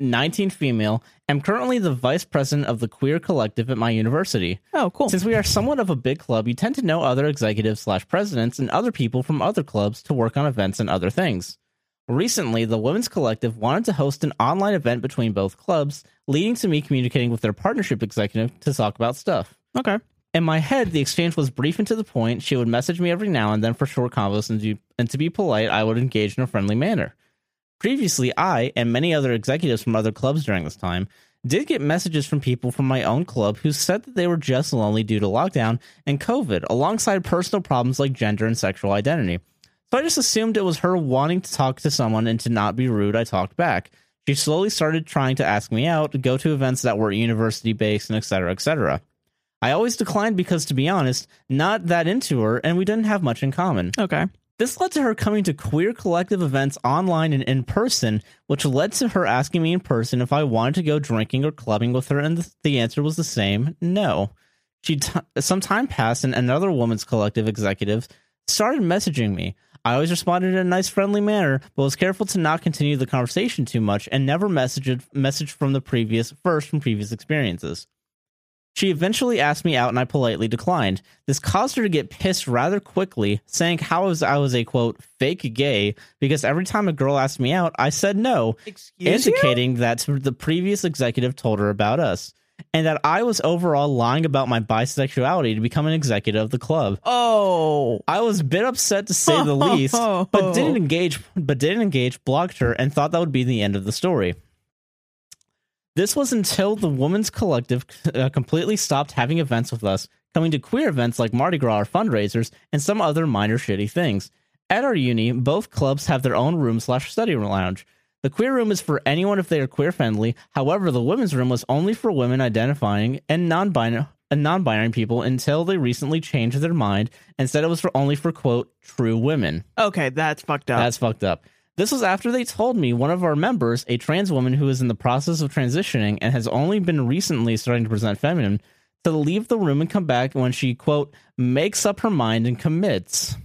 19 female, am currently the vice president of the queer collective at my university.
Oh, cool.
Since we are somewhat of a big club, you tend to know other executives slash presidents and other people from other clubs to work on events and other things. Recently, the women's collective wanted to host an online event between both clubs, leading to me communicating with their partnership executive to talk about stuff.
okay.
In my head, the exchange was brief and to the point. She would message me every now and then for short convos, and to, and to be polite, I would engage in a friendly manner. Previously, I and many other executives from other clubs during this time did get messages from people from my own club who said that they were just lonely due to lockdown and COVID, alongside personal problems like gender and sexual identity. So I just assumed it was her wanting to talk to someone and to not be rude, I talked back. She slowly started trying to ask me out, go to events that were university based, and etc. etc. I always declined because, to be honest, not that into her, and we didn't have much in common.
Okay.
This led to her coming to queer collective events online and in person, which led to her asking me in person if I wanted to go drinking or clubbing with her, and th- the answer was the same no. She t- some time passed, and another woman's collective executive started messaging me. I always responded in a nice, friendly manner, but was careful to not continue the conversation too much and never messaged message from the previous first from previous experiences. She eventually asked me out and I politely declined. This caused her to get pissed rather quickly, saying how I was, I was a quote, fake gay, because every time a girl asked me out, I said no,
Excuse
indicating that the previous executive told her about us, and that I was overall lying about my bisexuality to become an executive of the club.
Oh.
I was a bit upset to say the least, but didn't engage but didn't engage blocked her and thought that would be the end of the story this was until the women's collective uh, completely stopped having events with us coming to queer events like mardi gras or fundraisers and some other minor shitty things at our uni both clubs have their own room slash study lounge the queer room is for anyone if they are queer friendly however the women's room was only for women identifying and non-binary and non-binary people until they recently changed their mind and said it was for only for quote true women
Okay, that's fucked up.
that's fucked up. This was after they told me one of our members, a trans woman who is in the process of transitioning and has only been recently starting to present feminine, to leave the room and come back when she, quote, makes up her mind and commits.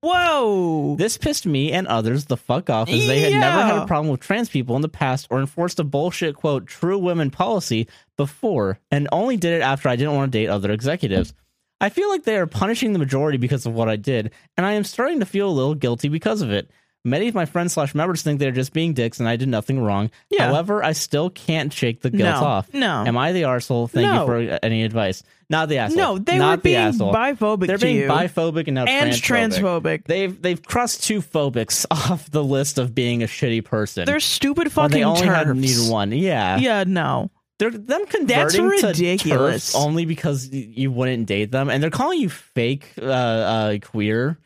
Whoa.
This pissed me and others the fuck off as they had never had
Yeah.
a problem with trans people in the past or enforced a bullshit, quote, true women policy before and only did it after I didn't want to date other executives. I feel like they are punishing the majority because of what I did, and I am starting to feel a little guilty because of it. Many of my friends slash members think they're just being dicks and I did nothing wrong.
Yeah.
However, I still can't shake the guilt
no.
off.
No.
Am I the arsehole? Thank
No.
you for any advice. Not the asshole.
no, they
Not
were being
the asshole.
biphobic
they're
to
being
you.
biphobic and now
and
transphobic.
transphobic.
They've they've crossed two phobics off the list of being a shitty person.
They're stupid
When
fucking
they only
turfs.
had need one. Yeah.
Yeah, no.
they're them converting
That's
to
ridiculous.
turfs only because y- you wouldn't date them, and they're calling you fake uh, uh, queer.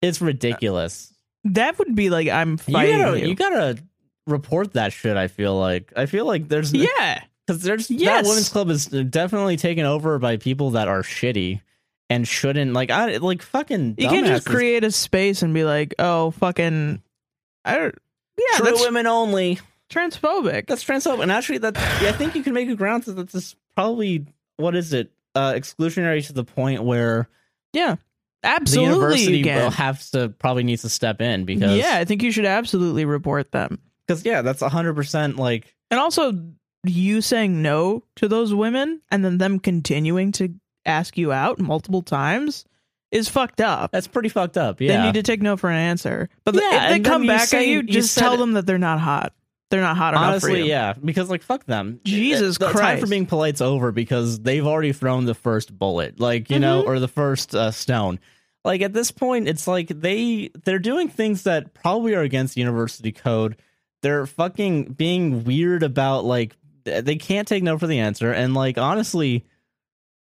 It's ridiculous.
That would be like I'm
You
fighting
gotta you. gotta report that shit. I feel like I feel like there's
yeah.
because there's
Yes.
that women's club is definitely taken over by people that are shitty and shouldn't like I like fucking.
You can't just
dumbasses.
create a space and be like, "Oh, fucking I don't Yeah,
True
that's
women only.
transphobic.
That's transphobic. And actually, that yeah, I think you can make a ground that this is probably what is it uh, exclusionary to the point where
absolutely
the university
you can.
will have to probably needs to step in because
yeah, I think you should absolutely report them.
because yeah, that's hundred percent like
And also you saying no to those women and then them continuing to ask you out multiple times is fucked up.
that's pretty fucked up. Yeah,
They need to take no for an answer. But the-
Yeah,
if they
and then
come
you
back
say-
at you,
you
just
said-
tell them that they're not hot. They're not hot enough for you.
honestly, yeah, because like fuck them.
Jesus
the time
Christ.
for being polite's over because they've already thrown the first bullet, like you
Mm-hmm.
know, or the first uh, stone. Like at this point, it's like they they're doing things that probably are against university code. They're fucking being weird about like th- they can't take no for the answer, and like honestly,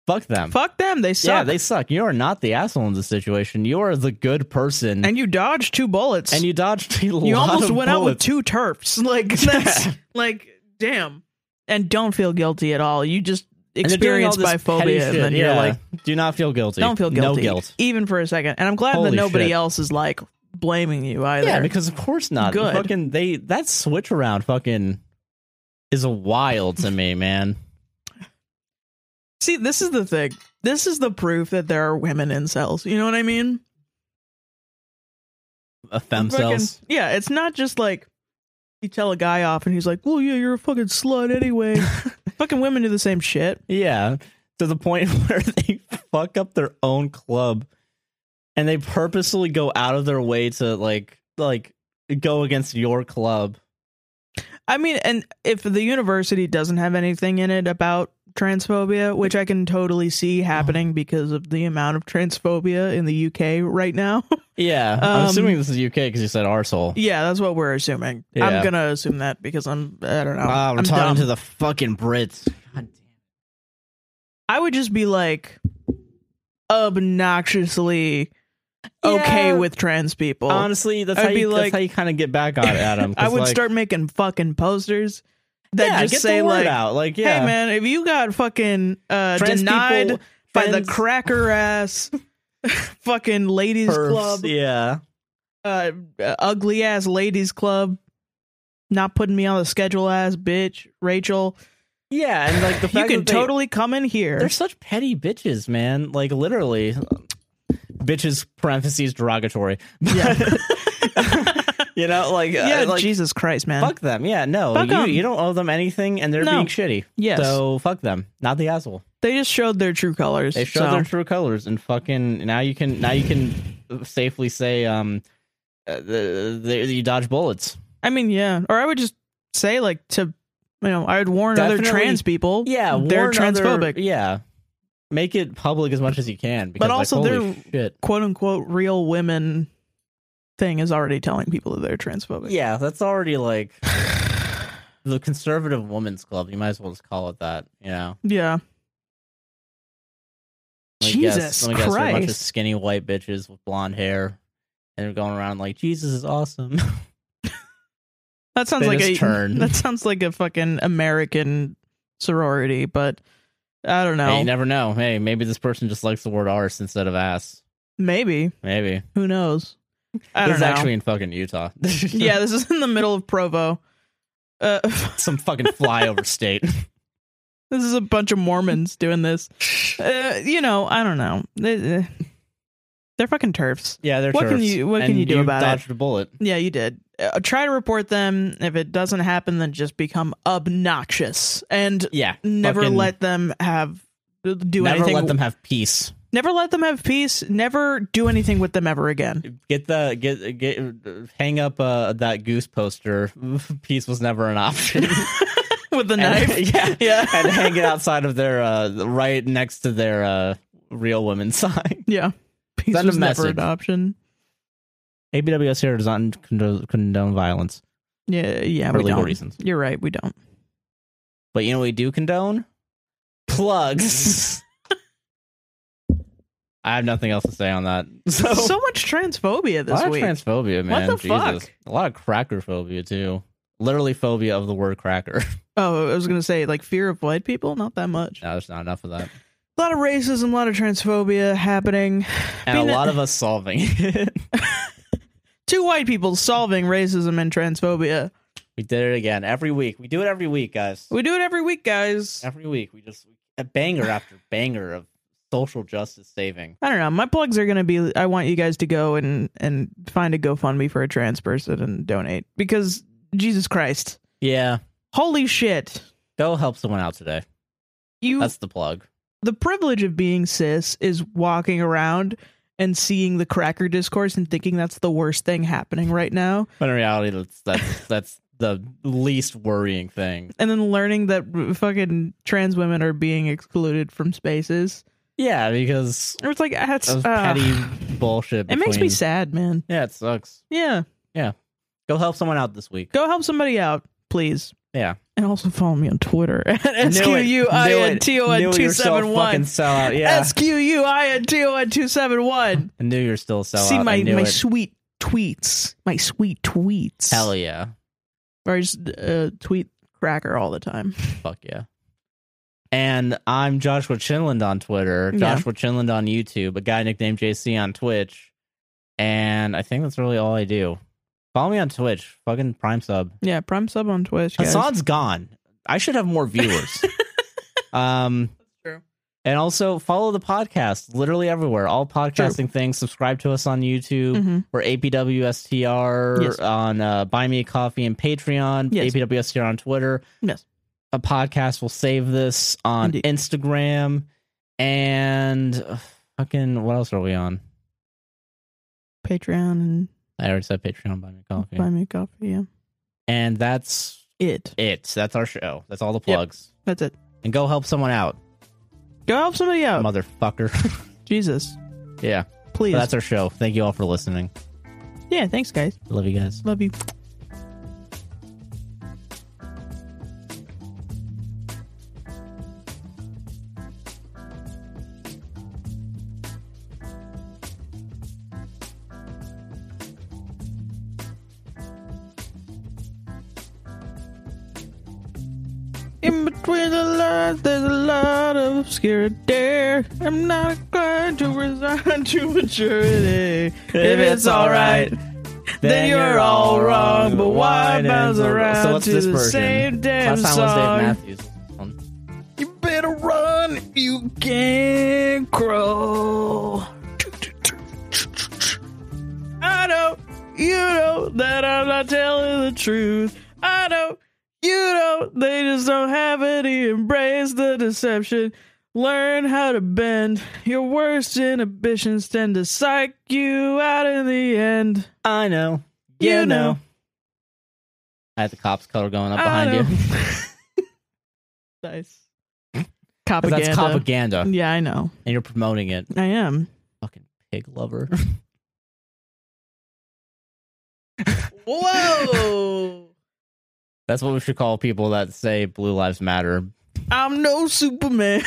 fuck them.
Fuck them. They suck.
Yeah, they suck. You are not the asshole in this situation. You are the good person,
and you dodged two bullets.
and you dodged a lot
you almost
of
went out with
bullets.
two turfs. Like that's like damn. And don't feel guilty at all. You just
And they're doing all
experience
this petty
biphobia, and
shit,
then you're
yeah.
like,
do not feel guilty.
don't feel guilty,
No guilt.
even for a second. And I'm glad
Holy
that nobody
shit.
else is like blaming you either.
Yeah, because of course not.
Good.
Fucking they that switch around fucking is wild to me, man.
See, this is the thing. This is the proof that there are women in cells. You know what I mean?
A fem
Fucking-
cells.
yeah, it's not just like you tell a guy off and he's like, "Well, yeah, you're a fucking slut anyway." fucking women do the same shit.
Yeah. To the point where they fuck up their own club and they purposely go out of their way to like like go against your club.
I mean, and if the university doesn't have anything in it about transphobia, which I can totally see
Oh.
happening because of the amount of transphobia in the UK right now.
Yeah, I'm
Um,
assuming this is UK because you said arsehole.
yeah, that's what we're assuming.
Yeah.
I'm gonna assume that because I'm I don't know.
Wow, Ah, we're
I'm
talking
dumb.
to the fucking Brits.
I would just be like obnoxiously okay
Yeah.
with trans people.
Honestly, that's
I'd
how,
be
you, that's
like-
how you kind of get back on it, Adam. Um, 'cause,
I would
like,
start making fucking posters that
yeah,
just
get
say
the word
like,
out. Like,
"Hey
yeah,
man, if you got fucking uh,
trans
denied
people,
by the
trans
cracker ass fucking ladies
pervs,
club,
Yeah,
uh, ugly ass ladies club, not putting me on the schedule ass bitch, Rachel,
yeah, and like the
you
fact
can
that they-
totally come in here.
They're such petty bitches, man. Like literally, bitches parentheses derogatory.
Yeah.
you know, like uh,
yeah,
like,
Jesus Christ, man.
fuck them. Yeah, no,
Fuck
you
'em.
you don't owe them anything, and they're
No.
being shitty.
yes,
So fuck them. Not the asshole.
they just showed their true colors.
They show
so.
their true colors, and fucking now you can now you can safely say um. Uh, the, the, you dodge bullets.
I mean, yeah. Or I would just say like to you know, I would warn other
Definitely-
trans people.
Yeah,
they're
warn other-
transphobic.
yeah, make it public as much as you can. Because,
But
like,
also
holy
they're-
shit.
Quote unquote real women thing is already telling people that they're transphobic.
Yeah, that's already like the conservative women's club. You might as well just call it that. You know,
Yeah.
Let me guess-
Jesus
let me guess, they're a bunch of
Christ.
skinny white bitches with blonde hair, and they're going around like Jesus is awesome.
That sounds
They
like
just
a
turn.
that sounds like a fucking American sorority, but I don't know.
Hey, you never know. Hey, maybe this person just likes the word arse instead of ass.
Maybe.
Maybe
Who knows? I
this
don't
is
know.
actually in fucking Utah.
yeah, this is in the middle of Provo. Uh,
some fucking flyover state.
this is a bunch of Mormons doing this. Uh, you know, I don't know. They- uh, They're fucking turfs.
Yeah, they're
What can
turfs.
you- what can
And
you do about it?
dodged a bullet.
Yeah, you did. Uh, try to report them. If it doesn't happen, then just become obnoxious and
Yeah,
never
fucking-
let them have do
never
anything.
let them have peace.
never let them have peace. Never do anything with them ever again.
get the get get hang up uh, that goose poster. Peace was never an option.
with the
And-
knife.
yeah,
yeah,
and hang it outside of their uh, right next to their uh, real women sign.
yeah. Peace
Send a
was never
message.
an option.
ABWS here does not condone, condone violence
Yeah, yeah.
for
we
legal
don't.
reasons,
You're right. We don't.
but you know what we do condone plugs. I have nothing else to say on that. So,
So much transphobia
a
this
Oh. lot
week.
of transphobia, man.
the
Jesus.
fuck?
A lot of crackerphobia too. Literally phobia of the word cracker.
oh, I was gonna say like fear of white people. Not that much.
no, there's not enough of that.
A lot of racism. A lot of transphobia happening.
and a
Being a-
lot of us solving it.
Two white people solving racism and transphobia.
we did it again every week. We do it every week, guys.
We do it every week, guys.
Every week, we just a banger after banger of social justice saving.
I don't know. My plugs are gonna be. I want you guys to go and and find a GoFundMe for a trans person and donate because Jesus Christ,
Yeah,
holy shit!
go help someone out today.
You
That's the plug.
the privilege of being cis is walking around and seeing the cracker discourse and thinking that's the worst thing happening right now
But in reality, that's that's that's the least worrying thing.
and then learning that r- fucking trans women are being excluded from spaces
Yeah, because
it's like that's
of
uh,
petty bullshit.
it makes me
between-
sad man
Yeah, it sucks.
yeah
Go help someone out this week.
go help somebody out please
Yeah.
and also follow me on twitter at
Knew it. Knew it. Knew you're still a Fucking
squn271
sellout. Yeah,
squn271
I knew you're still a sellout.
see
uh, I
my
knew
my
it.
sweet tweets my sweet tweets
Hell yeah.
or I just uh, tweet cracker all the time.
Fuck yeah. And I'm Joshua Chinland on Twitter,
Yeah.
Joshua Chinland on YouTube, a guy nicknamed JC on Twitch. And I think that's really all I do. Follow me on Twitch. Fucking Prime Sub.
Yeah, prime sub on Twitch. Guys.
Hassan's gone. I should have more viewers. um
true.
and also follow the podcast literally everywhere. All podcasting things. Subscribe to us on YouTube.
Mhm.
We're APWSTR
Yes.
on uh, Buy Me a Coffee and Patreon.
Yes.
APWSTR on Twitter.
Yes.
A podcast will save this on
Indeed.
Instagram and uh, fucking what else are we on?
Patreon and
I already said Patreon. Buy Me a Coffee.
buy me a coffee. Yeah,
And that's
it.
it. That's our show. That's all the
Yep.
plugs.
That's it.
and go help someone out,
Go help somebody out.
motherfucker.
Jesus,
yeah.
please.
So that's our show. Thank you all for listening.
yeah, thanks, guys.
Love you guys.
Love you. In between the lines, there's a lot of obscurity. I'm not going to resign to maturity. if it's alright, then you're all wrong. But why bounce around
So what's
to
this
the
version?
same damn
Last time
song?
was Dave Matthews.
You better run if you can crawl.
I know, you know that I'm not telling the truth. I know, you know they just don't have any. Embrace the deception. Learn how to bend. Your worst inhibitions tend to psych you out in the end.
I know.
You
You know.
know.
I had the cops color going up
I
behind you.
Nice.
'Cause
Propaganda.
That's propaganda. And
Yeah, I know.
you're promoting it.
I am.
Fucking pig lover.
Whoa!
That's what we should call people that say Blue Lives Matter.
I'm no Superman.